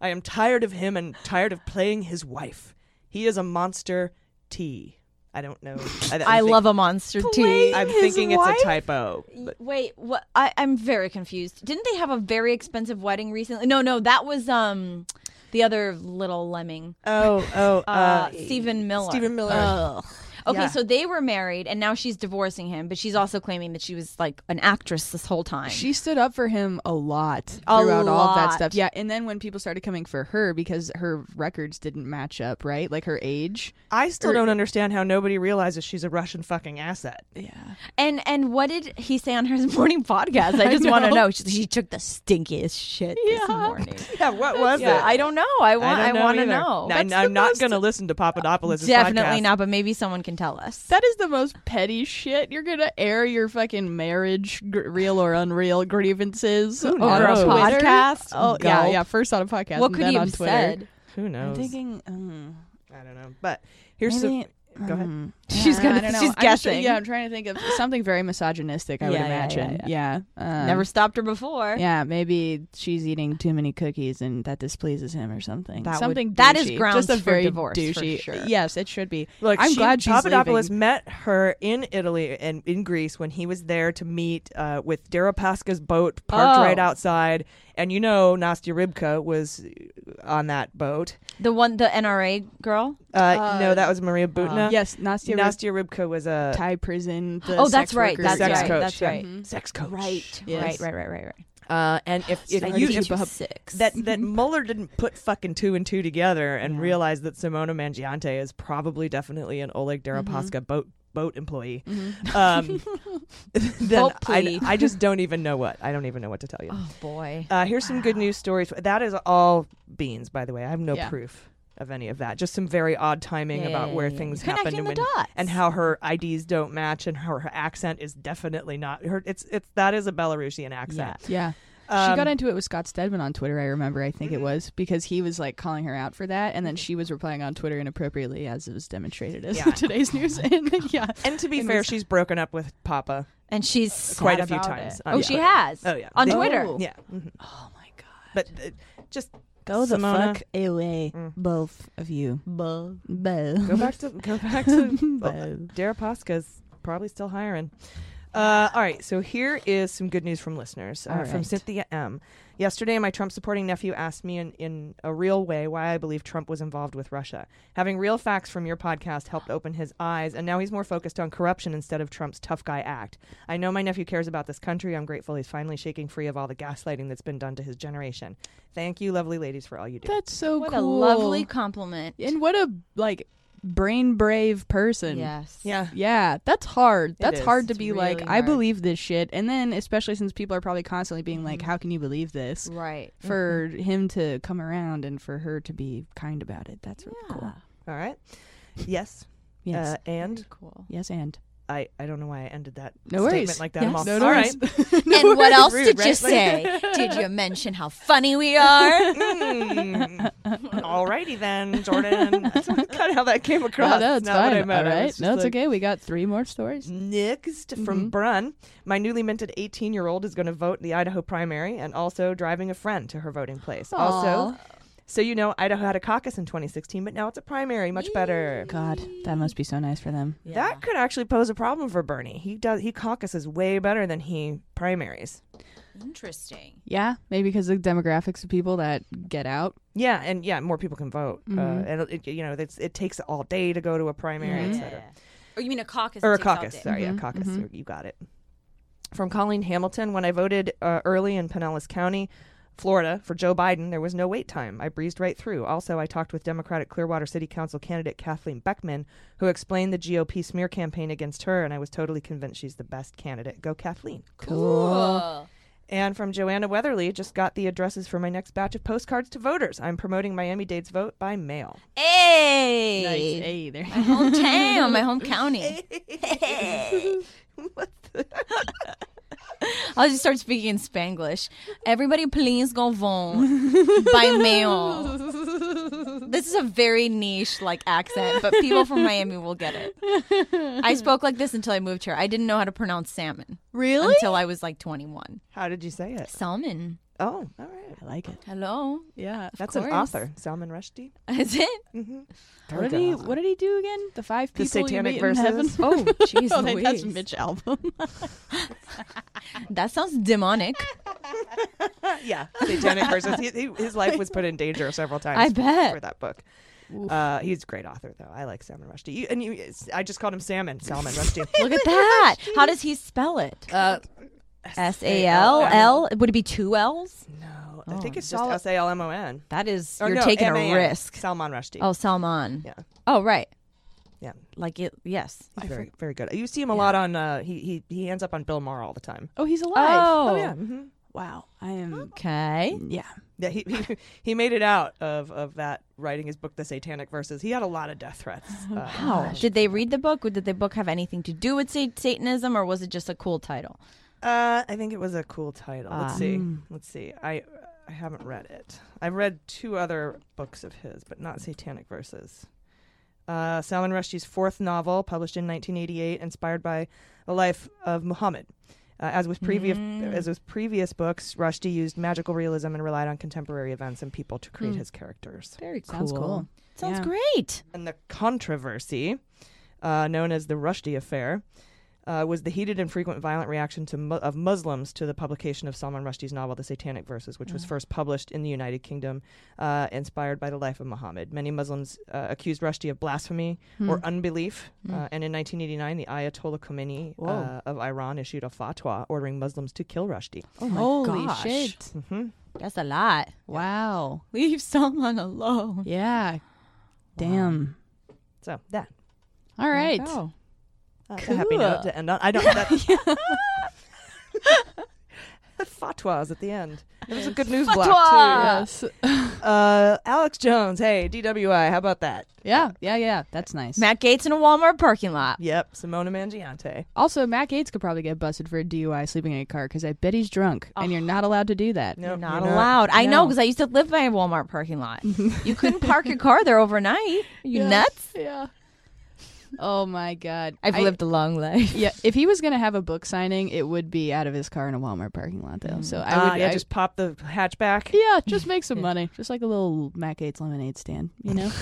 Speaker 3: I am tired of him and tired of playing his wife. He is a monster T. I don't know. I,
Speaker 5: I love a monster tea.
Speaker 3: I'm thinking it's a typo.
Speaker 5: Y- Wait, what? I, I'm very confused. Didn't they have a very expensive wedding recently? No, no, that was um the other little lemming,
Speaker 3: Oh, oh,
Speaker 5: uh, Stephen Miller.
Speaker 3: Stephen Miller.
Speaker 5: Ugh. Okay,
Speaker 3: Yeah.
Speaker 5: so they were married, and now she's divorcing him, but she's also claiming that she was like an actress this whole time.
Speaker 4: She stood up for him a lot
Speaker 5: A
Speaker 4: throughout all of that
Speaker 5: lot.
Speaker 4: stuff. Yeah, and then when people started coming for her because her records didn't match up, right? Like her age.
Speaker 3: I still don't understand how nobody realizes she's a Russian fucking asset.
Speaker 4: Yeah.
Speaker 5: and and what did he say on his morning podcast? I just want to
Speaker 4: know.
Speaker 5: know. She, she took the stinkiest shit this morning.
Speaker 3: Yeah, what was
Speaker 5: Yeah,
Speaker 3: it?
Speaker 5: I don't know. I want. I,
Speaker 3: don't
Speaker 5: want to
Speaker 3: either. No,
Speaker 5: know. That's
Speaker 3: no,
Speaker 5: the
Speaker 3: I'm not
Speaker 5: most-
Speaker 3: going to listen to Papadopoulos'
Speaker 5: Definitely
Speaker 3: podcast.
Speaker 5: not. But maybe someone can tell us.
Speaker 4: That is the most petty shit. You're gonna air your fucking marriage, gr- real or unreal grievances on
Speaker 5: knows?
Speaker 4: a
Speaker 5: Over a
Speaker 4: Twitter.
Speaker 5: podcast?
Speaker 4: Oh yeah,
Speaker 5: Oh, Gulp.
Speaker 4: yeah. First on a podcast.
Speaker 5: what
Speaker 4: and
Speaker 5: could
Speaker 4: then
Speaker 5: he
Speaker 4: on
Speaker 5: have
Speaker 4: Twitter.
Speaker 5: said? mm,
Speaker 3: Who knows?
Speaker 4: Thinking.
Speaker 3: I don't know. But here's
Speaker 4: Maybe-
Speaker 3: some. Go ahead.
Speaker 5: She's
Speaker 4: Yeah,
Speaker 5: gonna-
Speaker 4: I don't know. I'm
Speaker 5: she's
Speaker 4: just-
Speaker 5: guessing.
Speaker 4: yeah, I'm trying to think of something very misogynistic. I would
Speaker 5: Yeah, yeah, yeah,
Speaker 4: imagine. Yeah. um,
Speaker 5: Never stopped her before.
Speaker 4: Yeah, maybe she's eating too many cookies and that displeases him or something.
Speaker 5: That would-
Speaker 4: something
Speaker 5: that is
Speaker 4: douchey.
Speaker 5: grounds
Speaker 4: just a
Speaker 5: for
Speaker 4: very
Speaker 5: divorce, for
Speaker 4: douchey.
Speaker 5: sure.
Speaker 4: Yes, it should be.
Speaker 3: Look,
Speaker 4: I'm
Speaker 3: she-
Speaker 4: glad she's
Speaker 3: Papadopoulos
Speaker 4: leaving.
Speaker 3: met her in Italy and in Greece when he was there to meet uh, with Deripaska's boat parked
Speaker 5: Oh.
Speaker 3: right outside. And you know, Nastya Ribka was on that boat.
Speaker 5: The one, the NRA girl.
Speaker 3: Uh, no, that was Maria Butina.
Speaker 4: Yes, Nastya Ri-
Speaker 3: Nastya Ribka was a
Speaker 4: Thai prison. the
Speaker 5: Oh, that's
Speaker 4: sex
Speaker 5: right,
Speaker 4: worker
Speaker 5: that's
Speaker 3: sex
Speaker 5: right,
Speaker 3: coach.
Speaker 5: that's
Speaker 3: yeah. Mm-hmm.
Speaker 5: right.
Speaker 3: Sex coach.
Speaker 5: Right.
Speaker 4: Yes.
Speaker 5: Right. Right. Right. Right. Right.
Speaker 3: Uh, and if, if you if,
Speaker 5: six.
Speaker 3: that that Mueller didn't put fucking two and two together and realize that Simona Mangiante is probably definitely an Oleg Deripaska boat boat employee.
Speaker 4: Mm-hmm.
Speaker 3: Um, then
Speaker 5: Boat
Speaker 3: I,
Speaker 5: plea.
Speaker 3: I just don't even know what I don't even know what to tell you.
Speaker 5: oh boy.
Speaker 3: Uh, here's some good news stories. That is all beans, by the way. I have no
Speaker 4: Yeah.
Speaker 3: proof of any of that. Just some very odd timing
Speaker 5: Yeah,
Speaker 3: about
Speaker 5: yeah,
Speaker 3: where
Speaker 5: yeah, yeah.
Speaker 3: things happen
Speaker 5: Connecting
Speaker 3: and,
Speaker 5: the
Speaker 3: when-
Speaker 5: dots.
Speaker 3: and how her IDs don't match and how her accent is definitely not her. It's it's that is a Belarusian accent.
Speaker 4: Yeah.
Speaker 3: Um,
Speaker 4: she got into it with Scott Stedman on Twitter, I remember, I think it was, because he was like calling her out for that. And then she was replying on Twitter inappropriately, as it was demonstrated as
Speaker 3: Yeah.
Speaker 4: today's news. And yeah.
Speaker 3: And to be
Speaker 4: And
Speaker 3: fair,
Speaker 4: was-
Speaker 3: she's broken up with Papa.
Speaker 5: and she's sad
Speaker 3: Quite a few
Speaker 4: about
Speaker 3: times.
Speaker 4: it.
Speaker 5: Oh, she has.
Speaker 3: Oh, yeah.
Speaker 5: On
Speaker 3: They-
Speaker 5: Twitter.
Speaker 4: Oh.
Speaker 3: Yeah. mhm.
Speaker 4: Oh my god.
Speaker 3: But uh, just
Speaker 4: Go the
Speaker 3: Simona.
Speaker 4: fuck away, both of you. Both. Both.
Speaker 3: go back to go back to well, Deripaska's probably still hiring. Uh, all right, so here is some good news from listeners uh,
Speaker 4: All
Speaker 3: from
Speaker 4: right.
Speaker 3: Cynthia M. Yesterday, my Trump supporting nephew asked me in, in a real way why I believe Trump was involved with Russia. Having real facts from your podcast helped open his eyes, and now he's more focused on corruption instead of Trump's tough guy act. I know my nephew cares about this country. I'm grateful he's finally shaking free of all the gaslighting that's been done to his generation. Thank you, lovely ladies, for all you do.
Speaker 4: That's so
Speaker 5: What
Speaker 4: cool.
Speaker 5: a lovely compliment.
Speaker 4: and what a like brain brave person.
Speaker 5: Yes.
Speaker 3: yeah.
Speaker 4: Yeah, that's hard. That's
Speaker 3: is.
Speaker 4: hard to
Speaker 5: It's
Speaker 4: be
Speaker 5: really
Speaker 4: like, I
Speaker 5: hard.
Speaker 4: believe this shit. And then, especially since people are probably constantly being like, how can you believe this?
Speaker 5: Right.
Speaker 4: For him to come around and for her to be kind about it. That's really cool.
Speaker 3: All right. Yes.
Speaker 4: Yes.
Speaker 3: Uh, and
Speaker 5: Cool.
Speaker 4: yes, and.
Speaker 3: I, I don't know why I ended that
Speaker 4: No
Speaker 3: statement
Speaker 4: worries.
Speaker 3: like that. I'm
Speaker 5: Yes.
Speaker 3: all,
Speaker 5: No,
Speaker 3: all right.
Speaker 5: and what else
Speaker 3: rude,
Speaker 5: did you
Speaker 3: right?
Speaker 5: say? did you mention how funny we are?
Speaker 3: Mm. all righty then, Jordan. That's kind of how that came across.
Speaker 4: no,
Speaker 3: It's
Speaker 4: it's
Speaker 3: not what I
Speaker 4: fine. All
Speaker 3: meant. I was
Speaker 4: right.
Speaker 3: just
Speaker 4: No, it's
Speaker 3: like- Mm-hmm.
Speaker 4: okay. We got three more stories.
Speaker 3: Next from Brun, my newly minted 18 year old is going to vote in the Idaho primary and also driving a friend to her voting place. Also, so you know, Idaho had a caucus in 2016, but now it's a primary. Much better.
Speaker 4: God, that must be so nice for them.
Speaker 3: That could actually pose a problem for Bernie. He does he caucuses way better than he primaries.
Speaker 5: Interesting.
Speaker 4: Yeah, maybe because the demographics of people that get out.
Speaker 3: Yeah, and yeah, more people can vote, uh, and it, you know, it's, it takes all day to go to a primary, et cetera.
Speaker 5: Or Oh, you mean a caucus?
Speaker 3: or a
Speaker 5: that takes all
Speaker 3: caucus.
Speaker 5: day.
Speaker 3: Sorry, yeah, caucus. You- You got it. From Colleen Hamilton, when I voted uh, early in Pinellas County, Florida, for Joe Biden, there was no wait time. I breezed right through. Also, I talked with Democratic Clearwater City Council candidate Kathleen Beckman, who explained the GOP smear campaign against her, and I was totally convinced she's the best candidate. Go, Kathleen.
Speaker 5: Cool.
Speaker 3: And from Joanna Weatherly, just got the addresses for my next batch of postcards to voters. I'm promoting Miami Dade's vote by mail.
Speaker 5: Hey.
Speaker 4: Hey there.
Speaker 5: Hometown, my home county.
Speaker 3: What the-
Speaker 5: I'll just start speaking in Spanglish. Everybody, please go vote by mail. This is a very niche like accent, but people from Miami will get it. I spoke like this until I moved here. I didn't know how to pronounce salmon
Speaker 4: Really?
Speaker 5: until I was like 21.
Speaker 3: How did you say it?
Speaker 5: Salmon.
Speaker 3: Oh, all right.
Speaker 4: I like it.
Speaker 5: Hello.
Speaker 4: Yeah.
Speaker 3: That's
Speaker 5: course.
Speaker 3: an author, Salman Rushdie.
Speaker 5: Is it?
Speaker 4: What did, he, what did he do again? The five people
Speaker 3: The Satanic
Speaker 4: you meet
Speaker 3: Verses.
Speaker 4: in heaven.
Speaker 3: Oh,
Speaker 5: Jeez
Speaker 4: Oh, that- that's
Speaker 5: Louise.
Speaker 4: Mitch album.
Speaker 5: That sounds demonic.
Speaker 3: Uh, yeah, Satanic Verses. He, he, his life was put in danger several times.
Speaker 5: I bet.
Speaker 3: for that book. Uh, he's a great author, though. I like Salman Rushdie. You, and you, I just called him Salmon. Salman Rushdie. Uh,
Speaker 5: Look at that. How does he spell it? S A L L. Would it be two L's?
Speaker 3: no, I think it's Oh, just
Speaker 5: Sal-
Speaker 3: S A L M O N.
Speaker 5: That is,
Speaker 3: Or
Speaker 5: you're
Speaker 3: no,
Speaker 5: taking
Speaker 3: M-A-N,
Speaker 5: a risk.
Speaker 3: Salman Rushdie.
Speaker 5: Oh, Salman.
Speaker 3: Yeah.
Speaker 5: Oh, right.
Speaker 3: Yeah.
Speaker 5: Like it. Yes.
Speaker 3: He's very, very good. You see him a lot on. Uh, he he he ends up on Bill Maher all the time.
Speaker 4: oh, he's alive.
Speaker 5: Oh,
Speaker 3: yeah. hmm
Speaker 4: Wow. I am.
Speaker 5: Okay.
Speaker 4: Yeah.
Speaker 3: Yeah, he, he he made it out of of that writing his book, The Satanic Verses. He had a lot of death threats. Uh,
Speaker 5: Wow. Did they read the book? Or did the book have anything to do with sa- Satanism, or was it just a cool title?
Speaker 3: Uh, I think it was a cool title. Let's
Speaker 5: Ah.
Speaker 3: see. Let's see. I I haven't read it. I've read two other books of his, but not Satanic Verses. Uh, Salman Rushdie's fourth novel, published in 1988, inspired by the life of Muhammad. Uh, as with previous as with previous books, Rushdie used magical realism and relied on contemporary events and people to create his characters.
Speaker 5: Very cool.
Speaker 4: Sounds cool.
Speaker 5: Sounds
Speaker 4: Yeah.
Speaker 5: great.
Speaker 3: And the controversy, uh, known as the Rushdie Affair, uh, was the heated and frequent violent reaction to mu- of Muslims to the publication of Salman Rushdie's novel, The Satanic Verses, which was first published in the United Kingdom, uh, inspired by the life of Muhammad. Many Muslims uh, accused Rushdie of blasphemy
Speaker 4: Hmm.
Speaker 3: or unbelief. Uh, and in 1989, the Ayatollah Khomeini uh, of Iran issued a fatwa ordering Muslims to kill Rushdie. Mm-hmm.
Speaker 4: Oh my Holy shit.
Speaker 5: That's a lot.
Speaker 4: Wow.
Speaker 5: Leave Salman alone.
Speaker 4: Yeah. Damn.
Speaker 3: So, that.
Speaker 4: All right.
Speaker 5: Oh.
Speaker 3: Uh, a happy note
Speaker 5: Cool.
Speaker 3: to end on. I don't. That, Fatwas at the end. It was a good news block
Speaker 4: Yes.
Speaker 3: too. Uh, Alex Jones. Hey, DWI. How about that?
Speaker 4: Yeah. Yeah. Yeah. That's nice.
Speaker 5: Matt Gates in a Walmart parking lot.
Speaker 3: Yep, Simona Mangiante.
Speaker 4: also, Matt Gates could probably get busted for a DUI sleeping in a car because I bet he's drunk, and you're
Speaker 3: Oh.
Speaker 4: not allowed to do that.
Speaker 3: No,
Speaker 5: Not allowed. I know because I used to live by a Walmart parking lot. you couldn't park your car there overnight. You nuts?
Speaker 4: Yeah. Oh my god.
Speaker 7: I've
Speaker 4: I-
Speaker 7: lived a long life.
Speaker 4: Yeah, if he was gonna have a book signing, it would be out of his car in a Walmart parking lot, though. So I
Speaker 3: Ah,
Speaker 4: would
Speaker 3: yeah,
Speaker 4: I-
Speaker 3: just pop the hatchback.
Speaker 4: yeah, just make some money, just like a little Mac Eights lemonade stand, you know?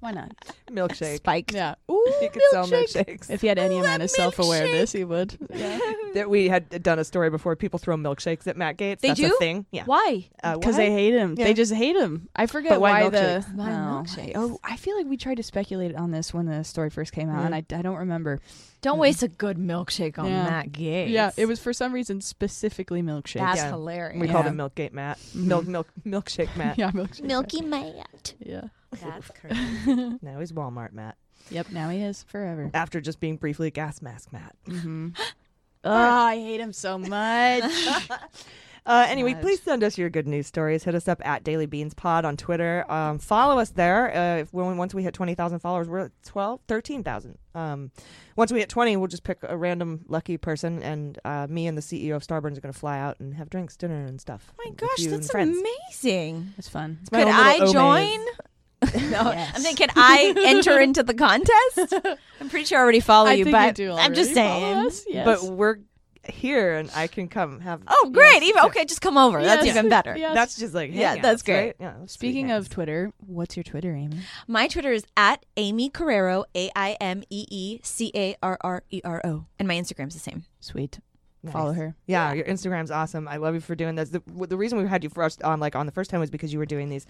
Speaker 4: Why not?
Speaker 3: Milkshake.
Speaker 7: Spike.
Speaker 4: Yeah. Ooh,
Speaker 3: You could sell milkshakes.
Speaker 4: If he had any amount of self awareness, he would. Yeah.
Speaker 3: That we had done a story before. People throw milkshakes at Matt Gates.
Speaker 5: They
Speaker 3: That's
Speaker 5: do?
Speaker 3: a thing. Yeah. Uh,
Speaker 5: Why?
Speaker 4: Because they hate him.
Speaker 3: Yeah.
Speaker 4: They just hate him. I forget
Speaker 3: But why
Speaker 4: the
Speaker 3: milkshakes?
Speaker 5: Why
Speaker 4: no.
Speaker 5: milkshakes?
Speaker 4: Oh, I feel like we tried to speculate on this when the story first came out, and I, I don't remember.
Speaker 5: Don't waste a good milkshake on
Speaker 4: Hmm. Yeah.
Speaker 5: Matt Gates.
Speaker 4: Yeah, it was for some reason specifically milkshakes.
Speaker 5: That's
Speaker 3: Yeah.
Speaker 5: hilarious.
Speaker 3: We called him Milkgate Matt. Milk, milk, milkshake Matt.
Speaker 4: yeah, milkshake.
Speaker 8: Milky Matt.
Speaker 4: Yeah.
Speaker 5: That's crazy.
Speaker 3: Now he's Walmart Matt.
Speaker 4: Yep. Now he is forever.
Speaker 3: After just being briefly gas mask Matt.
Speaker 4: Oh, I hate him so much.
Speaker 3: Uh, anyway, please send us your good news stories. Hit us up at Daily Beans Pod on Twitter. Um, follow us there. Uh, if when, once we hit 20,000 followers, we're at 12, 13,000. Um, once we hit 20, we'll just pick a random lucky person, and uh, me and the CEO of Starburns are going to fly out and have drinks, dinner, and stuff.
Speaker 5: Oh my
Speaker 3: with
Speaker 5: gosh,
Speaker 3: you
Speaker 5: that's
Speaker 3: and friends.
Speaker 5: amazing.
Speaker 4: it's fun.
Speaker 3: my
Speaker 5: Could
Speaker 3: own little
Speaker 5: I
Speaker 3: omaze.
Speaker 5: join? no, I'm thinking could I enter into the contest. I'm pretty sure I already follow
Speaker 4: I
Speaker 5: you,
Speaker 4: think
Speaker 5: but
Speaker 4: you do
Speaker 5: I'm just
Speaker 4: already follow
Speaker 5: saying.
Speaker 4: us, Yes.
Speaker 3: But we're here, and I can come have.
Speaker 5: Oh, great! Even okay, just come over. Oh, That's
Speaker 4: Yes.
Speaker 5: even better.
Speaker 4: Yes.
Speaker 3: That's just like
Speaker 5: Yeah,
Speaker 3: hangouts,
Speaker 5: that's great.
Speaker 3: right? Yeah, that's
Speaker 4: Speaking
Speaker 3: sweet
Speaker 4: of
Speaker 3: hangouts.
Speaker 4: Twitter, what's your Twitter, Amy?
Speaker 5: My Twitter is at Amy Carrero, A I M E E C A R R E R O, and my Instagram's the same.
Speaker 4: Sweet. Follow her.
Speaker 3: Yeah, your Instagram's awesome. I love you for doing this. The, w- the reason we had you first on like on the first time was because you were doing these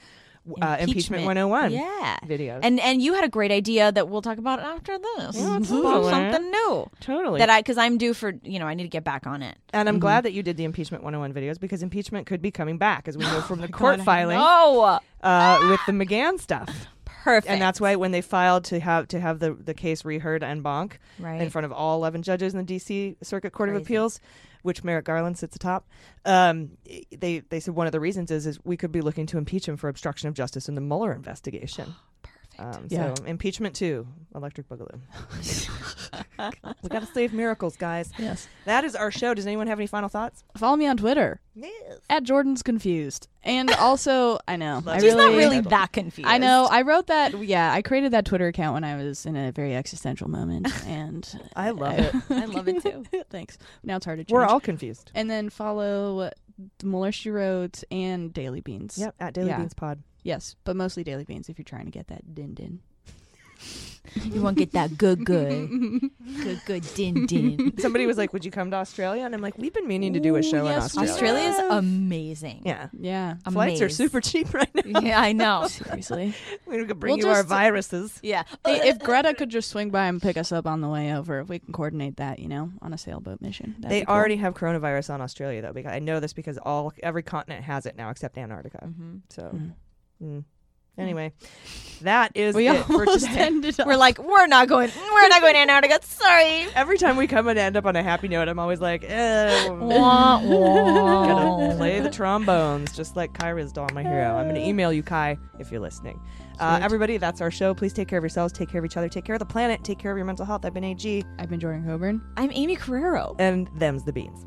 Speaker 3: w- uh, impeachment 101
Speaker 5: Yeah.
Speaker 3: videos.
Speaker 5: And and you had a great idea that we'll talk about after this.
Speaker 3: Yeah, totally.
Speaker 5: Something new
Speaker 3: totally.
Speaker 5: that I because I'm due for you know I need to get back on it.
Speaker 3: and I'm glad that you did the impeachment 101 videos because impeachment could be coming back as we know from the court filing
Speaker 5: Oh,
Speaker 3: uh, with the McGahn stuff.
Speaker 5: perfect.
Speaker 3: And that's why when they filed to have to have the, the case reheard en banc in
Speaker 5: Right.
Speaker 3: front of all 11 judges in the D.C. Circuit Court of Appeals, which Merrick Garland sits atop, um, i- they they said one of the reasons is is we could be looking to impeach him for obstruction of justice in the Mueller investigation. Perfect. Um,
Speaker 4: Yeah.
Speaker 3: So impeachment too, Electric Boogaloo. we got to save miracles, guys.
Speaker 4: Yes.
Speaker 3: That is our show. Does anyone have any final thoughts?
Speaker 4: Follow me on Twitter at Jordan's Confused. And also, I know I
Speaker 5: She's
Speaker 4: really,
Speaker 5: not really that confused.
Speaker 4: I know. I wrote that. Yeah, I created that Twitter account when I was in a very existential moment, and
Speaker 3: I love it.
Speaker 5: I love it too.
Speaker 4: thanks. Now it's hard to change.
Speaker 3: We're all confused.
Speaker 4: and then follow Muller She Wrote and Daily Beans.
Speaker 3: Yep, at Daily
Speaker 4: Yeah.
Speaker 3: Beans Pod.
Speaker 4: Yes, but mostly Daily Beans if you're trying to get that din din.
Speaker 5: You won't get that good, good, good, good din din.
Speaker 3: Somebody was like, "Would you come to Australia?" And I'm like, "We've been meaning to do a show in Australia."
Speaker 5: Australia's amazing.
Speaker 3: Yeah.
Speaker 4: Yeah,
Speaker 3: Flights are
Speaker 5: Amaze.
Speaker 3: super cheap right now.
Speaker 5: Yeah, I know.
Speaker 4: seriously.
Speaker 3: We could bring
Speaker 4: We'll
Speaker 3: you our
Speaker 4: just-
Speaker 3: viruses.
Speaker 5: Yeah.
Speaker 4: They- if Greta could just swing by and pick us up on the way over, if we can coordinate that, you know, on a sailboat mission. that'd
Speaker 3: They
Speaker 4: be cool.
Speaker 3: already have coronavirus on Australia though, because I know this because all every continent has it now except Antarctica. So, mm. anyway, that is
Speaker 4: We
Speaker 3: it for
Speaker 4: almost
Speaker 3: today.
Speaker 4: ended up.
Speaker 5: We're like, we're not going. We're not going to Antarctica. Sorry.
Speaker 3: Every time we come and end up on a happy note, I'm always like, eh,
Speaker 5: Wah, wah.
Speaker 3: gonna play the trombones, just like Kai Rizdal, my hero. I'm gonna email you, Kai, if you're listening. Uh, everybody, that's our show. Please take care of yourselves, take care of each other, take care of the planet, take care of your mental health. I've been AG,
Speaker 4: I've been Jordan Coburn.
Speaker 5: I'm Amy Carrero.
Speaker 3: and them's the beans.